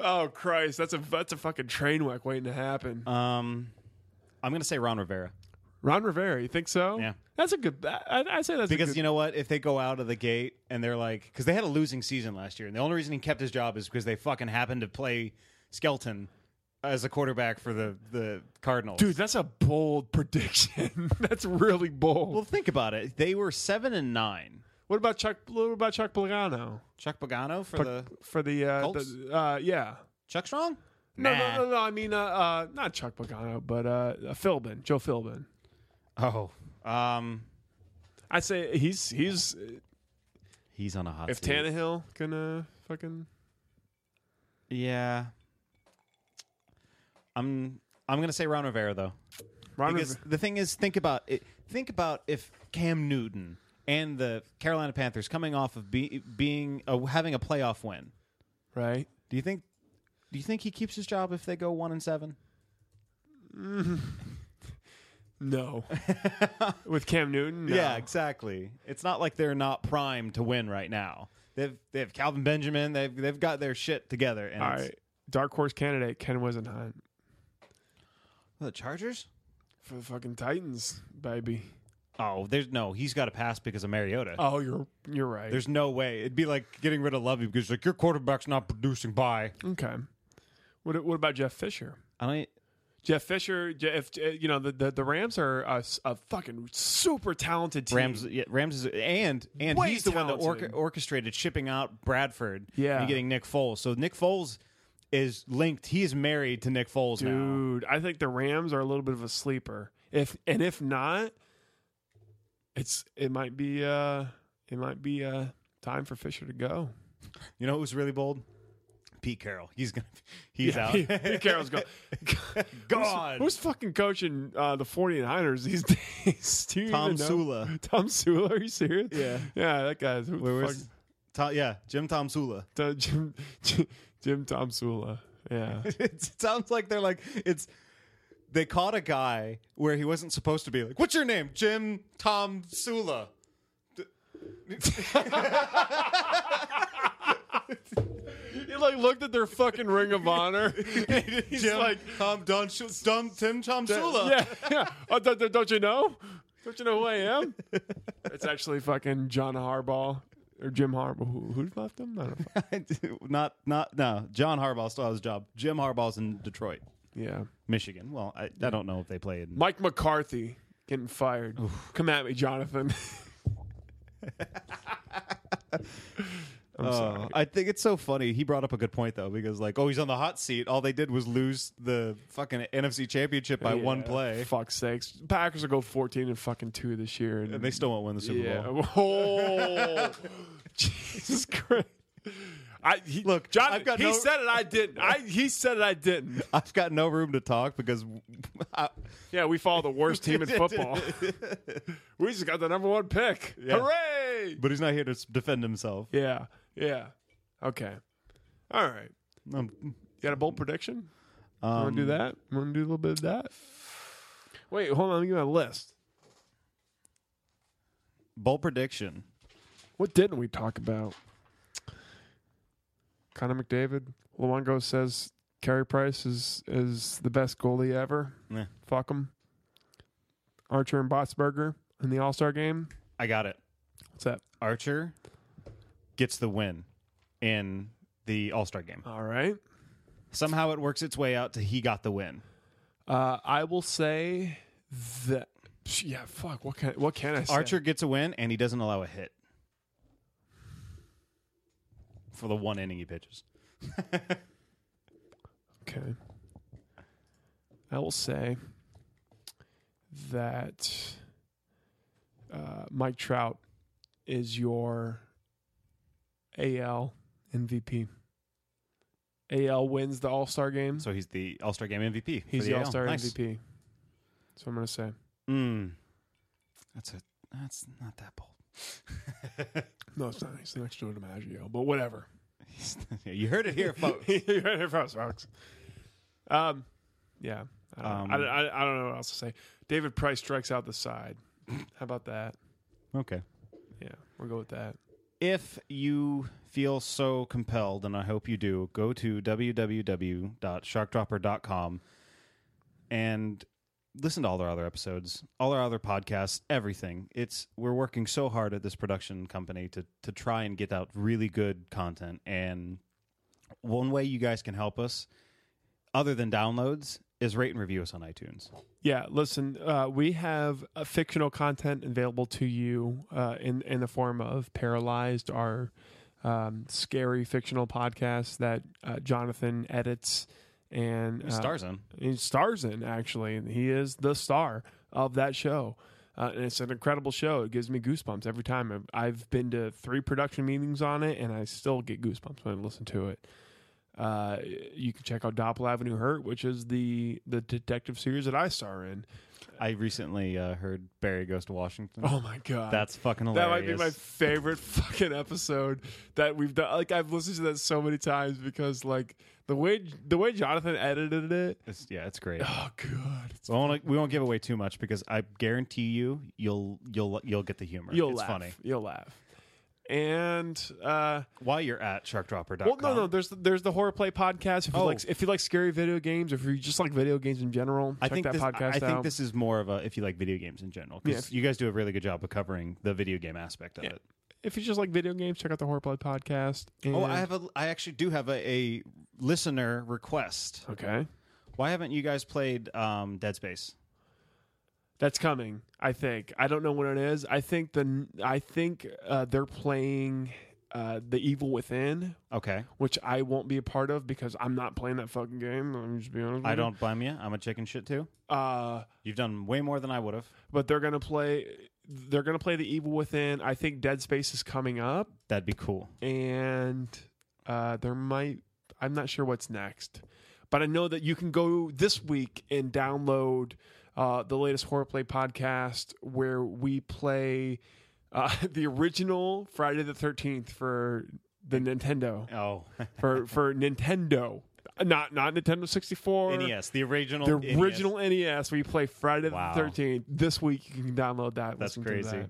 [SPEAKER 3] oh Christ, that's a that's a fucking train wreck waiting to happen.
[SPEAKER 4] Um, I'm gonna say Ron Rivera
[SPEAKER 3] Ron Rivera, you think so?
[SPEAKER 4] Yeah.
[SPEAKER 3] that's a good. I, I say that's
[SPEAKER 4] because you know what? If they go out of the gate and they're like, because they had a losing season last year, and the only reason he kept his job is because they fucking happened to play Skelton as a quarterback for the the Cardinals.
[SPEAKER 3] dude, that's a bold prediction. that's really bold.
[SPEAKER 4] well, think about it. They were seven and nine.
[SPEAKER 3] what about Chuck? What about Chuck Pagano
[SPEAKER 4] Chuck Pagano for the
[SPEAKER 3] for the, uh,
[SPEAKER 4] Colts?
[SPEAKER 3] the uh, yeah?
[SPEAKER 4] Chuck Strong.
[SPEAKER 3] No,
[SPEAKER 4] Nah.
[SPEAKER 3] no, no, no. I mean, uh, uh, not Chuck Pagano, but uh, uh, Philbin, Joe Philbin.
[SPEAKER 4] Oh, um,
[SPEAKER 3] I say he's he's
[SPEAKER 4] Oh, he's on a hot.
[SPEAKER 3] if
[SPEAKER 4] seat.
[SPEAKER 3] Tannehill can uh, fucking
[SPEAKER 4] Yeah. I'm I'm gonna say Ron Rivera though.
[SPEAKER 3] Ron
[SPEAKER 4] because
[SPEAKER 3] Rivera-
[SPEAKER 4] the thing is, think about it. Think about if Cam Newton and the Carolina Panthers coming off of be, being uh, having a playoff win.
[SPEAKER 3] right.
[SPEAKER 4] Do you think? Do you think he keeps his job if they go one and seven?
[SPEAKER 3] No, with Cam Newton. No.
[SPEAKER 4] Yeah, exactly. It's not like they're not primed to win right now. They've they have Calvin Benjamin. They've they've got their shit together. And
[SPEAKER 3] All
[SPEAKER 4] it's-
[SPEAKER 3] right, dark horse candidate Ken Wisenhunt
[SPEAKER 4] the Chargers.
[SPEAKER 3] for the fucking Titans, baby.
[SPEAKER 4] Oh, there's no. He's got a pass because of Mariota.
[SPEAKER 3] Oh, you're you're right.
[SPEAKER 4] There's no way. It'd be like getting rid of Lovey because like your quarterback's not producing. Bye.
[SPEAKER 3] okay. What what about Jeff Fisher?
[SPEAKER 4] I don't.
[SPEAKER 3] Jeff Fisher, Je- if uh, you know the, the, the Rams are a, s- a fucking super talented team.
[SPEAKER 4] Rams, yeah, Rams is and and
[SPEAKER 3] Way
[SPEAKER 4] he's the one that
[SPEAKER 3] talented.
[SPEAKER 4] orca- orchestrated shipping out Bradford,
[SPEAKER 3] Yeah.
[SPEAKER 4] and getting Nick Foles. So Nick Foles is linked. He is married to Nick Foles now.
[SPEAKER 3] Dude, I think the Rams are a little bit of a sleeper. If and if not, It's it might be uh it might be uh time for Fisher to go.
[SPEAKER 4] You know who was really bold? Pete Carroll. He's gonna he's
[SPEAKER 3] Yeah,
[SPEAKER 4] out.
[SPEAKER 3] Pete- Pete Carroll's gone.
[SPEAKER 4] Gone.
[SPEAKER 3] Who's, who's fucking coaching uh, the 49ers these days? Do you
[SPEAKER 4] Tom
[SPEAKER 3] even know?
[SPEAKER 4] Sula.
[SPEAKER 3] Tom Sula, are you serious?
[SPEAKER 4] Yeah.
[SPEAKER 3] Yeah, that guy's who
[SPEAKER 4] Where
[SPEAKER 3] the
[SPEAKER 4] was-
[SPEAKER 3] fuck-
[SPEAKER 4] Tom, yeah, Jim Tom Sula.
[SPEAKER 3] Tom- Jim, Jim Jim Tom Sula. Yeah.
[SPEAKER 4] it sounds like they're like it's they caught a guy where he wasn't supposed to be like what's your name jim tom sula
[SPEAKER 3] He like looked at their fucking Ring of Honor. He's
[SPEAKER 4] jim
[SPEAKER 3] like,
[SPEAKER 4] tom don Sh- Tom- tim tom sula
[SPEAKER 3] yeah, yeah. Oh, don't, don't- don't you know? Don't you know who I am? it's actually fucking John Harbaugh or Jim Harbaugh. Who, who left him? I don't know.
[SPEAKER 4] not not no john harbaugh still has his job jim harbaugh's in detroit
[SPEAKER 3] Yeah.
[SPEAKER 4] michigan well i, I don't know if they play in
[SPEAKER 3] Mike McCarthy getting fired. Come at me, Jonathan. I'm
[SPEAKER 4] Oh,
[SPEAKER 3] sorry.
[SPEAKER 4] I think it's so funny. He brought up a good point though, because like, oh, he's on the hot seat. All they did was lose the fucking NFC Championship by one
[SPEAKER 3] Yeah,
[SPEAKER 4] play,
[SPEAKER 3] Fuck's sakes. Packers will go 14 and fucking 2 this year. And,
[SPEAKER 4] and they still won't win the Super
[SPEAKER 3] yeah.
[SPEAKER 4] Bowl.
[SPEAKER 3] Oh, Jesus Christ. I, he, Look, John,
[SPEAKER 4] I've got
[SPEAKER 3] he
[SPEAKER 4] no-
[SPEAKER 3] said it. I didn't. I, he said it. I didn't.
[SPEAKER 4] I've got no room to talk because I,
[SPEAKER 3] Yeah, we follow the worst team in football. we just got the number one pick. Hooray!
[SPEAKER 4] but he's not here to s- defend himself.
[SPEAKER 3] Yeah, yeah. Okay. All right.
[SPEAKER 4] Um,
[SPEAKER 3] You got a bold prediction? Want to do that? Want to do a little bit of that? Wait, hold on. Let me get my list.
[SPEAKER 4] bold prediction.
[SPEAKER 3] What didn't we talk about? Connor McDavid. Luongo says Carey Price is is the best goalie ever.
[SPEAKER 4] Nah,
[SPEAKER 3] Fuck him. Archer and Botsberger in the All Star game.
[SPEAKER 4] I got it.
[SPEAKER 3] What's that?
[SPEAKER 4] Archer gets the win in the All Star game.
[SPEAKER 3] All right.
[SPEAKER 4] Somehow it works its way out to he got the win.
[SPEAKER 3] Uh, I will say that. Yeah, fuck. What can what can I say?
[SPEAKER 4] Archer gets a win and he doesn't allow a hit for the one inning he pitches.
[SPEAKER 3] Okay. I will say that uh, Mike Trout is your AL MVP. AL wins the All Star game.
[SPEAKER 4] So he's the All Star game MVP. for
[SPEAKER 3] He's the
[SPEAKER 4] AL.
[SPEAKER 3] All Star
[SPEAKER 4] Nice.
[SPEAKER 3] MVP. So I'm gonna say
[SPEAKER 4] Mm. That's a that's not that bold.
[SPEAKER 3] no, it's not. He's next door to Maggio, but whatever.
[SPEAKER 4] you heard it here, folks.
[SPEAKER 3] you heard it first, folks. Um, yeah. I don't, know.
[SPEAKER 4] Um,
[SPEAKER 3] I, I, I don't know what else to say. David Price strikes out the side. How about that?
[SPEAKER 4] Okay.
[SPEAKER 3] Yeah, we'll go with that.
[SPEAKER 4] If you feel so compelled, and I hope you do, go to www.sharkdropper.com and listen to all our other episodes, all our other podcasts, everything. It's we're working so hard at this production company to to try and get out really good content. And one way you guys can help us, other than downloads, is rate and review us on iTunes.
[SPEAKER 3] Yeah, listen, uh, we have uh, fictional content available to you uh, in in the form of Paralyzed, our um, scary fictional podcast that uh, Jonathan edits and uh,
[SPEAKER 4] Stars in.
[SPEAKER 3] He stars in actually, and he is the star of that show. Uh, and it's an incredible show. It gives me goosebumps every time. I've- I've been to three production meetings on it, and I still get goosebumps when I listen to it. Uh, you can check out Doppel Avenue Hurt, which is the the detective series that I star in.
[SPEAKER 4] I recently uh, heard Barry goes to Washington.
[SPEAKER 3] Oh my god,
[SPEAKER 4] That's fucking
[SPEAKER 3] that
[SPEAKER 4] hilarious.
[SPEAKER 3] might be my favorite fucking episode that we've done. Like I've listened to that so many times because like the way the way Jonathan edited it.
[SPEAKER 4] It's- yeah, it's great.
[SPEAKER 3] Oh god, it's
[SPEAKER 4] We won't, we won't give away too much because I guarantee you you'll you'll you'll get the humor.
[SPEAKER 3] You'll
[SPEAKER 4] it's
[SPEAKER 3] laugh.
[SPEAKER 4] funny.
[SPEAKER 3] You'll laugh. And uh,
[SPEAKER 4] While you're at sharkdropper.com.
[SPEAKER 3] well, no, no. There's there's the horror play podcast. If you
[SPEAKER 4] Oh.
[SPEAKER 3] like if you like scary video games, if you just like video games in general,
[SPEAKER 4] I
[SPEAKER 3] check
[SPEAKER 4] think
[SPEAKER 3] that
[SPEAKER 4] this,
[SPEAKER 3] podcast
[SPEAKER 4] I I
[SPEAKER 3] out.
[SPEAKER 4] think this is more of a if you like video games in general because
[SPEAKER 3] Yeah.
[SPEAKER 4] you guys do a really good job of covering the video game aspect of it.
[SPEAKER 3] if you just like video games, check out the horror play podcast. And,
[SPEAKER 4] Oh, I have a I actually do have a, a listener request.
[SPEAKER 3] okay.
[SPEAKER 4] Why haven't you guys played um, Dead Space?
[SPEAKER 3] That's coming. I think. I don't know what it is. I think the I think uh, they're playing uh, the Evil Within,
[SPEAKER 4] Okay.
[SPEAKER 3] which I won't be a part of because I'm not playing that fucking game. I'm just being honest. with
[SPEAKER 4] I
[SPEAKER 3] you.
[SPEAKER 4] don't blame you. I'm a chicken shit too.
[SPEAKER 3] Uh,
[SPEAKER 4] You've done way more than I would have.
[SPEAKER 3] but they're gonna play they're gonna play The Evil Within. I think Dead Space is coming up,
[SPEAKER 4] That'd be cool.
[SPEAKER 3] and uh, there might. I'm not sure what's next, but I know that you can go this week and download uh, the latest horror play podcast where we play uh, the original Friday the Thirteenth for the Nintendo.
[SPEAKER 4] Oh,
[SPEAKER 3] for for Nintendo, not not Nintendo sixty four.
[SPEAKER 4] NES, E the original.
[SPEAKER 3] The
[SPEAKER 4] NES.
[SPEAKER 3] original NES where you play Friday
[SPEAKER 4] Wow.
[SPEAKER 3] the 13th. This week you can download that. and
[SPEAKER 4] That's
[SPEAKER 3] listen to
[SPEAKER 4] crazy.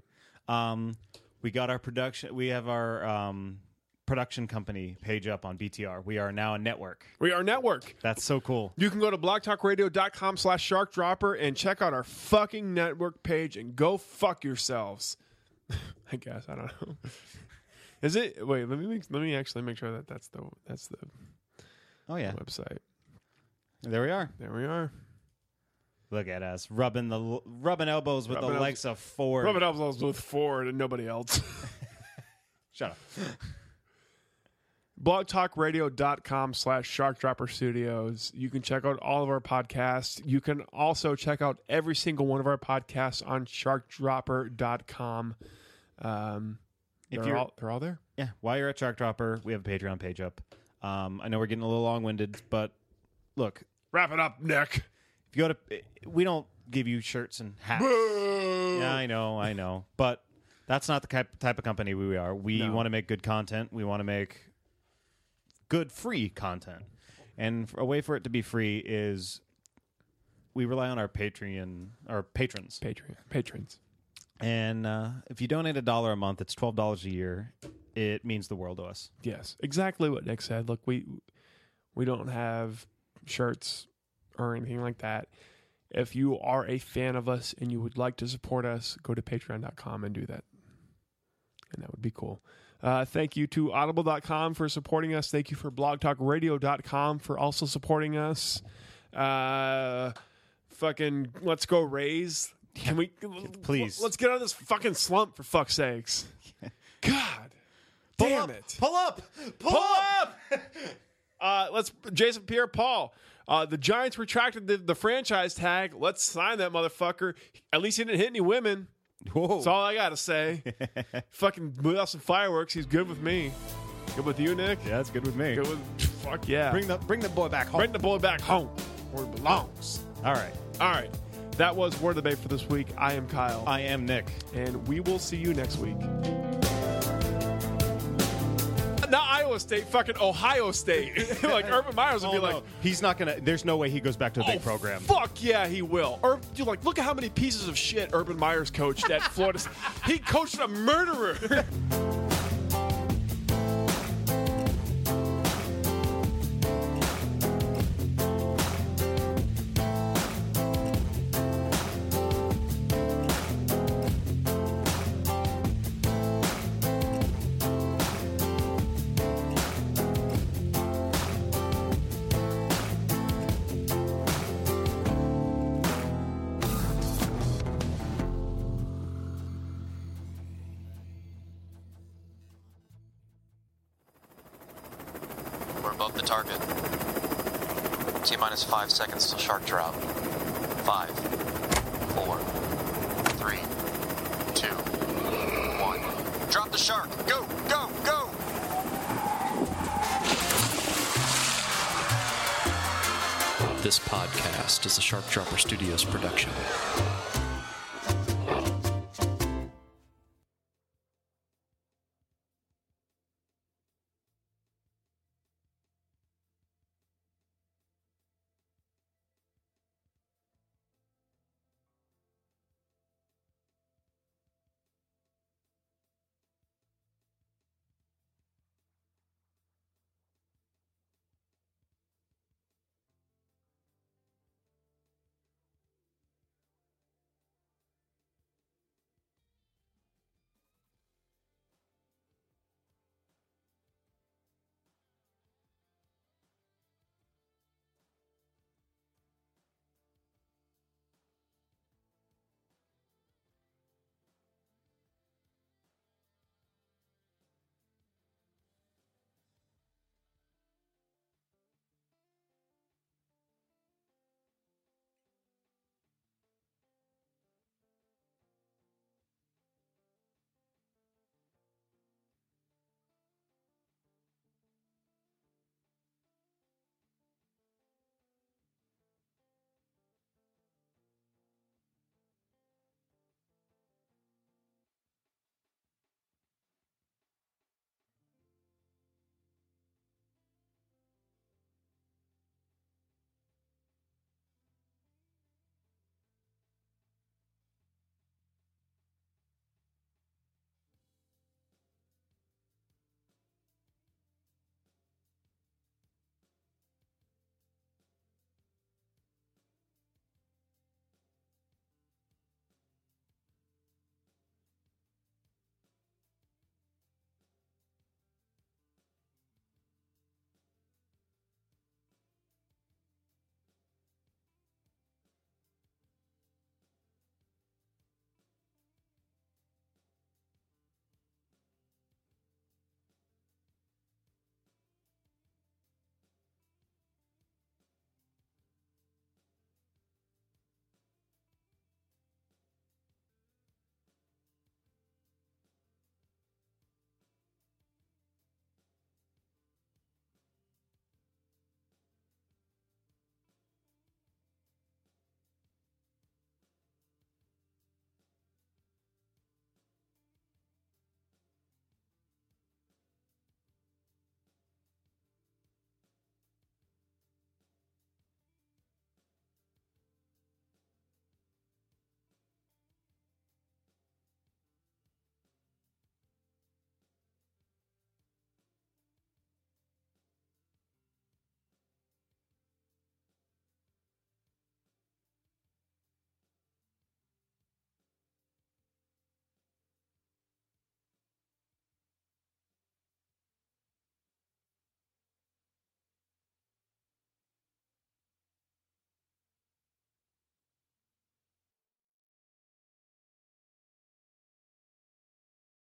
[SPEAKER 3] that.
[SPEAKER 4] Um, we got our production. We have our um, production company page up on BTR. We are now a network.
[SPEAKER 3] We are a network.
[SPEAKER 4] That's so cool.
[SPEAKER 3] You can go to blogtalkradio.com slash shark dropper and check out our fucking network page and go fuck yourselves. I guess. I don't know. Is it? Wait, let me make, let me actually make sure that that's the that's the
[SPEAKER 4] Oh yeah,
[SPEAKER 3] website.
[SPEAKER 4] there we are.
[SPEAKER 3] There we are.
[SPEAKER 4] Look at us rubbing the l- rubbing elbows with
[SPEAKER 3] Rubbing
[SPEAKER 4] the
[SPEAKER 3] elbows.
[SPEAKER 4] likes of Ford.
[SPEAKER 3] Rubbing elbows with Ford and nobody else.
[SPEAKER 4] Shut up.
[SPEAKER 3] blogtalkradio.com slash sharkdropper studios you can check out all of our podcasts you can also check out every single one of our podcasts on sharkdropper.com um,
[SPEAKER 4] If
[SPEAKER 3] they're,
[SPEAKER 4] you're-
[SPEAKER 3] all, they're all there
[SPEAKER 4] yeah, while you're at Shark Dropper, we have a Patreon page up. Um, I know we're getting a little long winded, but look,
[SPEAKER 3] wrap it up nick
[SPEAKER 4] if you go to, we don't give you shirts and hats. Yeah, I know, I know, but that's not the type type of company we are. We want to make good content. We want to make good free content, and f- a way for it to be free is we rely on our Patreon, our patrons.
[SPEAKER 3] Patreon, patrons
[SPEAKER 4] And uh, if you donate a dollar a month, it's twelve dollars a year. It means the world to us.
[SPEAKER 3] yes exactly what nick said look we we don't have shirts or anything like that if you are a fan of us and you would like to support us go to patreon.com and do that and that would be cool. Uh, thank you to audible.com for supporting us. Thank you for blogtalkradio.com for also supporting us. Uh, fucking let's go raise. Can we
[SPEAKER 4] please.
[SPEAKER 3] Let's get out of this fucking slump for fuck's sakes. God. Damn it.
[SPEAKER 4] Pull up, pull, up.
[SPEAKER 3] Uh, let's Jason Pierre Paul. Uh, the Giants retracted the, the franchise tag. Let's sign that motherfucker. At least he didn't hit any women.
[SPEAKER 4] Whoa.
[SPEAKER 3] That's all I gotta say. Fucking blew out some fireworks. He's good with me. Good with you, Nick.
[SPEAKER 4] yeah, that's good with me.
[SPEAKER 3] Good with fuck yeah.
[SPEAKER 4] Bring the bring the boy back home.
[SPEAKER 3] Bring the boy back home where he belongs.
[SPEAKER 4] all right,
[SPEAKER 3] All right, that was word of the bay for this week. I am Kyle,
[SPEAKER 4] I am Nick.
[SPEAKER 3] and we will see you next week. Not Iowa State, fucking Ohio State. like Urban Myers would be
[SPEAKER 4] Oh, no.
[SPEAKER 3] like,
[SPEAKER 4] he's not gonna. There's no way he goes back to the
[SPEAKER 3] oh,
[SPEAKER 4] big program.
[SPEAKER 3] Fuck yeah, he will. Or dude, like, look at how many pieces of shit Urban Myers coached at Florida. State. He coached a murderer.
[SPEAKER 13] We're above the target. T minus five seconds till shark drop. Five, four, three, two, one. Drop the shark. Go, go, go. This podcast is a Shark Dropper Studios production.